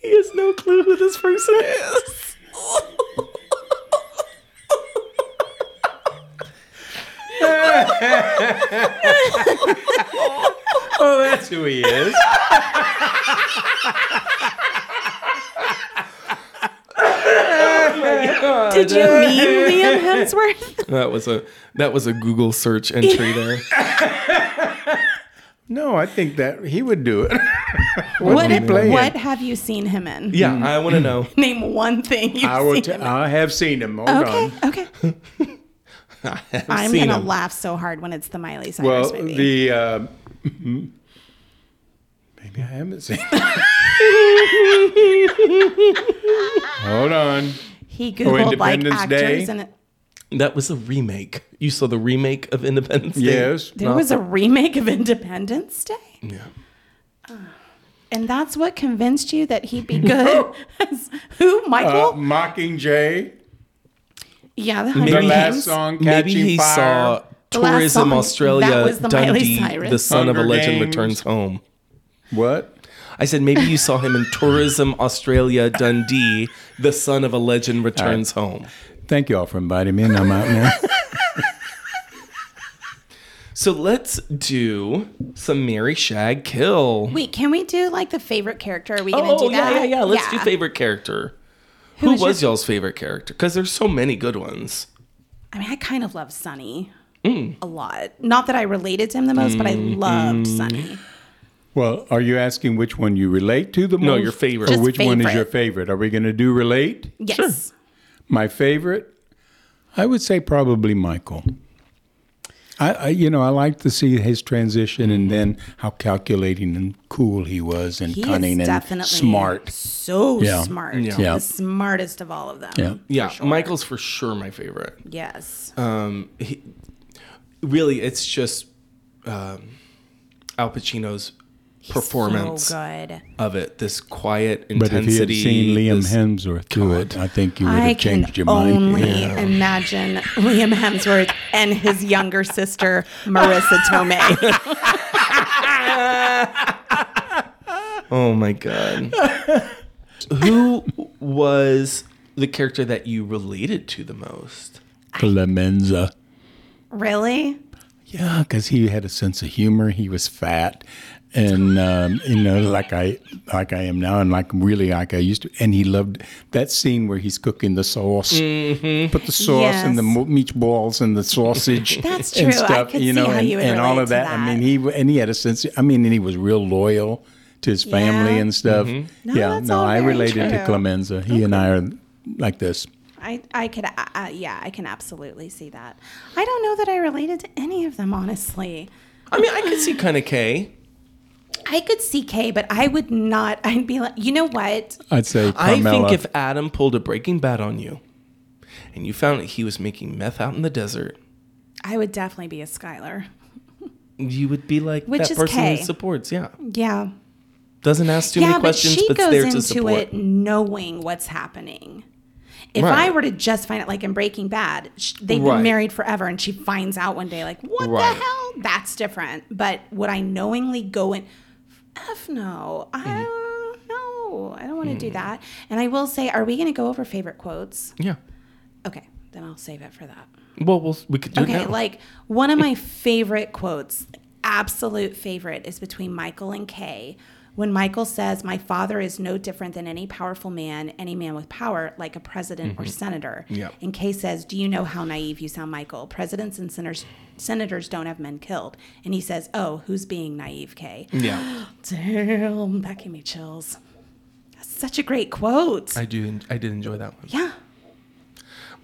he has no clue who this person is.
oh, that's who he is.
Did you mean Liam Hemsworth?
That was a that was a Google search entry there.
No, I think that he would do it.
What,
he playing?
what have you seen him in?
Yeah, I want to know.
Name one thing you've
I will.
seen.
T- I have seen him. Hold
okay,
on.
okay. I'm
seen
gonna
him.
laugh so hard when it's the Miley Cyrus
Well,
movie.
the uh, maybe I haven't seen. Hold on.
he googled like
Independence
actors
Day?
and it,
That was a remake. You saw the remake of Independence Day?
Yes.
there was a remake of Independence Day. Yeah. And that's what convinced you that he'd be good. as, who,
Uh,
Michael?
Mockingjay.
yeah, the,
The
Hunger
last
Games.
song,
Maybe
Catching
he
Fire.
saw
The last
Tourism
song, that
Australia
was the Miley
Dundee,
Cyrus.
the son of a
Hunger
legend
Games.
returns home.
What?
I said maybe you saw him in Tourism Australia Dundee, the son of a legend returns home.
Thank you all for inviting me, and I'm out now.
So let's do some Mary Shag Kill.
Wait, can we do like the favorite character? Are we gonna
oh,
do that?
yeah, yeah, yeah. Let's do favorite character. Who,
was
was, y'all's favorite character? Because there's so many good ones.
I mean, I kind of love Sunny
Mm.
a lot. Not that I related to him the most, but I
Mm-hmm.
loved Sunny.
well, are you asking which one you relate to the most?
No, your favorite.
Or
Just
which one is
favorite.
your favorite? Are we going to do relate?
Yes.
My favorite, I would say probably Michael. I, I you know, I like to see his transition and then how calculating and cool he was and
He
cunning
is
and
definitely
smart.
So
Yeah.
smart.
Yeah.
Yeah.
The smartest of all of them.
Yeah.
Yeah, Michael's for sure my favorite.
Yes.
Um, he, really, it's just um, Al Pacino's performance
So good.
of it. This quiet
But if you had
intensity.
seen Liam
this-
Hemsworth do it, I think you would
I
have
can
changed your mind.
only imagine Liam Hemsworth and his younger sister Marissa Tomei.
Oh my god. Who was the character that you related to the most?
Clemenza.
really?
Yeah, because he had a sense of humor. He was fat, and um, you know, like I, like I am now, and like really like I used to. And he loved that scene where he's cooking the sauce,
Mm-hmm.
put the sauce and the
Yes.
mo- meatballs and the sausage.
That's
And
true. I
stuff,
could
you
see
know,
how
and,
you would
and all
relate
of
to
that. I
that.
mean, he and he had a sense. I mean, and he was real loyal to his family
Yeah.
and stuff.
Mm-hmm.
No,
yeah,
that's
no,
all
I
very
related to
true.
Clemenza. He and I are like this.
I, I could, uh, uh, yeah, I can absolutely see that. I don't know that I related to any of them, honestly.
I mean, I could see kind of K.
I could see Kay, but I would not. I'd be like, you know what?
I'd say
I
Carmela.
think if Adam pulled a Breaking Bad on you, and you found that he was making meth out in the desert,
I would definitely be a Skylar.
you would be like
Which
that
is
person
Kay.
who supports. Yeah,
Yeah.
doesn't ask too
yeah,
many questions,
but she
but's
goes
there
into
to support.
it knowing what's happening. If
Right.
I were to just find out, like in Breaking Bad, sh- they've
Right.
been married forever, and she finds out one day, like, what
Right.
the hell? That's different. But would I knowingly go in? F no. I
Mm-hmm.
don't know. I don't want to
Mm.
do that. And I will say, are we going to go over favorite quotes?
Yeah.
Okay, then I'll save it for that.
Well, we'll we could do
Okay,
it now.
like one of my favorite quotes, absolute favorite, is between Michael and Kay. When Michael says, My father is no different than any powerful man, any man with power, like a president or senator.
Yeah.
And Kay says, Do you know how naive you sound, Michael? Presidents and senators, senators don't have men killed. And he says, Oh, who's being naive, Kay?
yeah,
Damn, that gave me chills. That's such a great quote.
I do. I did enjoy that one.
yeah.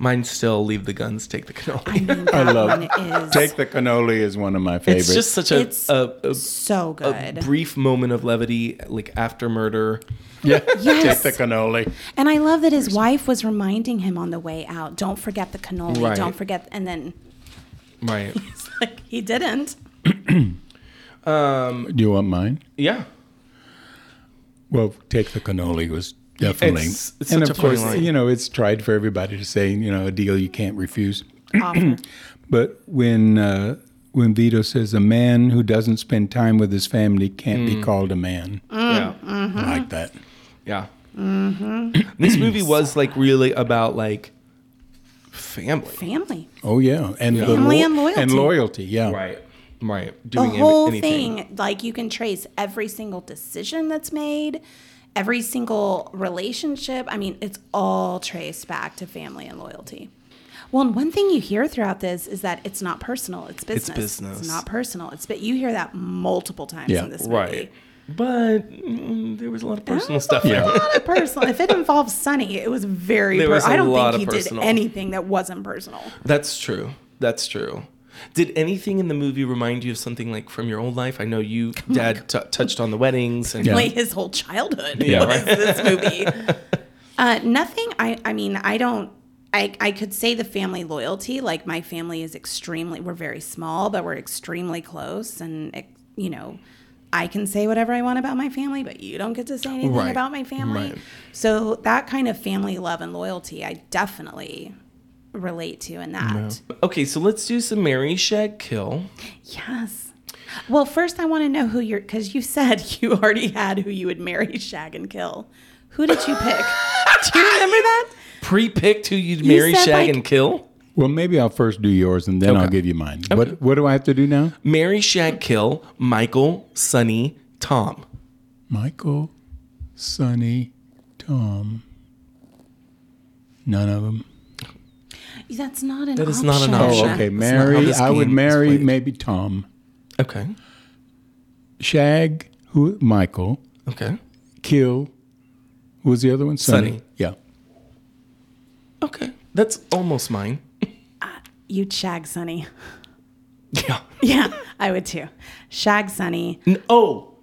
Mine still leave the guns, take the cannoli.
I mean, that
love-
one is
Take the cannoli is one of my favorites.
It's just such a,
It's
a, a,
so
a
good.
brief moment of levity, like after murder.
yeah.
Yes.
Take the cannoli.
And I love that his wife was reminding him on the way out, don't forget the cannoli,
Right.
don't forget. And then
Right.
it's like he didn't.
Do you want mine?
Um, Yeah.
Well, take the cannoli was definitely,
It's- it's
and
such
of
a funny
course,
line.
you know, it's tried for everybody to say, you know, a deal you can't refuse.
Offer.
But when uh, when Vito says a man who doesn't spend time with his family can't
Mm.
be called a man,
Mm,
Yeah.
I like that.
Yeah.
Mm-hmm.
This movie was like really about like family.
Family.
Oh yeah, and the
Family and
and
loyalty.
loyalty, yeah.
Right. Right.
The
Doing any-
whole
anything.
thing, like you can trace every single decision that's made, every single relationship. I mean, it's all traced back to family and loyalty. Well, and one thing you hear throughout this is that it's not personal; it's business.
business.
not personal. It's but you hear that multiple times
Yeah,
in this movie.
Right. But mm, there was a lot of personal
was
stuff.
a
in it.
lot of personal. If it involved Sonny, it was very.
There
Per-
was a
I don't
lot
think he
of personal.
did anything that wasn't personal.
That's true. That's true. Did anything in the movie remind you of something like from your old life? I know you, Dad, t- touched on the weddings and
Yeah.
Like his whole childhood
Yeah,
was this movie. uh, nothing. I. I mean, I don't. I, I could say the family loyalty. Like my family is extremely. We're very small, but we're extremely close, and it, you know. I can say whatever I want about my family, but you don't get to say anything
Right.
about my family.
Right.
So that kind of family love and loyalty, I definitely relate to in that.
Okay, so let's do some Mary Shag Kill.
Yes. Well, first I want to know who you're because you said you already had who you would marry, shag, and kill. Who did you pick? Do you remember that?
Pre-picked who you'd marry,
said,
shag,
like-
and kill.
Well, maybe I'll first do yours and then I'll
Okay.
give you mine. What What do I have to do now,
Mary Shag Kill, Michael, Sonny, Tom.
Michael, Sonny, Tom? None of them.
That's not an
That is
option.
not an
Oh,
option.
okay.
That's not how
Mary,
this
I would
game is
marry
played.
maybe Tom.
Okay.
Shag, who Michael,
Okay.
Kill, who was the other one?
Sonny.
Yeah.
Okay. That's almost mine.
You'd shag Sunny.
Yeah.
Yeah, I would too. Shag Sunny.
N- oh,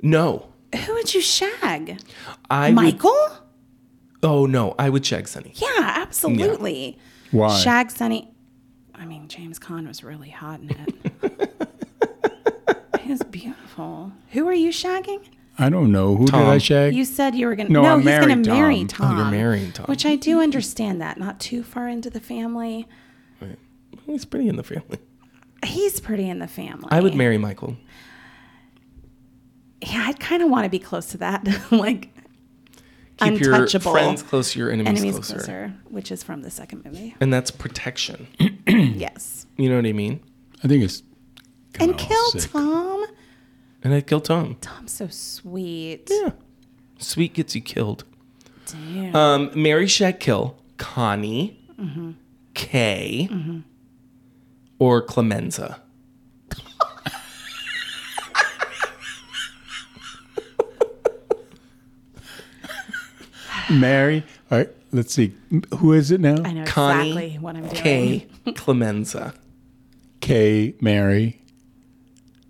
no.
Who would you shag?
I
Michael?
Would, oh, no. I would shag Sonny.
Yeah, absolutely.
Why?
Shag Sunny. I mean, James Caan was really hot in it. he was beautiful. Wonderful. Who are you shagging?
I don't know. Who did
Tom.
I shag?
You said you were gonna.
No,
No,
I'm
he's gonna
married,
marry
Tom.
Tom.
Oh, you're marrying Tom.
Which I do understand that. Not too far into the family.
Right. He's pretty in the family.
He's pretty in the family.
I would marry Michael.
Yeah, I'd kind of want to be close to that. like
Keep your
untouchable.
friends close to your enemies,
Enemies
closer.
closer. which is from the second movie.
And that's protection.
yes.
You know what I mean?
I think it's
And
Oh,
kill
sick.
Tom.
And I'd kill Tom.
Tom's so sweet.
Yeah. Sweet gets you killed.
Damn.
Um, Mary Shag Kill, Connie,
Mm-hmm.
Kay, or Clemenza.
Mary. All right, let's see. Who is it now?
I know
Connie,
exactly what I'm doing.
Kay, Clemenza.
Kay, Mary,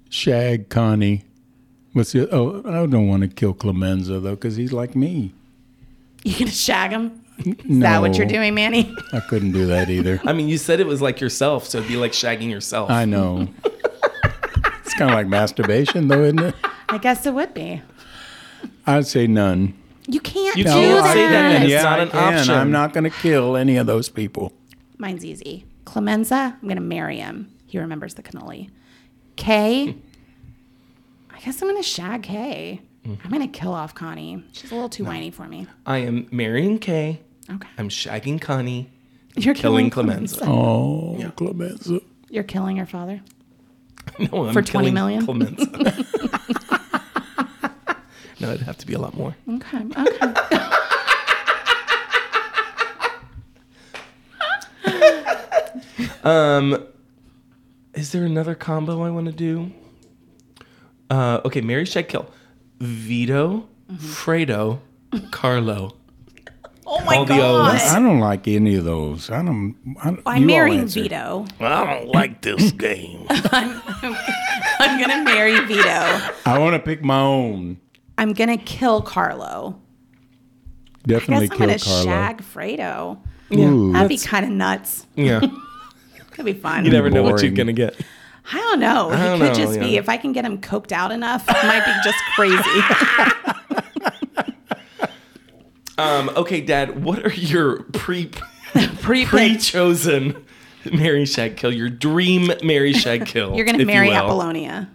Shag, Connie. What's the? Oh, I don't want to kill Clemenza though, because he's like me.
You gonna shag him?
No,
Is that what you're doing, Manny?
I couldn't do that either.
I mean, you said it was like yourself, so it'd be like shagging yourself.
I know. it's kind of like masturbation, though, isn't it?
I guess it would be.
I'd say none.
You can't
You
do
can't
that.
say that. It's
yeah,
not
I
an
can.
option.
I'm not going to kill any of those people.
Mine's easy. Clemenza, I'm gonna marry him. He remembers the cannoli. Kay, I guess I'm gonna shag Kay. I'm gonna kill off Connie. She's a little too whiny for me.
I am marrying Kay.
Okay.
I'm shagging Connie.
You're
killing Clemenza.
Oh, Clemenza.
You're killing your father.
No, I'm
For 20
killing
million?
Clemenza. no, it'd have to be a lot more.
Okay. Okay.
Is there another combo I want to do? Uh, okay, Mary Shag Kill, Vito,
Mm-hmm.
Fredo, Carlo.
oh my
All the God.
I don't like any of those. I don't. I don't
I'm
you all
marrying
answer.
Vito.
I don't like this game.
I'm gonna marry Vito.
I want to pick my own.
I'm gonna kill Carlo. I guess
Definitely
I'm
kill
gonna
Carlo.
shag Fredo.
Ooh,
That'd be kind of nuts.
yeah,
Could be fun.
you never know what you're
Boring.
gonna get.
I don't know. He
don't
could
know,
just be
yeah.
if I can get him coked out enough, it might be just crazy.
Um, okay, Dad, what are your pre
Pre
pre chosen Mary Shag Kill? Your dream Mary Shag Kill.
You're gonna
if you
marry
will?
Apollonia.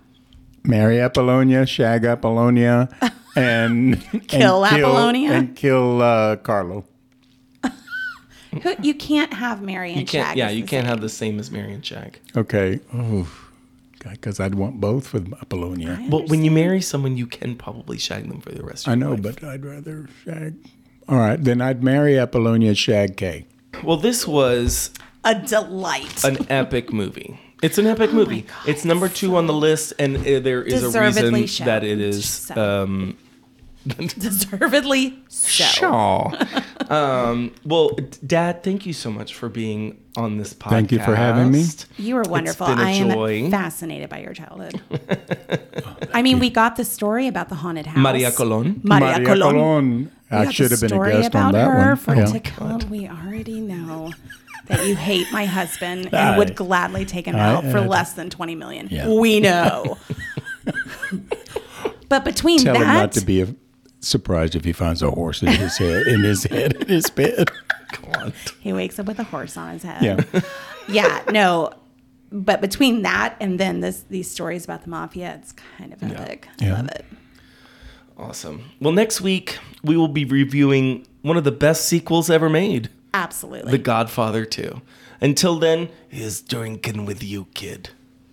marry Apollonia, shag Apollonia, and
Kill
and
Apollonia?
and kill uh, Carlo.
Who, you can't have Mary and
You can't.
Shag.
yeah,
as
you
the
can't have the same as Mary and Shag.
Okay. Oh, because I'd want both with Apollonia.
Well, when you marry someone, you can probably shag them for the rest.
I
of
know, but I'd rather shag. All right, then I'd marry Apollonia, shag Kay.
your Well, this was
same. a delight.
an epic movie. It's an epic movie.
Oh God,
it's number two on the list, and uh, there is a
Deservedly
reason
shown.
that it is.
So.
Um,
Deservedly so.
Shaw. um, well, D- Dad, thank you so much for being on this podcast.
Thank you for having me.
You were wonderful.
been a
I am
joy.
fascinated by your childhood. I mean, we got the story about the haunted house.
Maria Colon.
Maria, Colon. We
I
got
should
the
have been a
story
guest on
about
that
her
one.
From
Yeah.
Tacoma. we already know that you hate my husband and
I-
would gladly take him out for
I-
less than twenty million.
Yeah.
We know. but between
Tell
that,
him not to be a, surprised if he finds a horse in his head, in his head, in his bed.
he wakes up with a horse on his head.
Yeah.
Yeah, no. But between that and then this, these stories about the mafia, it's kind of epic.
Yeah.
I love it.
Awesome. Well, next week we will be reviewing one of the best sequels ever made,
Absolutely.
The Godfather 2. Until then, he's drinking with you, kid.